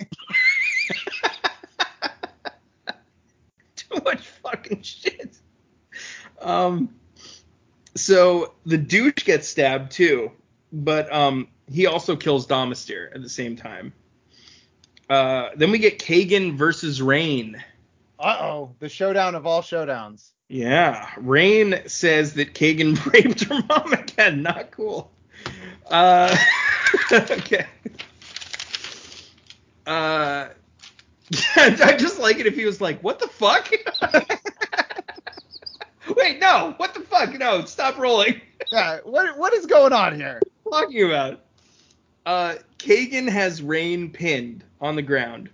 B: Too much fucking shit. Um, so the douche gets stabbed too, but um, he also kills Domister at the same time. Uh, then we get Kagan versus Rain.
A: Uh oh, the showdown of all showdowns.
B: Yeah, Rain says that Kagan raped her mom again. Not cool. Uh, okay. Uh, I just like it if he was like, "What the fuck?" wait, no, what the fuck? No, stop rolling.
A: Yeah, what what is going on here?
B: What are you talking about? Uh, Kagan has Rain pinned on the ground.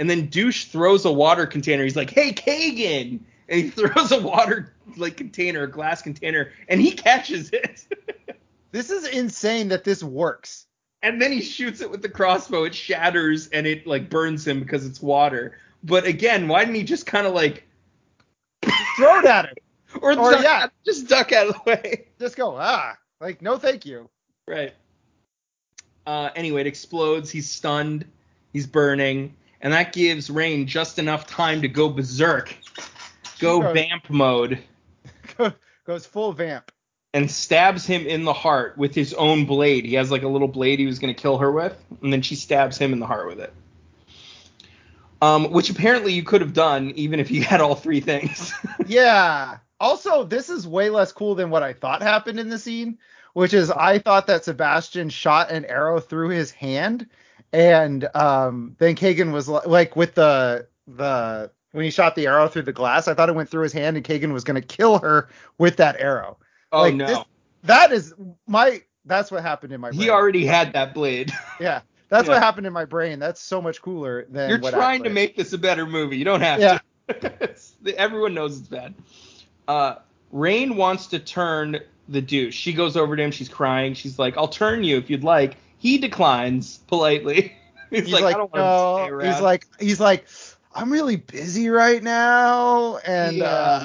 B: And then Douche throws a water container. He's like, hey, Kagan! And he throws a water like container, a glass container, and he catches it.
A: This is insane that this works.
B: and then he shoots it with the crossbow. It shatters and it like burns him because it's water. But again, why didn't he just kind of like
A: Throw it at him.
B: or,
A: Or,
B: duck,
A: yeah.
B: just duck out of the way?
A: Just go ah, like no thank you.
B: Right. Uh, anyway, it explodes. He's stunned. He's burning, and that gives Rain just enough time to go berserk, go
A: Sure.
B: vamp mode,
A: Goes full vamp.
B: and stabs him in the heart with his own blade. He has like a little blade he was going to kill her with, and then she stabs him in the heart with it. Um, which apparently you could have done even if you had all three things.
A: Yeah. Also, this is way less cool than what I thought happened in the scene, which is I thought that Sebastian shot an arrow through his hand, and um, then Kagan was li- like with the the when he shot the arrow through the glass, I thought it went through his hand, and Kagan was gonna kill her with that arrow.
B: oh
A: Like,
B: no,
A: this- that is my. That's what happened in my. brain.
B: he already had that blade.
A: Yeah, that's
B: Yeah.
A: what happened in my brain. That's so much cooler than
B: You're
A: what
B: trying to
A: actually-
B: make this a better movie. You don't have
A: Yeah.
B: to. It's- Everyone knows it's bad. Uh, Rain wants to turn the douche. She goes over to him. She's crying. She's like, "I'll turn you if you'd like." He declines politely. He's,
A: He's like,
B: "I don't want to stay
A: no.
B: around."
A: He's like, he's like, I'm really busy right now, and
B: Yeah.
A: uh,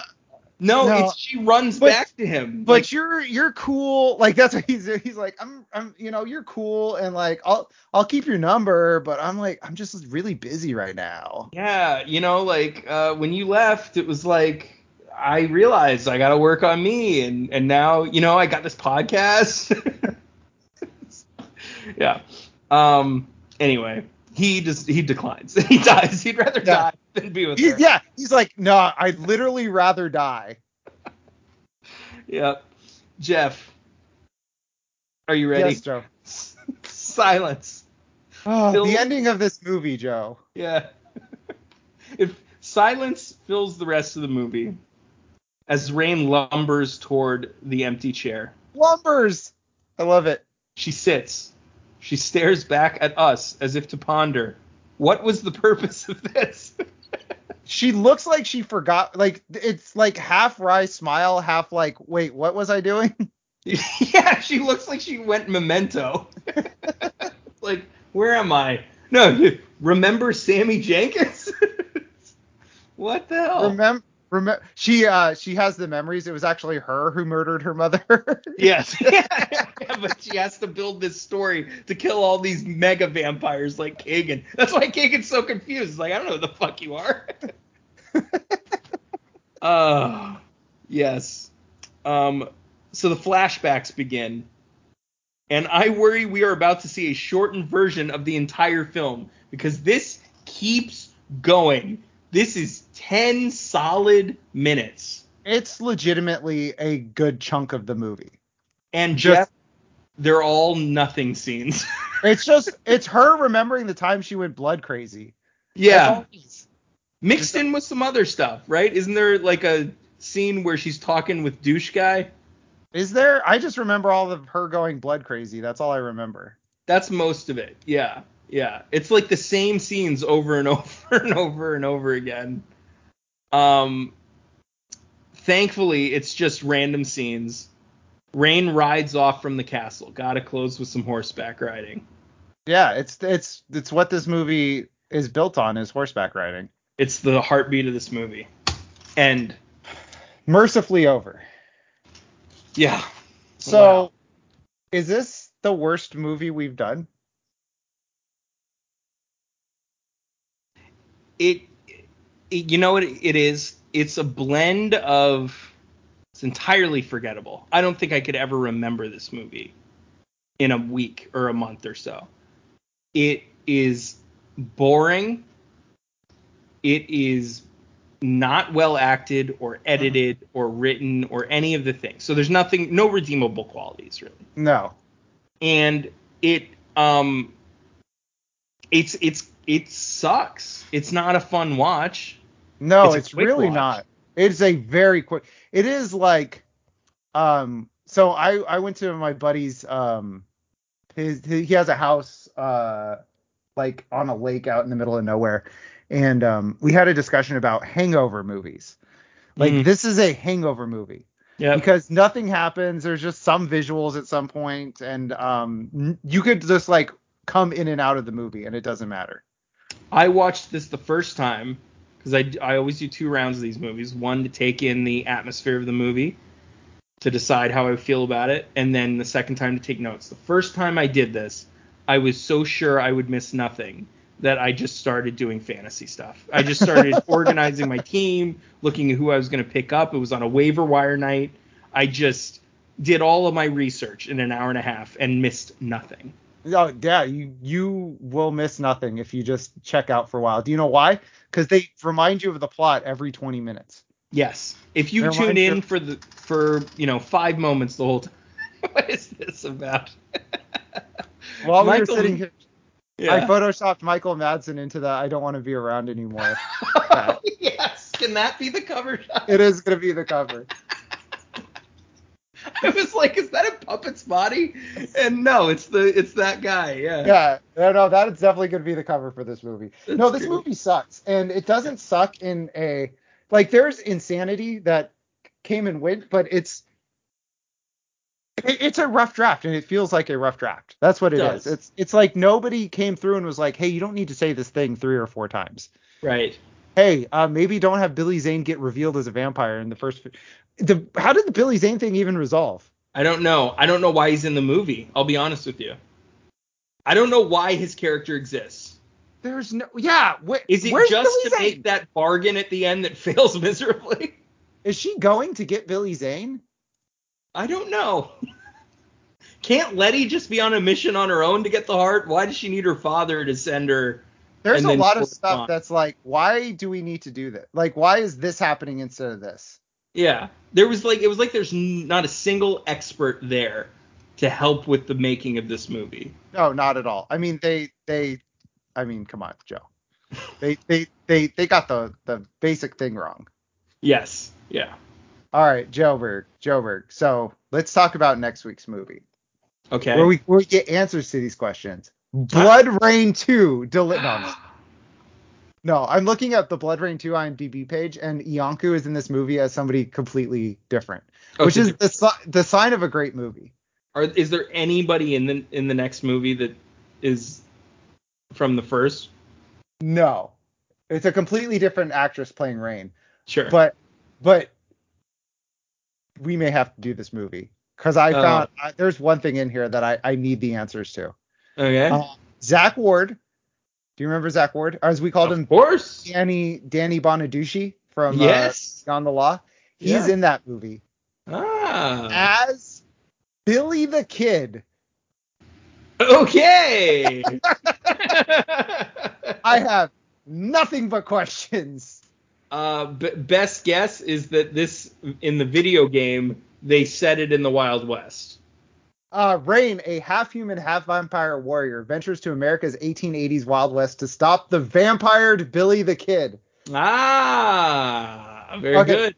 B: no,
A: no.
B: It's, she runs
A: But-
B: back to him.
A: but
B: like,
A: you're you're cool. Like that's what he's he's like, I'm I'm you know you're cool, and like I'll I'll keep your number, but I'm like I'm just really busy right now.
B: yeah, you know, like uh, when you left, it was like I realized I got to work on me, and and now you know I got this podcast. yeah. Um. Anyway, he just he declines. he dies. He'd rather
A: Yeah.
B: die than be with
A: He's,
B: her.
A: yeah, he's like, no, I'd literally rather die.
B: Yep. Jeff, are you ready?
A: Yes, Joe.
B: Silence.
A: Oh,
B: Still-
A: the ending of this movie, Joe.
B: Yeah. if silence fills the rest of the movie, as Rain lumbers toward the empty chair,
A: Lumbers. I love it.
B: she sits. She stares back at us as if to ponder, what was the purpose of this?
A: she looks like she forgot like it's like half wry smile half like wait what was i doing
B: yeah, she looks like she went memento. like, where am I? No, you- remember Sammy Jenkins? what the hell?
A: remember remember she uh she has the memories it was actually her who murdered her mother
B: yes. yeah, but she has to build this story to kill all these mega vampires like Kagan. That's why Kagan's so confused. He's like, I don't know who the fuck you are. uh, yes. Um, so the flashbacks begin. And I worry we are about to see a shortened version of the entire film because this keeps going. This is 10 solid minutes.
A: it's legitimately a good chunk of the movie
B: And
A: Just-
B: Jeff, they're all nothing scenes.
A: it's just it's her remembering the time she went blood crazy That's all it is.
B: Mixed in with some other stuff, right? Isn't there like a scene where she's talking with douche guy?
A: is there i just remember all of her going blood crazy that's all i remember
B: That's most of it. Yeah. Yeah. It's like the same scenes over and over and over and over again. Um thankfully it's just random scenes. Rain rides off from the castle. Gotta close with some horseback riding.
A: yeah it's it's it's what this movie is built on is horseback riding
B: It's the heartbeat of this movie. End.
A: mercifully over
B: Yeah.
A: So,
B: Wow.
A: is this the worst movie we've done?
B: it, it you know what it is it's a blend of it's entirely forgettable i don't think i could ever remember this movie in a week or a month or so it is boring it is not well acted or edited or written or any of the things so there's nothing no redeemable qualities really
A: No.
B: and it um it's it's it sucks. It's not a fun watch.
A: No,
B: It's
A: it's,
B: a quick
A: really
B: watch.
A: not. It's a very quick. It is like, um. So I I went to my buddy's um, his, his he has a house uh, like on a lake out in the middle of nowhere, and um we had a discussion about hangover movies. Like
B: Mhm.
A: this is a hangover movie
B: Yeah.
A: because nothing happens. There's just some visuals at some point, and um n- you could just like come in and out of the movie and it doesn't matter.
B: I watched this the first time because I, I always do two rounds of these movies one to take in the atmosphere of the movie to decide how I feel about it, and then the second time to take notes. The first time I did this, I was so sure I would miss nothing that I just started doing fantasy stuff. I just started organizing my team, looking at who I was going to pick up. It was on a waiver wire night. I just did all of my research in an hour and a half and missed nothing.
A: Oh, yeah, you you will miss nothing if you just check out for a while. Do you know why? Because they remind you of the plot every 20 minutes.
B: Yes. If you
A: Never
B: tune
A: mind,
B: in
A: you're-
B: for the for you know five moments the whole time, what is this about?
A: While we were
B: Michael-
A: sitting here, I photoshopped Michael Madsen into the "I don't want to be around anymore." that.
B: yes. Can that be the cover shot?
A: it is gonna be the cover.
B: I was like, is that a puppet's body? And no, it's the it's that guy. Yeah.
A: Yeah, no, no, that is definitely gonna be the cover for this movie.
B: That's
A: no, this
B: great.
A: movie sucks, and it doesn't suck in a like. There's insanity that came and went, but it's it, it's a rough draft, and it feels like a rough draft. That's what
B: It
A: it
B: does.
A: is. It's it's like nobody came through and was like, hey, you don't need to say this thing three or four times.
B: Right.
A: Hey, uh, maybe don't have Billy Zane get revealed as a vampire in the first. The how did the Billy Zane thing even resolve?
B: I don't know. I don't know why he's in the movie. I'll be honest with you. I don't know why his character exists.
A: There's no yeah. Wh-
B: Is it
A: where's
B: just
A: Billy
B: to
A: Zane?
B: make that bargain at the end that fails miserably?
A: Is she going to get Billy Zane?
B: I don't know. Can't Letty just be on a mission on her own to get the heart? Why does she need her father to send her?
A: There's
B: And
A: a
B: then
A: lot of
B: forward
A: stuff
B: on.
A: that's like, why do we need to do that? Like, why is this happening instead of this?
B: Yeah, there was like it was like there's n- not a single expert there to help with the making of this movie.
A: No, not at all. I mean, they they, I mean, come on, Joe. They they they they got the the basic thing wrong.
B: Yes. Yeah.
A: All right, Joburg, Joburg. So let's talk about next week's movie
B: Okay.
A: where we where we get answers to these questions. Blood Rain Two. Deli- no, no. No, I'm looking at the Blood Rain 2 IMDb page, and Iancu is in this movie as somebody completely different,
B: Oh,
A: which
B: so
A: is the, si- the sign of a great movie.
B: are, is there anybody in the in the next movie that is from the first?
A: No, it's a completely different actress playing Rain,
B: Sure.
A: but but we may have to do this movie because I
B: Oh.
A: found I, there's one thing in here that I I need the answers to.
B: okay.
A: Uh, Zach Ward, do you remember Zach Ward? As we called
B: of
A: him,
B: course.
A: Danny Danny Bonaducci from uh,
B: yes.
A: Beyond the Law. He's
B: Yeah.
A: in that movie
B: Ah.
A: as Billy the Kid.
B: Okay.
A: I have nothing but questions.
B: Uh, b- best guess is that this in the video game they set it in the Wild West.
A: Uh, Rain, a half human, half vampire warrior, ventures to America's 1880s Wild West to stop the vampired Billy the Kid.
B: Ah, very
A: Okay.
B: good.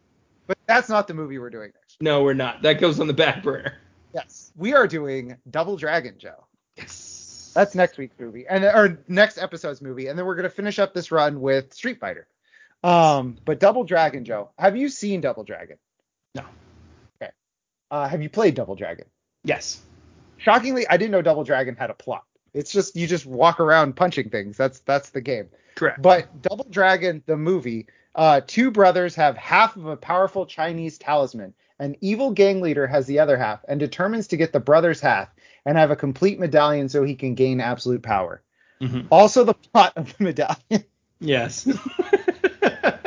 A: But that's not the movie we're doing next.
B: No, we're not. That goes on the back burner.
A: Yes, we are doing Double Dragon, Joe.
B: Yes.
A: That's next week's movie, and or next episode's movie, and then we're gonna finish up this run with Street Fighter. Um, but Double Dragon, Joe, have you seen Double Dragon?
B: No.
A: Okay. Uh, have you played Double Dragon?
B: yes.
A: Shockingly, I didn't know Double Dragon had a plot. It's just you just walk around punching things. That's that's the game.
B: Correct.
A: But Double Dragon, the movie, uh, two brothers have half of a powerful Chinese talisman. An evil gang leader has the other half and determines to get the brother's half and have a complete medallion so he can gain absolute power.
B: Mhm.
A: Also, the plot of the medallion.
B: Yes.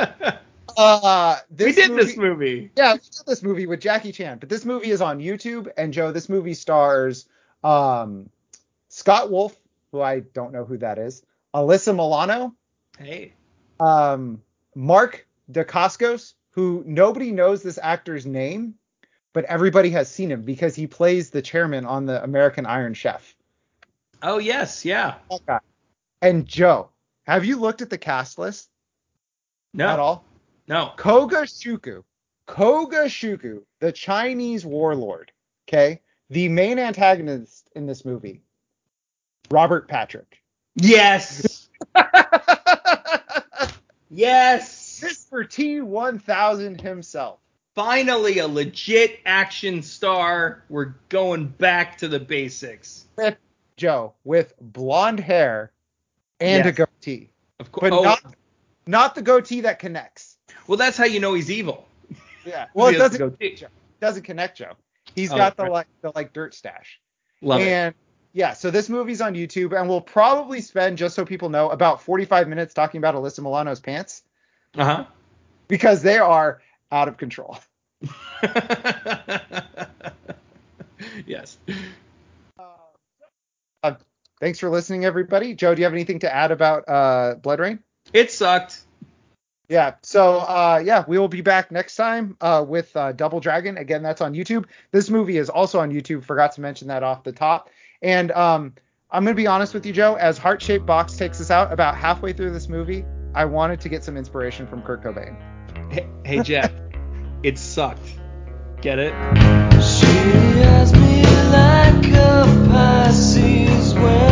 A: Uh,
B: we
A: this
B: did
A: movie,
B: this movie.
A: Yeah, we did this movie with Jackie Chan, but this movie is on YouTube. And Joe, this movie stars um, Scott Wolf, who I don't know who that is, Alyssa Milano,
B: Hey.
A: um, Mark DeCoscos, who nobody knows this actor's name, but everybody has seen him because he plays the chairman on the American Iron Chef.
B: Oh yes. Yeah.
A: That guy. And Joe, have you looked at the cast list
B: No.
A: at all?
B: No.
A: Kogashuku, Kogashuku, the Chinese warlord, okay? The main antagonist in this movie, Robert Patrick.
B: Yes. yes.
A: Mr. T1000 himself.
B: Finally, a legit action star. We're going back to the basics.
A: With Joe, with blonde hair and
B: Yes.
A: a goatee.
B: Of course.
A: But not not the goatee that connects.
B: well, that's how you know he's evil.
A: Yeah. Well, it
B: He has
A: doesn't
B: the goatee.
A: doesn't connect Joe. He's
B: Oh,
A: got the
B: right.
A: like the like dirt stash.
B: Love it.
A: and yeah, so this movie's on YouTube, and we'll probably spend just so people know about 45 minutes talking about Alyssa Milano's pants
B: Uh
A: because they are out of control.
B: huh. Uh-huh. yes.
A: Uh, Thanks for listening, everybody. Joe, do you have anything to add about uh, Blood Rain?
B: It sucked.
A: Yeah. So uh, yeah, we will be back next time uh, with uh, Double Dragon. Again, that's on YouTube. This movie is also on YouTube. Forgot to mention that off the top. And um, I'm gonna be honest with you, Joe. As Heart Shaped Box takes us out about halfway through this movie, I wanted to get some inspiration from Kurt Cobain.
B: Hey, hey Jeff. it sucked. Get it?
C: She has me like a Pisces when